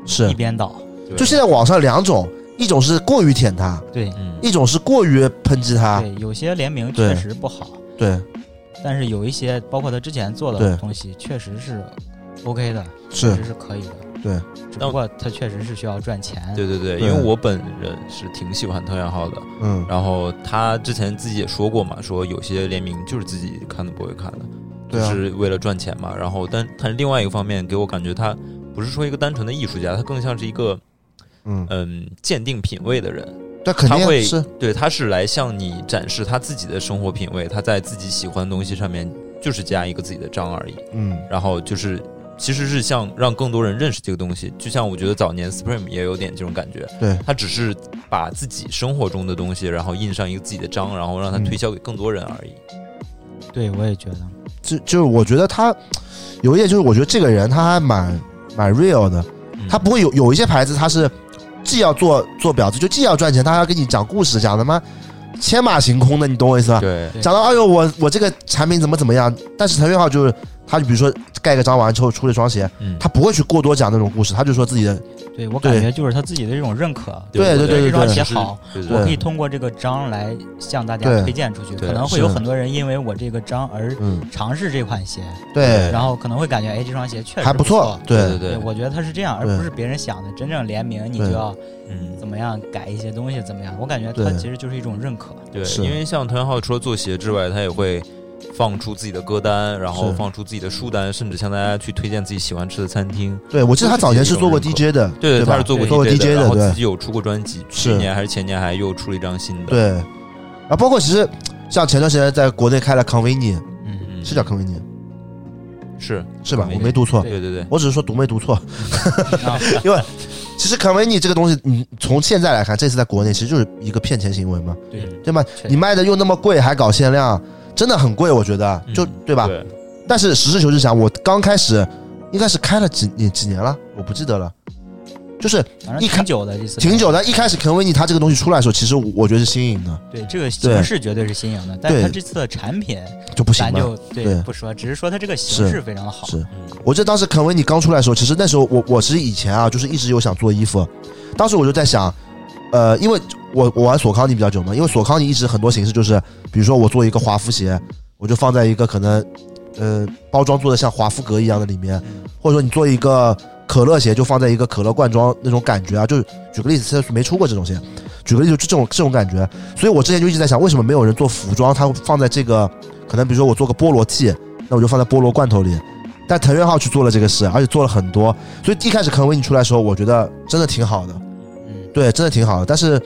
D: 一
A: 是。
D: 边倒。
B: 对
A: 就现在网上两种，一种是过于舔他，
D: 对、
B: 嗯，
A: 一种是过于抨击他。
D: 对，有些联名
A: 啊对
D: 确实不好，
A: 对，
D: 但是有一些包括他之前做
A: 对
D: 的东西，确实是 OK 的，确
A: 是
D: 实是可以的。
A: 对，
D: 只
B: 那
D: 不过他确实是需要赚钱。
B: 对对对，因为我本人是挺喜欢藤原浩的，
A: 嗯，
B: 然后他之前自己也说过嘛，说有些联名就是自己看都不会看的，就
A: 对啊，
B: 是为了赚钱嘛。然后但但是另外一个方面给我感觉他不是说一个单纯的艺术家，他更像是一个
A: 嗯，
B: 嗯鉴定品味的人。
A: 但肯
B: 他
A: 定
B: 会
A: 是
B: 对，他是来向你展示他自己的生活品味，他在自己喜欢的东西上面就是加一个自己的章而已。
A: 嗯，
B: 然后就是其实是像让更多人认识这个东西，就像我觉得早年 Supreme 也有点这种感觉，
A: 对，
B: 他只是把自己生活中的东西，然后印上一个自己的章，然后让它
A: 嗯
B: 推销给更多人而已。
D: 对，我也觉得。
A: 就就是我觉得他有一点就是，我觉得这个人他还蛮蛮 real 的，
B: 嗯
A: 他不会有有一些牌子他是既要做做婊子，就既要赚钱，他还要跟你讲故事，讲他妈天马行空的，你懂我意思吧？
B: 对
D: 对
A: 讲到哎呦我我这个产品怎么怎么样，但是陈元浩就是他，就比如说盖个章完之后出了一双鞋，
B: 嗯，
A: 他不会去过多讲那种故事，他就说自己的
D: 对我感
A: 对
D: 觉就是他自己的这种认可，
A: 对对对
D: 这双
A: 对
D: 鞋好，
B: 对
D: 我
B: 对
D: 可以通过这个章来向大
A: 对
D: 家推荐出去，
B: 对
D: 可能会有
A: 是
D: 很多人因为我这个章而
A: 嗯
D: 尝试这款鞋，
A: 对
D: 然后可能会感觉哎这双鞋确实
A: 还
D: 不
A: 不错，
B: 对对
D: 对，
B: 对，
D: 我觉得他是这样，而
A: 对
D: 不是别人想的。真正联名，你
A: 对
D: 就要
B: 嗯，
D: 怎么样改一些东西，怎么样？我感觉他
A: 对
D: 其实就是一种 认可。
B: 对，
A: 是
B: 因为像藤原浩除了做鞋之外，他也会放出自己的歌单，然后
A: 是
B: 放出自己的书单，甚至向大家去推荐自己喜欢吃的餐厅。
A: 对，我记得他早年是做过
B: 就是
A: DJ 的，
B: 对，
A: 对吧
B: 他是做过
A: 做过
B: DJ 的，
A: DJ
B: 然后
A: 对
B: 自己有出过专辑，去
A: 是
B: 年还是前年还又出了一张新的。，
A: 对，啊，包括其实像前段时间在国内开了 Conveni，
D: 嗯，
B: 嗯，
A: 是叫哦 Conveni
B: 是
A: 是吧？
B: Conveni
A: 我没读错，
B: 对对对，
A: 我只是说读没读错，
D: 啊
A: 因为其实 Conveni 这个东西，你从现在来看，这次在国内其实就是一个骗钱行为嘛，
D: 对
A: 对吗？
D: 确实
A: 你卖的又那么贵，还搞限量，真的很贵，我觉得
B: 嗯
A: 就对吧？
B: 对，
A: 但是实事求是讲，我刚开始应该是开了几年几年了，我不记得了，就是
D: 反正
A: 一
D: 挺
A: 看
D: 久的这次，
A: 挺。久的。一开始 Conveni 它这个东西出来的时候，其实我觉得是新颖的，
D: 对，这个形式绝对是新颖的，但
A: 对
D: 是他这次的产品，
A: 就不行
D: 咱
A: 了。
D: 就
A: 对
D: 对不说，只是说他这个形
A: 是
D: 式非常的好。
A: 是
B: 嗯
A: 我记得当时肯维尼刚出来的时候，其实那时候我我其实以前啊，就是一直有想做衣服，当时我就在想，呃，因为我我玩索康尼比较久嘛，因为索康尼一直很多形式就是，比如说我做一个华夫鞋，我就放在一个可能呃包装做的像华夫格一样的里面，或者说你做一个可乐鞋，就放在一个可乐罐装那种感觉啊，就是举个例子，现在没出过这种鞋，举个例子就这种这种感觉，所以我之前就一直在想，为什么没有人做服装，它放在这个可能比如说我做个菠萝 T，那我就放在菠萝罐头里。但藤原浩去做了这个事，而且做了很多，所以一开始肯维尼出来的时候，我觉得真的挺好的，
D: 嗯，
A: 对，真的挺好的。但是，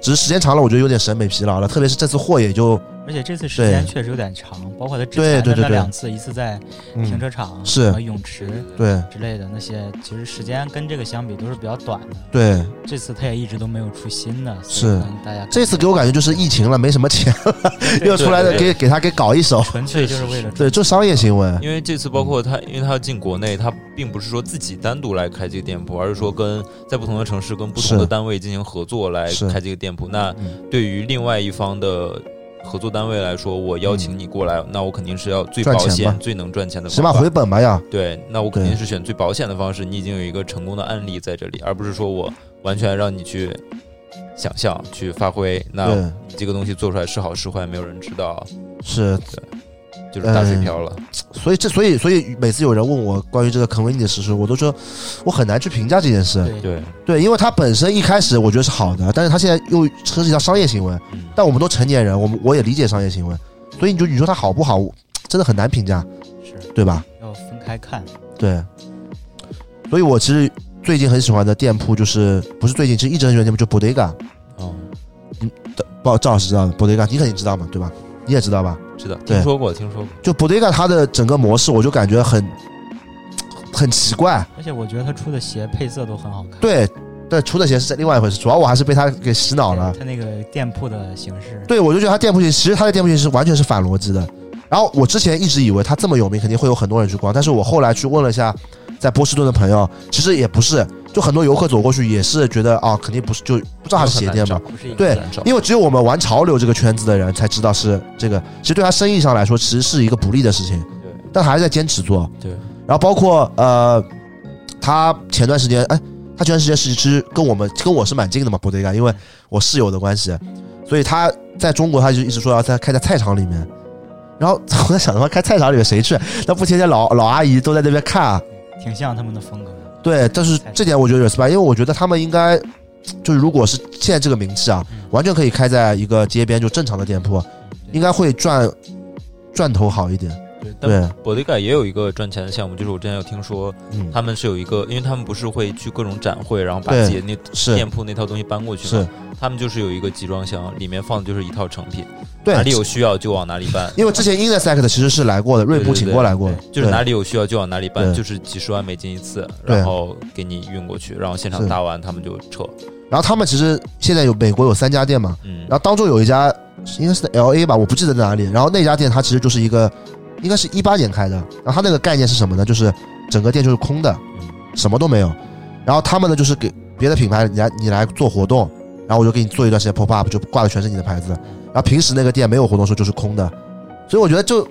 A: 只是时间长了，我觉得有点审美疲劳了，特别是这次货也就
D: 而且这次时间
A: 对
D: 确实有点长，包括他之
A: 对
D: 前
A: 对
D: 的
A: 对
D: 那
A: 对
D: 两次，一次在停
A: 嗯，
D: 车场、
A: 是
D: 什么泳池
A: 对
D: 之类的那些，其实时间跟这个相比都是比较短的。
A: 对。
D: 这次他也一直都没有出新的，
A: 是
D: 所以可能大家
A: 这次给我感觉就是疫情了，没什么钱了， 又出来的给
B: 对
A: 给他给搞一手，
D: 纯粹就是为了
A: 对，就商业行为，
B: 因为这次包括他，因为他要进国内，他并不是说自己单独来开这个店铺，而是说跟在不同的城市、跟不同的
A: 是
B: 单位进行合作来
A: 是
B: 开这个店铺。那
A: 嗯
B: 对于另外一方的合作单位来说，我邀请你过来，那我肯定是要最
A: 嗯赚
B: 保
A: 钱嘛
B: 险、最能赚钱的
A: 起
B: 方
A: 码
B: 法。
A: 回本吧要，
B: 对，那我肯定
A: 对
B: 是选最保险的方式。你已经有一个成功的案例在这里，而不是说我完全让你去想象、去发挥。那
A: 对，
B: 你这个东西做出来是好是坏，没有人知道，
A: 是，
B: 就是打水
A: 嗯
B: 漂了。
A: 所以这所以所以每次有人问我关于这个肯维尼的事实，我都说我很难去评价这件事，
D: 对
B: 对，
A: 对，因为它本身一开始我觉得是好的，但是它现在又涉及到商业行为，
B: 嗯。
A: 但我们都成年人，我们我也理解商业行为，所以你就你说它好不好，我真的很难评价，
D: 是
A: 对吧？
D: 要分开看。
A: 对，所以我其实最近很喜欢的店铺就是不是最近，其实一直很喜欢的店铺就 Bodega，
B: 哦
A: 不，赵老师知道的 Bodega，你肯定知道嘛，对吧？你也知道吧？
B: 知道，
A: 对
B: 听说过，听说过。
A: 就 Bodega 它的整个模式，我就感觉很很奇怪，
D: 而且我觉得他出的鞋配色都很好看。
A: 对，对，出的钱是另外一回事，主要我还是被他给洗脑了。
D: 他那个店铺的形式，
A: 对，我就觉得他店铺型，其实他的店铺型是完全是反逻辑的。然后我之前一直以为他这么有名，肯定会有很多人去逛，但是我后来去问了一下，在波士顿的朋友，其实也不是，就很多游客走过去也是觉得啊，肯定不是，就不知道他是鞋店嘛。
D: 不是一个
A: 对
D: 店，
A: 因为只有我们玩潮流这个圈子的人才知道是这个，其实对他生意上来说，其实是一个不利的事情。
B: 对，
A: 但还是在坚持做。
B: 对，
A: 然后包括呃，他前段时间，哎，他前段时间是其实跟我们跟我是蛮近的嘛，博德干，因为我室友的关系，所以他在中国他就一直说要在开在菜场里面。然后我在想，他妈开菜场里面谁去？那不天天老老阿姨都在那边看啊？
D: 挺像他们的风格的。
A: 对，但是这点我觉得有 respect，因为我觉得他们应该就是如果是现在这个名气啊，完全可以开在一个街边就正常的店铺，
D: 嗯
A: 应该会赚赚头好一点。
B: 对，但
A: 对，
B: 博迪盖也有一个赚钱的项目，就是我之前有听说，
A: 嗯，
B: 他们是有一个，因为他们不是会去各种展会，然后把
A: 对
B: 自己的那
A: 是
B: 店铺那套东西搬过去
A: 是
B: 嘛。，他们就是有一个集装箱，里面放的就是一套成品，
A: 对
B: 哪，里有需要就往哪里搬。
A: 因为之前 Intersect 其实是来过的， 瑞布请过来过的，
B: 就是哪
A: 里
B: 里有需要就往哪里搬，
A: 对
B: 就是几十万美金一次，
A: 对
B: 然后给你运过去，然后现场
A: 是
B: 搭完他们就撤。
A: 然后他们其实现在有美国有三家店嘛，
B: 嗯，
A: 然后当中有一家应该是在 LA 吧，我不记得在哪里。然后那家店它其实就是一个，应该是一八年开的。然后它那个概念是什么呢？就是整个店就是空的，
B: 嗯
A: 什么都没有。然后他们呢就是给别的品牌你来你来做活动，然后我就给你做一段时间 pop up，就挂的全是你的牌子。然后平时那个店没有活动的时候就是空的，所以我觉得就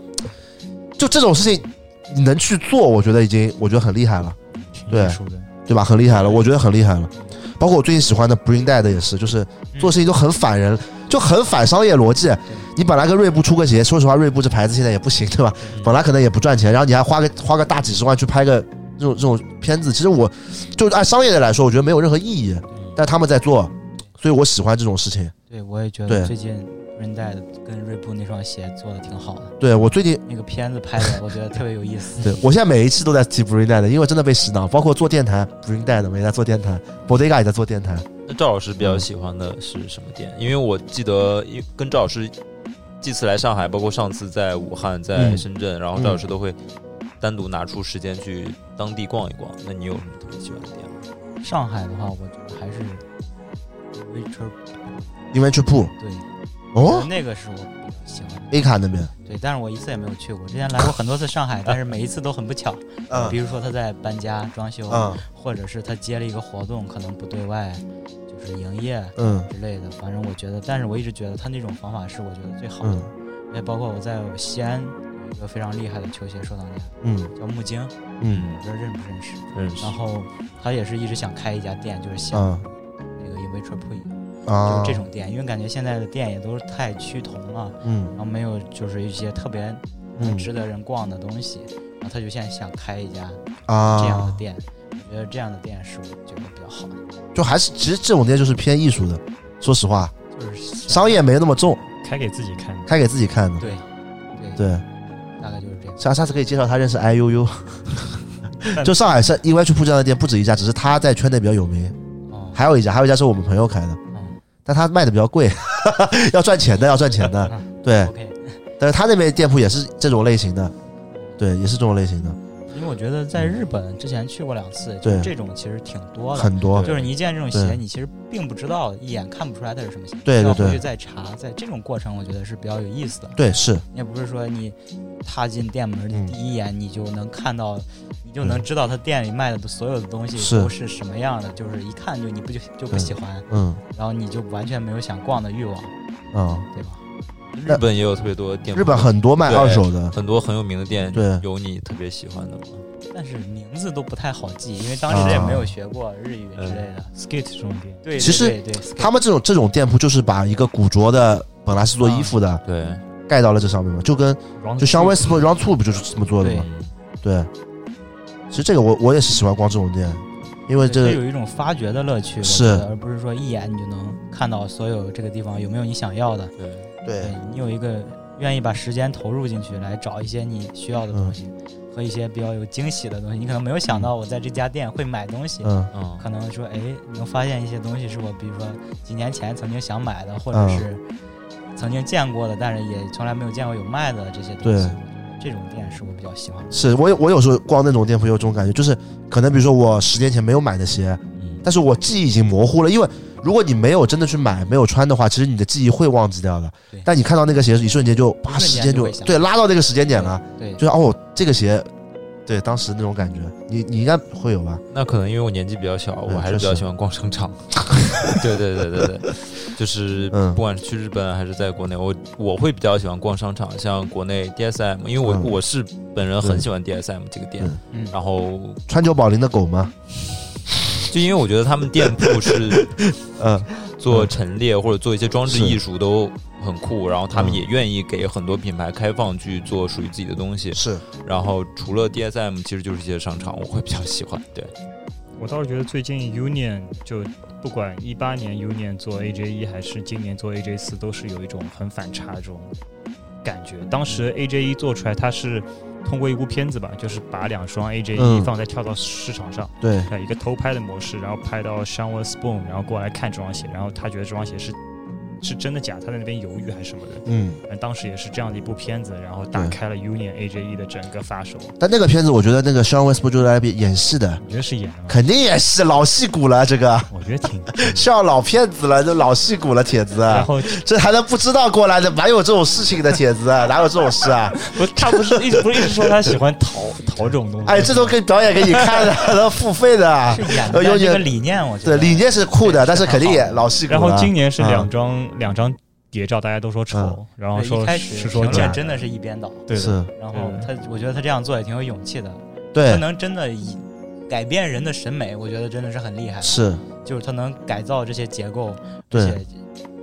A: 就这种事情你能去做，我觉得已经我觉得很厉害了。
D: 挺
A: 对
D: 艺术的，
A: 对吧？很厉害了，我觉得很厉害了。包括我最近喜欢的 Bring Dead 也是，就是做事情都很反人，就很反商业逻辑。你本来跟锐步出个鞋，说实话，锐步这牌子现在也不行，对吧？本来可能也不赚钱，然后你还花个花个大几十万去拍个这种这种片子，其实我就按商业的来说，我觉得没有任何意义。但他们在做，所以我喜欢这种事情。
D: 对我也觉
A: 对
D: 得最近润带跟锐步那双鞋做的挺好的，
A: 对我最近，
D: 那个片子拍的我觉得特别有 意思。
A: 对我现在每一期都在提 Bring Dead，因为真的被洗脑，包括做电台 Bring Dead 我也在做电台，Bodega 也在做电台。
B: 那赵老师比较喜欢的是什么店？
A: 嗯
B: 因为我记得因跟赵老师这次来上海，包括上次在武汉、在
A: 嗯
B: 深圳，然后赵老师都会单独拿出时间去当地逛一逛。那你有什么特别喜欢的店吗？
D: 上海的话，我觉得还是 r i c h a r
A: 因为去铺
D: 对，
A: 哦
D: 那个是我比较喜欢的。
A: ，A 卡那边，
D: 对，但是我一次也没有去过。之前来过很多次上海，但是每一次都很不巧。
A: 嗯
D: 比如说他在搬家装修，
A: 嗯
D: 或者是他接了一个活动，可能不对外，就是营业
A: 嗯。
D: 之类的。反正我觉得，但是我一直觉得他那种方法是我觉得最好的。
A: 嗯
D: 也包括我在西安有一个非常厉害的球鞋收藏家，
A: 嗯
D: 叫木精，
A: 嗯
D: 不知道认不认识。
B: 认识
D: 然后他也是一直想开一家店，就是像
A: 啊
D: 那个 i n v i t r o p u
A: 啊
D: 嗯就是这种店，因为感觉现在的店也都是太趋同了，然
A: 嗯
D: 后没有就是一些特别
A: 嗯
D: 值得人逛的东西。然后他就现在想开一家
A: 啊
D: 这样的，店，我觉得这样的店是我觉得比较好的，
A: 就还是其实这种店就是偏艺术的，说实话，
D: 就是
A: 商业没那么重，
C: 开给自己看的。
A: 开给自己看的。
D: 对对，
A: 对，
D: 大概就是这样。
A: 下下次可以介绍他认识 IUU，就上海是 E Y 去铺这样的店不止一家，只是他在圈内比较有名，
D: 哦，
A: 还有一家，还有一家是我们朋友开的，
D: 嗯
A: 但他卖的比较贵， 要赚钱的，要赚钱的，对，
D: 嗯，OK。
A: 但是他那边店铺也是这种类型的，对，也是这种类型的，
D: 因为我觉得在日本之前去过两次，就
A: 对
D: 是这种其实挺多的，
A: 很多
B: 对，
D: 就是你一见这种鞋，
A: 对
D: 你其实并不知道，一眼看不出来它是什么鞋，
A: 对对
D: 要回
A: 对
D: 去再查，在这种过程我觉得是比较有意思的。
A: 对，是
D: 也不是说你踏进店门
A: 嗯
D: 的第一眼你就能看到，你就能知道他店里卖的所有的东西
A: 是
D: 都是什么样的，就是一看就你不就就不
A: 嗯
D: 喜欢，
A: 嗯
D: 然后你就完全没有想逛的欲望，
A: 啊，
D: 对吧？
A: 那
B: 日本也有特别多的店铺，
A: 日本很多卖
B: 对
A: 二手的，
B: 很多很有名的店，
A: 对
B: 有你特别喜欢的吗？
D: 但是名字都不太好记，因为当时也没有学过日语之类的。
C: Skate 这种店，
D: 对，
A: 啊其实
D: 对对，对
A: 他们这种这种店铺就是把一个古着的，本来是做衣服的，
B: 对，
A: 盖到了这上面嘛，就跟
C: Round
A: 就
C: Two
A: 像 Westport Round Two 不就是这么做的吗？
B: 嗯
A: 对，其实这个我我也是喜欢逛这种店，因为这
D: 对
A: 个
D: 这有一种发掘的乐趣，我
A: 是
D: 觉得而不是说一眼你就能看到所有这个地方有没有你想要的。
B: 对，
A: 对
D: 你有一个愿意把时间投入进去来找一些你需要的东西、
A: 嗯
D: 和一些比较有惊喜的东西。你可能没有想到我在这家店会买东西，
A: 嗯
B: 嗯，
D: 可能说哎，能发现一些东西是我比如说几年前曾经想买的，或者是
A: 嗯
D: 曾经见过的，但是也从来没有见过有卖的这些东西。
A: 对
D: 这种店是我比较喜欢的。
A: 是我有我有时候逛那种店铺有种感觉，就是可能比如说我十年前没有买的鞋，
B: 嗯
A: 但是我记忆已经模糊了，因为如果你没有真的去买，没有穿的话，其实你的记忆会忘记掉的
D: 对。
A: 但你看到那个鞋，一瞬间就啪，
D: 一瞬间
A: 时间
D: 就
A: 就
D: 会想
A: 对拉到那个时间点了，
D: 对，
A: 就是哦，这个鞋，对当时那种感觉，你你应该会有吧？
B: 那可能因为我年纪比较小，我
A: 嗯
B: 还是比
A: 确
B: 较
A: 实
B: 喜欢逛 商场。对对对对对，就是
A: 嗯
B: 不管是去日本还是在国内，我我会比较喜欢逛商场，像国内 DSM，因为我、
A: 嗯
B: 我是本人很
A: 对
B: 喜欢 DSM 这个店
A: 嗯，
D: 嗯
B: 然后
A: 川久保玲的狗吗？
B: 就因为我觉得他们店铺是
C: 呃
A: 嗯
B: 做陈列或者做一些装置
A: 是
B: 艺术都很酷，然后他们
A: 嗯
B: 也愿意给很多品牌开放去做属于自己的东西。
A: 是，
B: 然后除了 DSM，其实就是一些商场，我会比较喜欢。对，
C: 我倒是觉得最近 Union 就不管一八年 Union 做 AJ 一还是今年做 AJ 四，都是有一种很反差这种感觉。当时 AJ 一做出来，它是通过一部片子吧，就是把两双 AJ 一
A: 嗯
C: 放在跳到市场上，
A: 对，
C: 呃、一个偷拍的模式，然后拍到 Sean Spoon，然后过来看这双鞋，然后他觉得这双鞋是是真的假，他在那边犹豫还是什么的。
A: 嗯。
C: 呃当时也是这样的一部片子，然后打
A: 对
C: 开了 Union AJ 一的整个发手，
A: 但那个片子，我觉得那个 Sean Westbrook 就是来演戏的，
C: 我觉得是演的吗，
A: 肯定演戏，老戏骨了，这个
C: 我 觉得挺。
A: 像老骗子了，这老戏骨了，铁子，啊
C: 然后
A: 这还能不知道过来的？哪有这种事情的，铁子， 哪有这种事啊？
C: 不是他不是一直不是一直说他喜欢 淘淘这种东西？
A: 哎，这都可以表演给你看的， 还能付费的
D: 是，演
A: 呃
D: 的
A: 有
D: 这个
A: 点
D: 理念，我觉
A: 对，
D: 得
A: 理念是酷的，但是肯定也
D: 很好
A: 老戏骨了。
C: 然后今年是两
A: 嗯
C: 张、两张谍照，大家都说丑，
A: 嗯
C: 然后
D: 对一
C: 说
D: 开始
C: 是
D: 评
C: 说假
D: 论真的是一边倒，
C: 对的
A: 是，
D: 然后他我觉得他这样做也挺有勇气的，他
A: 对，
D: 能真的以改变人的审美，我觉得真的是很厉害。
A: 是，
D: 就是他能改造这些结构，而
A: 对，
D: 且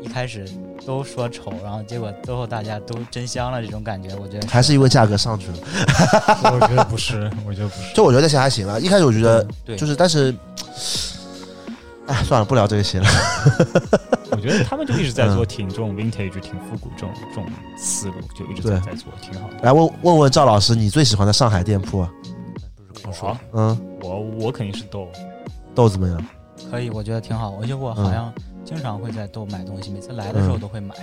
D: 一开始都说丑，然后结果最后大家都真香了，这种感觉，我觉得
A: 还是因为价格上去了。
C: 我觉得不是，我觉得不是。
A: 就我觉得那鞋还行了，一开始我觉得
D: 嗯
B: 对
A: 就是，但是，哎，算了，不聊这个鞋了。
C: 我觉得他们就一直
A: 嗯
C: 在做挺这种 vintage、挺复古这种这种思路，就一直在
A: 对
C: 在做，挺好的。
A: 来问问问赵老师，你最喜欢的上海店铺？啊
B: 我说
A: 嗯，
C: 我我肯定是逗，
A: 豆啊怎么样？
D: 可以，我觉得挺好。而且我
C: 嗯
D: 好像经常会在豆买东西，每次来的时候都会买，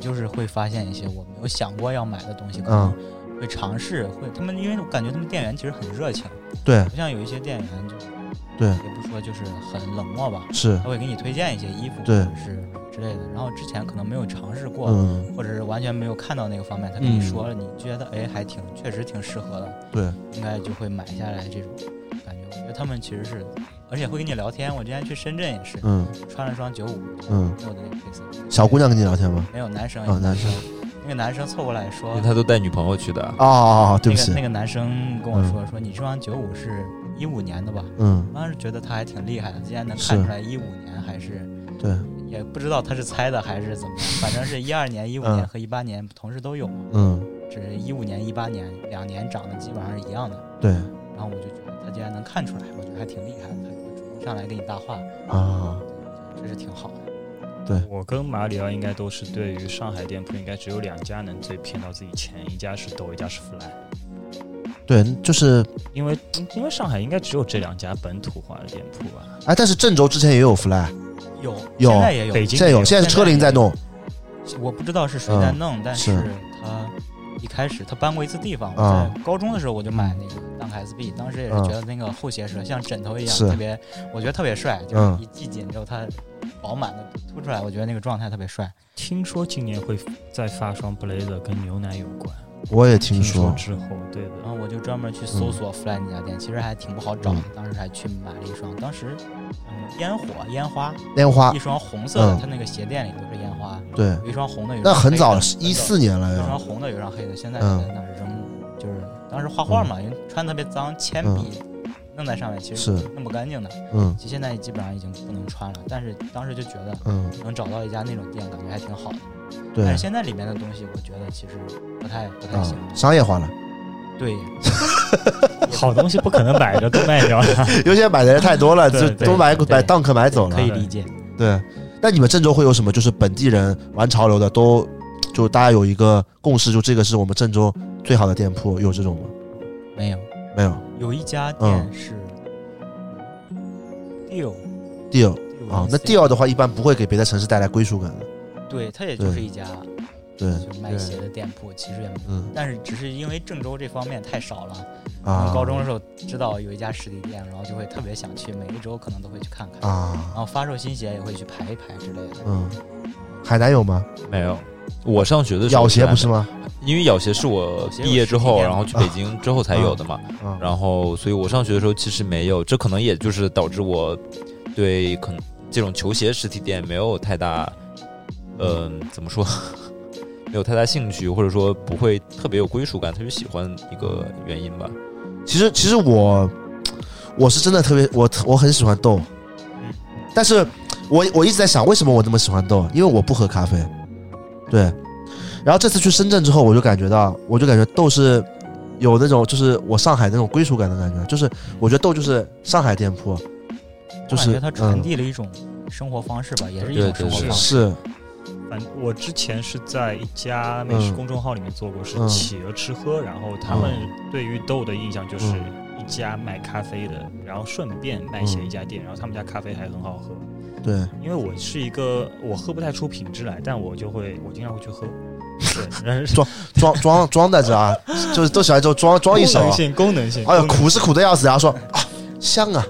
D: 就是会发现一些我没有想过要买的东西，可能
C: 嗯
D: 会尝试，会他们因为我感觉他们店员其实很热情，
A: 对，
D: 不像有一些店员就是
A: 对
D: 也不说就是很冷漠吧，
A: 是
D: 他，会给你推荐一些衣服或
A: 对
D: 者是之类的，然后之前可能没有尝试过。
A: 嗯，
D: 或者是完全没有看到那个方面，他跟你
A: 嗯
D: 说了，你觉得哎还挺确实挺适合的，
A: 对，
D: 应该就会买下来这种感觉。我觉得他们其实是，而且会跟你聊天。我之前去深圳也是，
A: 嗯
D: 穿了双九五
A: 嗯。
D: 六的那个配色，
A: 小姑娘跟你聊天吗？
D: 没有男生，啊
A: 哦男生，
D: 那个男生凑过来说
B: 因为，他都带女朋友去的，
A: 哦哦哦，对
D: 那
A: 不起
D: 个，那个男生跟我说说你这双九五是一五年的吧？
A: 嗯，
D: 我当时觉得他还挺厉害的，竟然能
A: 是
D: 看出来一五年还是
A: 对，
D: 也不知道他是猜的还是怎么样，反正是一二年、一五
A: 嗯
D: 年和一八年同时都有嘛。
A: 嗯，
D: 只是一五年、一八年两年长得基本上是一样的。
A: 对
D: 然后我就觉得他竟然能看出来，我觉得还挺厉害的，他会主动上来跟你搭话，
A: 啊，
D: 这是挺好的。
C: 我跟马里奥应该都是对于上海店铺应该只有两家能最骗到自己钱，一家是抖，一家是 fly。
A: 对，就是
C: 因为因为上海应该只有这两家本土化的店铺吧，
A: 哎，但是郑州之前也有 fly，
D: 有，
A: 有
D: 现在也有，
C: 北
A: 现
C: 京
A: 在有，
C: 也
A: 现在是车林在弄，
D: 我不知道是谁在弄，但
A: 嗯是
D: 是他一开始他搬过一次地方，我
A: 啊
D: 在高中的时候我就买那个当 SB，当时也是
A: 嗯
D: 觉得那个后鞋舌像枕头一样，
A: 是
D: 特别，我觉得特别帅，就是
A: 嗯
D: 一系紧之后它饱满的凸出来，我觉得那个状态特别帅。
C: 听说今年会再发双 blazer 跟牛奶有关。
A: 我也听
C: 说
A: 说，
C: 之后，对
D: 然
C: 的，
D: 后我就专门去
A: 嗯
D: 搜索 fly 那家店，其实还挺不好找的，当时还去买了一双，当时。嗯，烟火烟花，
A: 烟花
D: 一，双红色的，
A: 嗯
D: 它那个鞋垫里都是烟花，
A: 对，
D: 有一双红的，有一
A: 那
D: 双黑的
A: 很早了，
D: 很
A: 一四年了
D: 有一双
A: 呀，
D: 红的，有一双黑的，现在
A: 嗯
D: 就在那儿扔，就是当时画画嘛，因为穿特别脏，铅笔弄在上面其实
A: 嗯是，
D: 弄不干净的，
A: 嗯
D: 其实现在基本上已经不能穿了，但是当时就觉得
A: 嗯，
D: 能找到一家那种店，感觉还挺好的。但
A: 对
D: 是，哎现在里面的东西，我觉得其实不太不太行
A: 啊，，商业化了，
D: 对，
C: 好东西不可能买着都卖掉了。
A: 有些买的人太多了，
C: 对
A: 就
C: 对
A: 都买
D: 对
A: 买 Dunk 买走了
D: 可，以理解。
A: 对。那你们郑州会有什么？就是本地人玩潮流的都，就大家有一个共识，就这个是我们郑州最好的店铺，有这种吗？
D: 没有，
A: 没有
D: 有一家
A: 嗯
D: 店是六
A: ，deal 啊，那
D: d i
A: deal 的话一般不会给别的城市带来归属感的，
D: 对，它也就是
A: 对
D: 一家
A: 对
D: 就卖鞋的店铺其实也没，
A: 嗯
D: 但是只是因为郑州这方面太少了。我
A: 啊，
D: 们高中的时候知道有一家实体店，然后就会特别想去，每一周可能都会去看看。然
A: 啊，
D: 后发售新鞋也会去排一排之类的。
A: 嗯，海南有吗？
B: 没有。我上学的时候，
A: 咬鞋不是？吗？
B: 因为咬鞋是我毕业之后，然后去北京之后才有的嘛。
A: 啊，
B: 然后，所以我上学的时候其实没有，这可能也就是导致我对可能这种球鞋实体店没有太大，嗯、怎么说， 没有太大兴趣，或者说不会特别有归属感、特别喜欢一个原因吧。
A: 其实其实我我是真的特别，我我很喜欢豆，但是我我一直在想，为什么我那么喜欢豆？因为我不喝咖啡，对。然后这次去深圳之后，我就感觉到，我就感觉豆是有那种就是我上海那种归属感的感觉，就是我觉得豆就是上海店铺，就
D: 我感
A: 是
D: 觉它传递了一种生活方式吧，也是一
B: 对
D: 种
B: 对
D: 生活
B: 是
D: 方
A: 嗯
D: 式。
A: 是
C: 反正我之前是在一家美食
A: 嗯
C: 公众号里面做过，是
A: 嗯
C: 企鹅吃喝，然后他们对于豆的印象就是一家卖咖啡的，然后顺便卖鞋
A: 嗯
C: 一家店，然后他们家咖啡还很好喝。
A: 对，
C: 因为我是一个我喝不太出品质来，但我就会我经常会去喝。 对，然后
A: 装装装在这啊，就是都喜欢就装装一手
C: 功，能性，功能性。
A: 哎呦
C: 功能性
A: 苦是苦的要死，然后说啊香啊，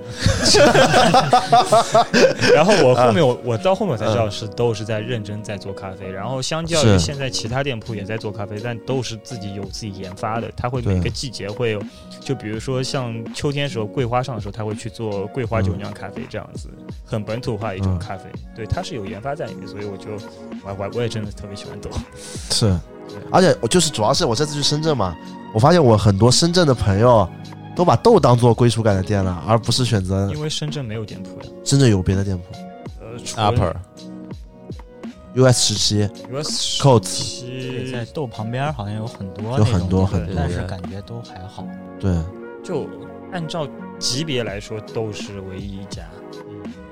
C: 然后我后面
B: 啊
C: 我我到后面我才知道是豆是在认真在做咖啡，然后相较
A: 是
C: 于现在其他店铺也在做咖啡，但都是自己有自己研发的，它会
A: 对
C: 每个季节会有，就比如说像秋天时候桂花上的时候，它会去做桂花酒酿咖啡这样子，很本土化一种
A: 嗯
C: 咖啡，对，它是有研发在里面，所以我就我我我也真的特别喜欢豆，
A: 是，而且我就是主要是我这次去深圳嘛，我发现我很多深圳的朋友啊都把豆当做归属感的店了，而不是选
B: 嗯
A: 择
C: 因为深圳没有店铺呀，
A: 深圳有别的店铺
B: 啊
C: 呃，除了
B: Upper
A: ，US 十七、
C: US
A: Coats，
D: 对，在
C: 七，
D: 豆旁边好像有很多
A: 有
D: 那种
A: 很多
D: 店
A: 很
B: 多
D: 但是
B: 对
D: 感觉都还好。
A: 对，
C: 就按照级别来说，豆是唯一一家，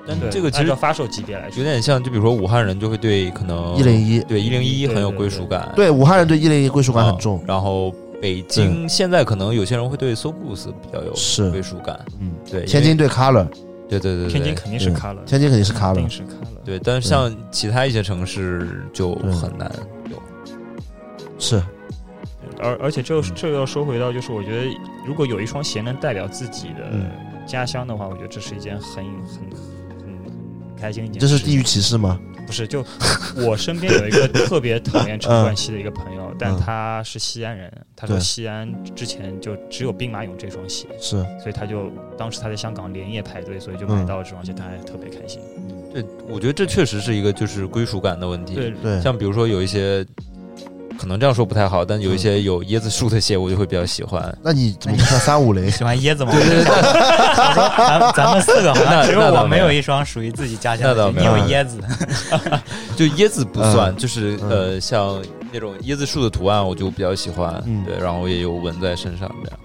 B: 但
C: 对，
B: 嗯这个其
C: 按
B: 实
C: 照发售级别来说
B: 有。点像，就比如说武汉人就会对可能
A: 一零一，
B: 对一零一
C: 对
B: 很有
C: 对
B: 归
C: 对
B: 属感，
A: 对武汉人对一零一归属感很重
B: 啊，然后北京现在可能有些人会对 So Goose 比较有
A: 是
B: 归，属感，
A: 嗯，
B: 对，因为
A: 天津对 Color，
B: 对对对对
C: 天津肯定是
A: 对嗯
C: 卡了，
A: 天津肯定是
C: 肯定
A: Color，
C: 是卡了。
B: 对，但是像其他一些城市就
A: 对
B: 很难有。
A: 是，
C: 而而且这这又要说回到，就是我觉得如果有一双鞋能代表自己的
A: 嗯
C: 家乡的话，我觉得这是一件很很很很开心的一件
A: 这
C: 事情。
A: 是地域歧视吗？
C: 不是，就我身边有 一个特别讨厌陈冠希的一个朋友，但他是西安人，他说
A: 嗯对
C: 西安之前就只有兵马俑这双鞋，
A: 是，
C: 所以他就当时他在香港连夜排队，所以就
A: 嗯
C: 买到了这双鞋，他还特别开心。
B: 对，我觉得这确实是一个就是归属感的问题。
C: 对，
A: 对，
B: 像比如说有一些，可能这样说不太好，但
A: 嗯
B: 有一些有椰子树的鞋，我就会比较喜欢。
A: 那你怎么不穿三五零？
D: 喜欢椰子吗？对 对对，咱们咱们四个好像
B: 那
D: 只有
B: 那倒
D: 我没有
B: 没
D: 一双属于自己家乡
B: 那倒
D: 的鞋，
B: 没
D: 你有
A: 有
D: 椰子，
B: 就椰子不算，
A: 嗯
B: 就是
A: 嗯
B: 呃，像那种椰子树的图案，我就比较喜欢。
A: 嗯
B: 对，然后也有纹在身上这样。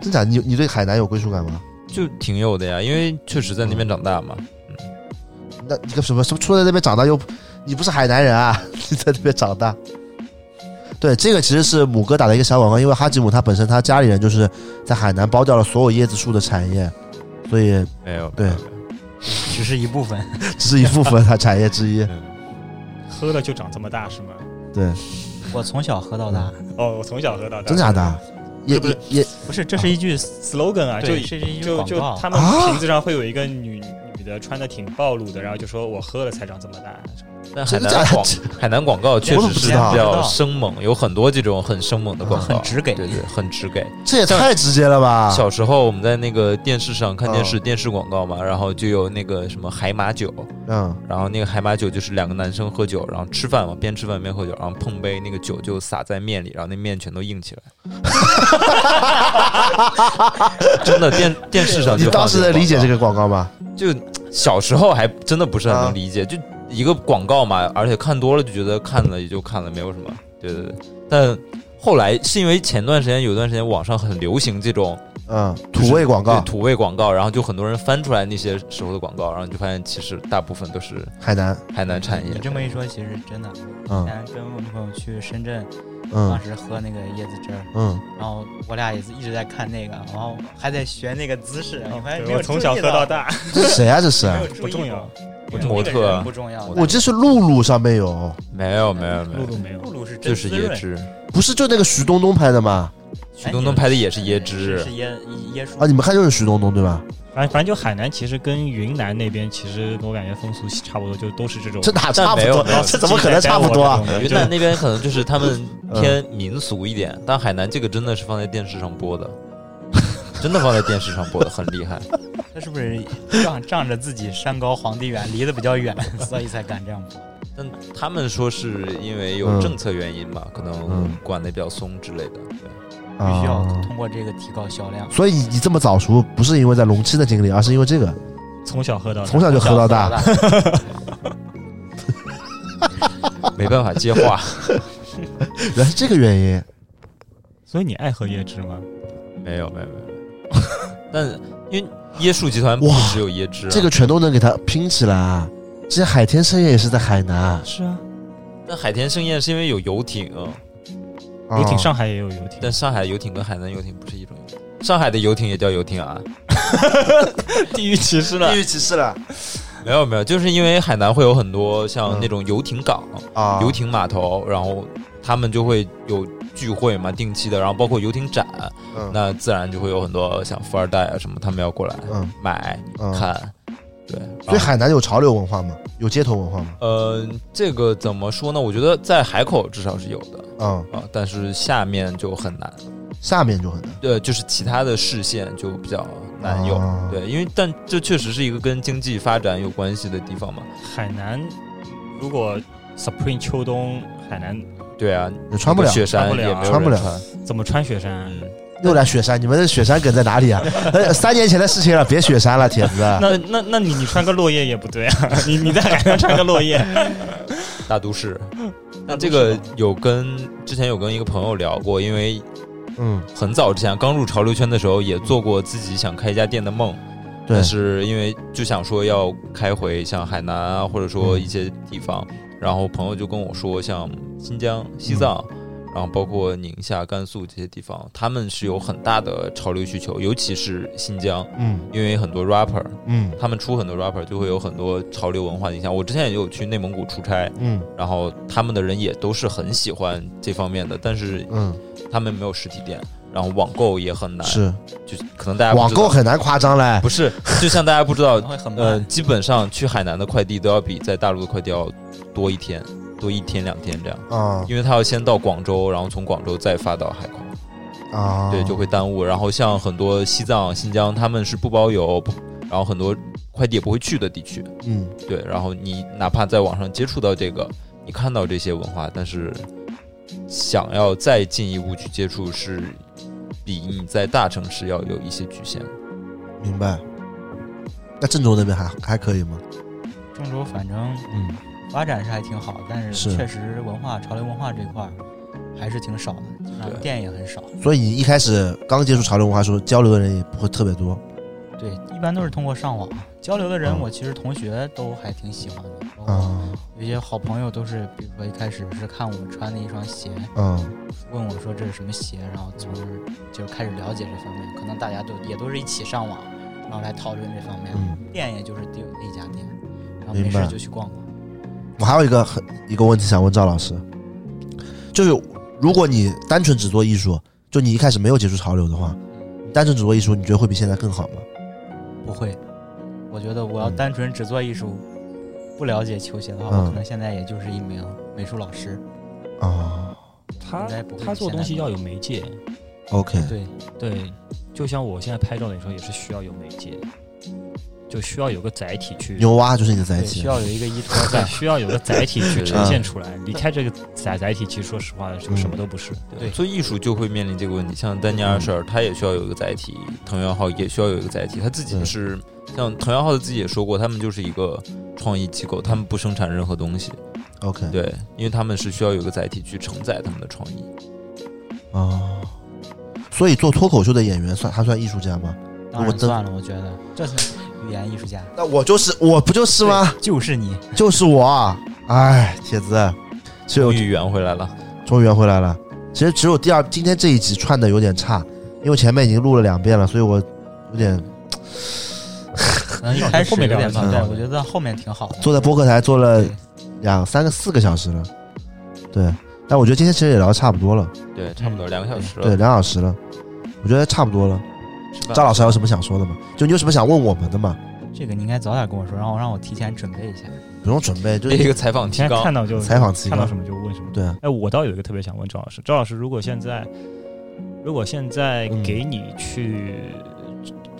A: 真假？你你对海南有归属感吗？
B: 就挺有的呀，因为确实在那边长大嘛。
A: 嗯那你个什么什么出来那边长大又，你不是海南人啊？ 你在那边长大。对，这个其实是母哥打的一个小广告，因为哈吉姆他本身他家里人就是在海南包掉了所有椰子树的产业，所以
B: 没有，
A: 对
B: 没有没有
D: 只是一部分。
A: 只是一部分他 产业之一。
C: 喝了就长这么大是吗？
A: 对，
D: 我从小喝到大，
C: 哦，我从小喝到大，
A: 真假的？啊也也也
D: 不是，这是一句
C: slogan 啊，就
D: 对这是一句
C: 就
D: 广
C: 就
D: 告。
C: 他们瓶子上会有一个女女的穿的挺暴露的，然后就说我喝了才长这么大，
B: 但海
A: 真的
B: 南
A: 假的
B: 广 海南广告确
A: 我怎么
B: 实
A: 不
B: 是
A: 知
B: 比
A: 道啊
B: 较生猛，有很多这种很生猛的广告，
D: 很直给
B: 对对，很直给。
A: 这也太直接了吧？
B: 小时候我们在那个电视上看电视，电视广告嘛，然后就有那个什么海马酒，
A: 嗯，
B: 然后那个海马酒就是两个男生喝酒，然后吃饭嘛，边吃饭边喝酒，然后碰杯，那个酒就洒在面里，然后那面全都硬起来。 真的电电视上就
A: 你当时能理解这
B: 个
A: 个广告吗？
B: 就小时候还真的不是很
A: 啊
B: 能理解，就一个广告嘛，而且看多了就觉得看了也就看了，没有什么。对对对，但后来是因为前段时间有段时间网上很流行这种
A: 嗯，土味广告
B: 对，土味广告，然后就很多人翻出来那些时候的广告，然后你就发现其实大部分都是
A: 海南，
B: 海南产业
D: 你。这么一说，其实真的，之
A: 嗯
D: 前跟我女朋友去深圳，当
A: 嗯
D: 时喝那个椰子汁儿，
A: 嗯，
D: 然后我俩也是一直在看那个，然后还在学那个姿势，你发现
C: 哦
D: 没
C: 对
D: 有
C: 我从小喝到大，
A: 这是谁啊？这是
D: 注意到，没
B: 模
C: 不重要
D: 有注意到，因为那个
B: 特
D: 人不重要，
A: 我这是露露上面有，
B: 没有没有没
C: 露
B: 有，
C: 露没有
D: 露，露是真
B: 就是
D: 滋
B: 椰
D: 润哎
B: 汁，
A: 不是就那个徐冬冬拍的吗？
B: 徐冬冬拍的也是椰汁
D: 是是，椰椰椰树
A: 啊，你们看就是徐冬冬对吧？
C: 反反正就海南其实跟云南那边其实我感觉风俗差不多，就都是这种。
A: 这哪差不
B: 没有
A: 多
B: 没有？
A: 这怎么可能差不多啊？
B: 云南那边可能就是他们
A: 嗯
B: 偏民俗一点，但海南这个真的是放在电视上播的， 真的放在电视上播的，很厉害。
D: 他是不是仗仗着自己山高皇帝远，离得比较远，所以才敢这样播？
B: 但他们说是因为有
A: 嗯
B: 政策原因吧，可能
A: 嗯
B: 管的比较松之类的。对
D: 必须要
A: 啊
D: 通过这个提高销 量。
A: 所以你这么早熟，不是因为在龙七的经历，而是因为这个，
C: 从小喝到大
A: 从小就喝到大。
B: 没办法 接话，
A: 原来是这个原因。
C: 所以你爱喝椰汁吗？
B: 没有没有没有。 但因为椰树集团不
A: 哇
B: 只有椰汁、啊，
A: 这个全都能给它拼起来啊！之前海天盛宴也是在海南啊，
C: 是啊，
B: 但海天盛宴是因为有游艇，
A: 嗯
C: 游艇上海也有游艇，
B: 但上海游艇跟海南游艇不是一种游艇。上海的游艇也叫游艇 啊？
C: 地域歧视
A: 啊地域歧视了
B: 没有没有，就是因为海南会有很多像那种游艇港、
A: 嗯啊！
B: 游艇码头，然后他们就会有聚会嘛，定期的，然后包括游艇展，
A: 嗯
B: 那自然就会有很多像富二代啊什么，他们要过来
A: 嗯
B: 买、
A: 嗯，
B: 看，对。
A: 所以海南有潮流文化吗？有街头文化吗？
B: 呃，这个怎么说呢？我觉得在海口至少是有的
A: 嗯，
B: 啊，但是下面就很难。
A: 下面就很难。
B: 对，就是其他的市县就比较难有。
A: 啊
B: 对，因为但这确实是一个跟经济发展有关系的地方嘛。
C: 海南如果 Supreme 秋冬海南
B: 对啊，
A: 也穿不了
B: 那个雪山
C: 穿不了
B: 也没有人
A: 穿不了
C: 怎么穿雪山啊？
B: 嗯，
A: 又来雪山，你们的雪山梗在哪里啊？呃三年前的事情了，别雪山了，铁子。
C: 那那那你你穿个落叶也不对啊！ 你你在海南穿个落叶，
B: 大都市。那这个有跟之前有跟一个朋友聊过，因为
A: 嗯，
B: 很早之前刚入潮流圈的时候，也做过自己想开一家店的梦，
A: 对
B: 但，是因为就想说要开回像海南啊，或者说一些地方，
A: 嗯
B: 然后朋友就跟我说，像新疆、西藏，
A: 嗯
B: 然后包括宁夏、甘肃这些地方，他们是有很大的潮流需求，尤其是新疆，
A: 嗯
B: 因为很多 rapper，
A: 嗯
B: 他们出很多 rapper 就会有很多潮流文化的影响。我之前也有去内蒙古出差，
A: 嗯
B: 然后他们的人也都是很喜欢这方面的，但是
A: 嗯，
B: 他们没有实体店。然后网购也很难，
A: 是
B: 就可能大家不
A: 网
B: 知道
A: 购很难夸张嘞。
B: 不是，就像大家不知道
D: 可能 会很
B: 呃，
D: 慢。
B: 基本上去海南的快递都要比在大陆的快递要多一天，多一天两天这样，
A: 啊
B: 因为他要先到广州，然后从广州再发到海口，
A: 啊，
B: 对，就会耽误。然后像很多西藏、新疆，他们是不包邮，不，然后很多快递也不会去的地区，
A: 嗯
B: 对。然后你哪怕在网上接触到这个，你看到这些文化，但是想要再进一步去接触，是比你在大城市要有一些局限的。
A: 明白。那郑州那边还还可以吗？
D: 郑州反正
A: 嗯
D: 发展是还挺好，但是
A: 是
D: 确实文化潮流文化这块儿还是挺少的，那
B: 对
D: 店也很少。
A: 所以你一开始刚接触潮流文化的时候，交流的人也不会特别多。
D: 对，一般都是通过上网啊交流的人，
A: 嗯
D: 我其实同学都还挺喜欢的，包括
A: 啊，
D: 有些好朋友都是，比如说一开始是看我穿的一双鞋，
A: 嗯
D: 问我说这是什么鞋，然后从而就开始了解这方面。可能大家都也都是一起上网，然后来讨论这方面。
A: 嗯，
D: 店也就是只有那家店，然后没
A: 明白
D: 事就去逛逛。
A: 我还有一个很一个问题想问赵老师，就是如果你单纯只做艺术，就你一开始没有接触潮流的话，你单纯只做艺术，你觉得会比现在更好吗？
D: 不会，我觉得我要
A: 嗯
D: 单纯只做艺术，不了解球鞋的话，
A: 嗯
D: 我可能现在也就是一名美术老师。
A: 啊
C: 他
D: 应该不会
C: 他做东西
D: 现在
C: 要有媒介，
A: ，OK，
D: 对，
C: 对，就像我现在拍照的时候也是需要有媒介，就需要有个载体去，
A: 牛蛙就是你的载
D: 对，
A: 体
D: 需，要有一个依托
C: 对，
D: 在。
C: 需要有个载体去呈现 出来。
A: 嗯
C: 离开这个载载体，其实说实话就什么都不是。
D: 对
B: 做艺术就会面临这个问题，像丹尼尔舍尔，
A: 嗯
B: 他也需要有一个载体，藤原浩也需要有一个载体，他自己是像藤原浩自己也说过，他们就是一个创意机构，他们不生产任何东西，
A: OK，
B: 对，因为他们是需要有一个载体去承载他们的创意。
A: 啊，所以做脱口秀的演员算他算艺术家吗？
D: 当
A: 我
D: 然
A: 真
D: 算了，我觉得这是语言艺术家，
A: 那我就是我不就是吗？
D: 就是 你。
A: 就是我啊，哎，铁子，只有
B: 终于圆回来了，
A: 终于圆回来了。其实只有第二今天这一集串的有点差，因为前面已经录了两遍了，所以我有点
D: 能一开始
C: 后面
D: 有
C: 聊
D: 点
C: 得挺
D: 矛盾，
C: 好的
D: 我觉得后面挺好的。
A: 坐在播客台坐了
D: 对
A: 两三个四个小时了，对。但我觉得今天其实也聊得差不多了，
B: 对，差不多两个小时了。
A: 嗯对，两小时了，我觉得差不多了。
B: 吃饭
A: 赵老师还有什么想说的吗？就你有什么想问我们的吗？
D: 这个你应该早点跟我说，然后让我提前准备一下。
A: 不用准备，就
B: 列一
A: 是
B: 个采访提
C: 现在
B: 纲
C: 看，到就
A: 采访提
C: 看到
A: 纲。
C: 什么就问什么。
A: 对啊，
C: 哎，我倒有一个特别想问赵老师，赵老师，如果现在，如果现在
A: 嗯
C: 给你去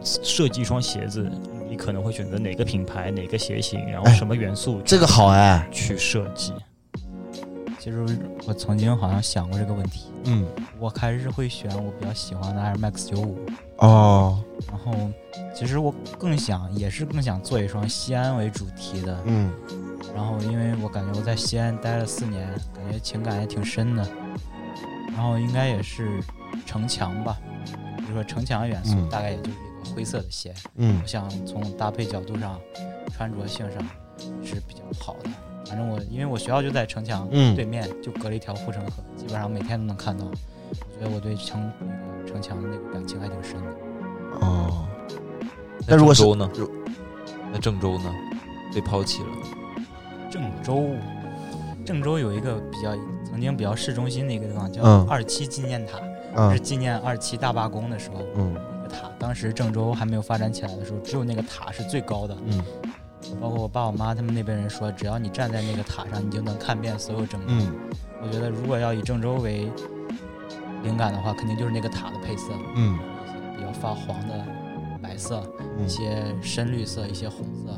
C: 设计一双鞋子，你可能会选择哪个品牌、哪个鞋型，然后
A: 哎
C: 什么元素
A: 这个好哎，
C: 去设计？
D: 其实我曾经好像想过这个问题，
A: 嗯，
D: 我还是会选我比较喜欢的 Air Max 九五。
A: 哦，
D: 然后，其实我更想，也是更想做一双西安为主题的。
A: 嗯
D: 然后，因为我感觉我在西安待了四年，感觉情感也挺深的。然后应该也是城墙吧，比如说城墙的元素，
A: 嗯
D: 大概也就是一个灰色的鞋。
A: 嗯
D: 我想从搭配角度上、穿着性上是比较好的。反正我因为我学校就在城墙
A: 嗯
D: 对面，就隔了一条护城河，基本上每天都能看到。我觉得我对城那个城墙的那个感情还挺深的。
A: 哦，
B: 那
A: 那如果是
B: 郑州呢
A: 如？
B: 那郑州呢？被抛弃了。
D: 郑州，郑州有一个比较曾经比较市中心的一个地方叫
A: 嗯
D: 二七纪念塔，是
A: 嗯
D: 纪念二七大罢工的时候
A: 嗯
D: 那个塔。当时郑州还没有发展起来的时候，只有那个塔是最高的。
A: 嗯
D: 包括我爸我妈他们那边人说，只要你站在那个塔上，你就能看遍所有郑州。
A: 嗯
D: 我觉得如果要以郑州为灵感的话，肯定就是那个塔的配色，
A: 嗯
D: 比较发黄的白色，一
A: 嗯
D: 些深绿色，一些红色，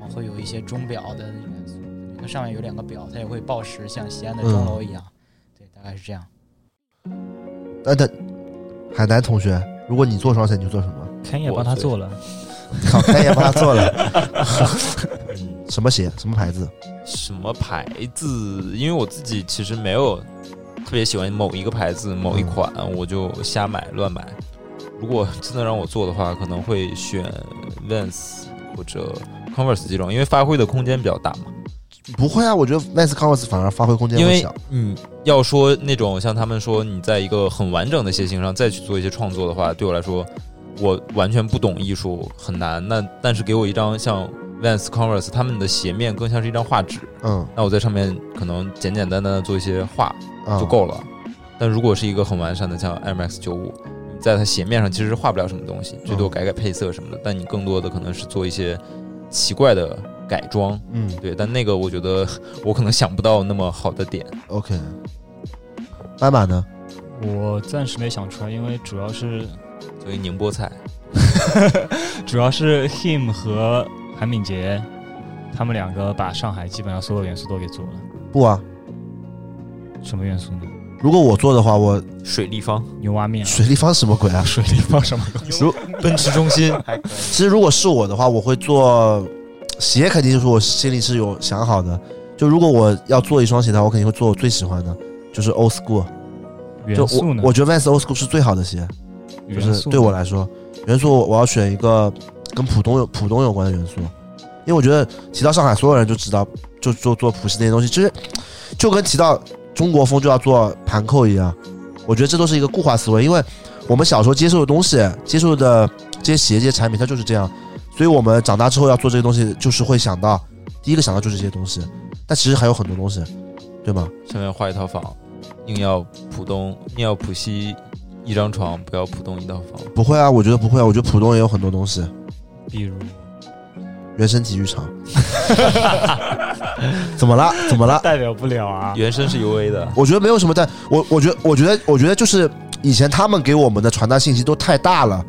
D: 然后会有一些钟表的元素。那上面有两个表，它也会报时，像西安的钟
A: 嗯
D: 楼一样。对，大概是这样。
A: 那等呃海南同学，如果你做双鞋，你会做什么？
C: 肯也
B: 我
C: 帮他
B: 最
C: 做了，
A: 好，咱也帮他做了
B: 嗯，
A: 什么鞋，什么牌子？
B: 什么牌子？因为我自己其实没有特别喜欢某一个牌子、某一款，我就瞎买乱买。如果真的让我做的话，可能会选 Vans 或者 Converse 这种，因为发挥的空间比较大嘛。
A: 不会啊，我觉得 Nice Converse 反而发挥空间
B: 因
A: 会
B: 为
A: 小。
B: 嗯，要说那种像他们说你在一个很完整的鞋型上再去做一些创作的话，对我来说，我完全不懂艺术，很难。那但是给我一张像 Vans、Converse 他们的鞋面更像是一张画纸，
A: 嗯
B: 那我在上面可能简简单单的做一些画
A: 啊，
B: 就够了。但如果是一个很完善的像 Air Max 九五，你在它鞋面上其实画不了什么东西，最多改改配色什么的，但你更多的可能是做一些奇怪的改装。
A: 嗯
B: 对，但那个我觉得我可能想不到那么好的点。
A: ，OK。斑马呢？
C: 我暂时没想出来，因为主要是
B: 所以宁波菜，
C: 主要是 him 和韩敏杰，他们两个把上海基本上所有元素都给做了。
A: 不啊，
C: 什么元素呢？
A: 如果我做的话，我
B: 水立方、
C: 牛蛙面啊、
A: 水立方什么鬼啊？
C: 水立方什么东西？
B: 奔驰中心，
A: 其实如果是我的话，我会做鞋，肯定就是我心里是有想好的。就如果我要做一双鞋的话，我肯定会做我最喜欢的，就是 Old School。就
C: 元素
A: 我
C: 呢？
A: 我觉得 Vans Old School 是最好的鞋，就
C: 元
A: 是
C: 素
A: 对我来说，元素我我要选一个跟浦东有浦东有关的元素，因为我觉得提到上海，所有人就知道就做做浦西那些东西，就是就跟提到中国风就要做盘扣一样，我觉得这都是一个固化思维，因为我们小时候接受的东西、接受的这些鞋、这些产品，它就是这样，所以我们长大之后要做这些东西，就是会想到第一个想到就是这些东西，但其实还有很多东西，对吗？
B: 上面画一套房，硬要浦东，硬要浦西一张床，不要浦东一套房。
A: 不会啊，我觉得不会啊，我觉得浦东也有很多东西，
C: 比如
A: 原生体育场。 怎么了？怎么了？
C: 代表不了啊。
B: 原生是 U A 的，
A: 我觉得没有什么但我我觉得我觉得我觉得就是以前他们给我们的传达信息都太大了。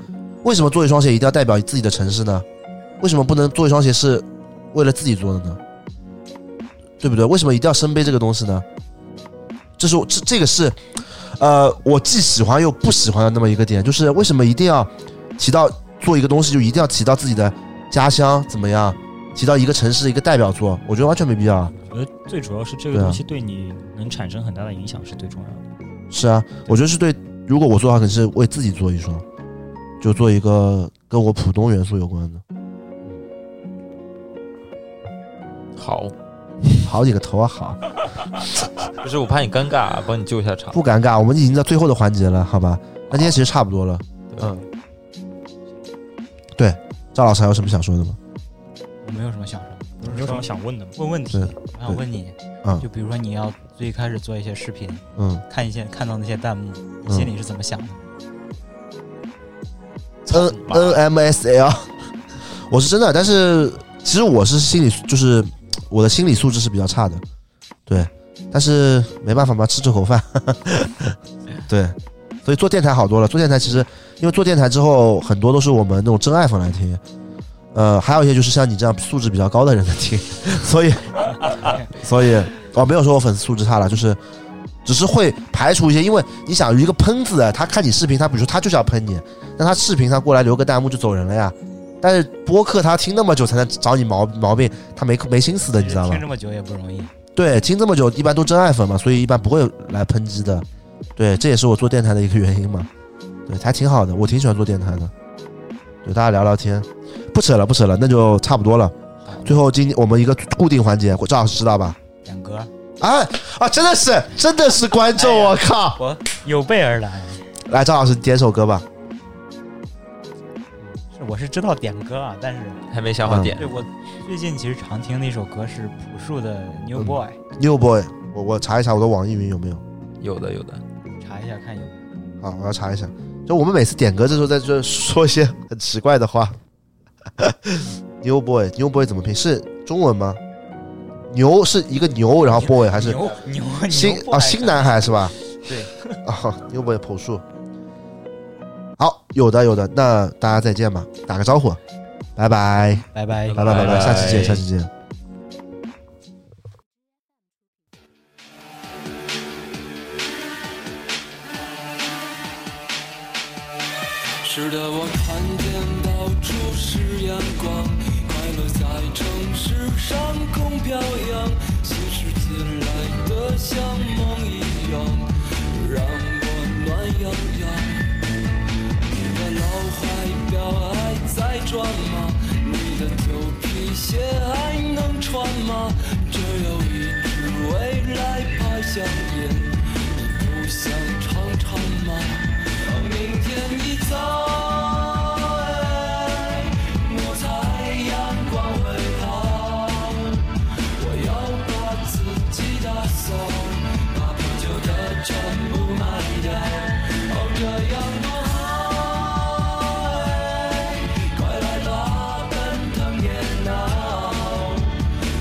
A: 为什么做一双鞋一定要代表自己的城市呢？为什么不能做一双鞋是为了自己做的呢？对不对？为什么一定要身背这个东西呢？这是我这这个是，呃，我既喜欢又不喜欢的那么一个点，就是为什么一定要提到做一个东西就一定要提到自己的家乡怎么样？提到一个城市的一个代表作，我觉得完全没必要啊。
C: 我觉得最主要是这个
A: 对啊
C: 东西对你能产生很大的影响是最重要的。
A: 是啊，我觉得是对。如果我做的话，肯定是为自己做一双，就做一个跟我浦东元素有关的。
B: 好，
A: 好你个头啊！好，
B: 不是我怕你尴尬，啊帮你救一下场。
A: 不尴尬，我们已经在最后嗯的环节了，好吧？那今天其实差不多了。
B: 对
A: 嗯，对，赵老师还有什么想说的吗？
D: 我没有什么想说的，
C: 有什么想问的吗？
D: 问问题
A: 对，
D: 我想问你，
A: 嗯
D: 就比如说你要最开始做一些视频，
A: 嗯，
D: 看一些看到那些弹幕，
A: 嗯
D: 你心里是怎么想的？
A: N N M S L，我是真的，但是其实我是心理就是我的心理素质是比较差的，对，但是没办法嘛，吃这口饭， 对，所以做电台好多了。做电台其实因为做电台之后，很多都是我们那种真爱粉来听，呃，还有一些就是像你这样素质比较高的人在听， 所以所以哦，没有说我粉丝素质差了，就是。只是会排除一些，因为你想一个喷子，他看你视频，他比如说他就是要喷你，那他视频他过来留个弹幕就走人了呀。但是播客他听那么久才能找你毛毛病，他没没心思的，你知道吗
D: 听？这么久也不容易，
A: 对，听这么久一般都真爱粉嘛，所以一般不会来抨击的。对，这也是我做电台的一个原因嘛。对，还挺好的，我挺喜欢做电台的。对，大家聊聊天，不扯了，不扯了，那就差不多了。最后今我们一个固定环节，赵老师知道吧？
D: 点歌，
A: 哎啊，真的是真的是观众，我靠！
D: 我有备而来。
A: 来，赵老师点首歌吧。
D: 是，我是知道点歌啊，但是
B: 还没想好
A: 嗯
B: 点
D: 对。我最近其实常听的一首歌是朴树的《New
A: 嗯
D: Boy》，
A: New Boy，我我查一查我的网易云有没有。
B: 有的有的，
D: 查一下看有。
A: 好，啊我要查一下。就我们每次点歌这时候在这说一些很奇怪的话。牛 boy，牛 boy 怎么拼？是中文吗？牛是一个牛，然后 boy 还是
D: 牛牛
A: 新
D: 牛 boy
A: 啊新男孩是吧？
D: 对
A: 啊，牛 boy 朴树。好，有的有的，那大家再见吧，打个招呼，拜拜，
D: 拜拜
A: 拜拜拜拜，下期见，
B: 拜
A: 下期见。
F: 是的，我看见到处是阳光，快乐在城市上空飘扬，心事进来的像梦一样，让我暖洋洋。你的老怀表还在转吗？你的旧皮鞋还能穿吗？只有一支未来牌香烟，你不想尝尝吗？明天一早，哎，我猜阳光会好。我要把自己打扫，把破旧的全部卖掉。哦，这样多好，哎，快来吧，奔腾热闹，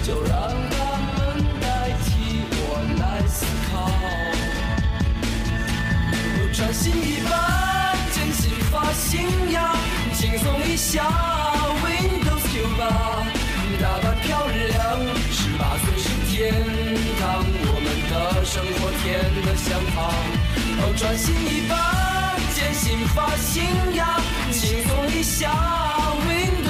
F: 就让他们代替我来思考。穿新衣吧，剪新发型呀，轻松一下，Windows 九八，打扮漂亮，十八岁是天堂，我们的生活甜得像糖。哦，穿新衣吧，剪新发型呀，轻松一下，Windows。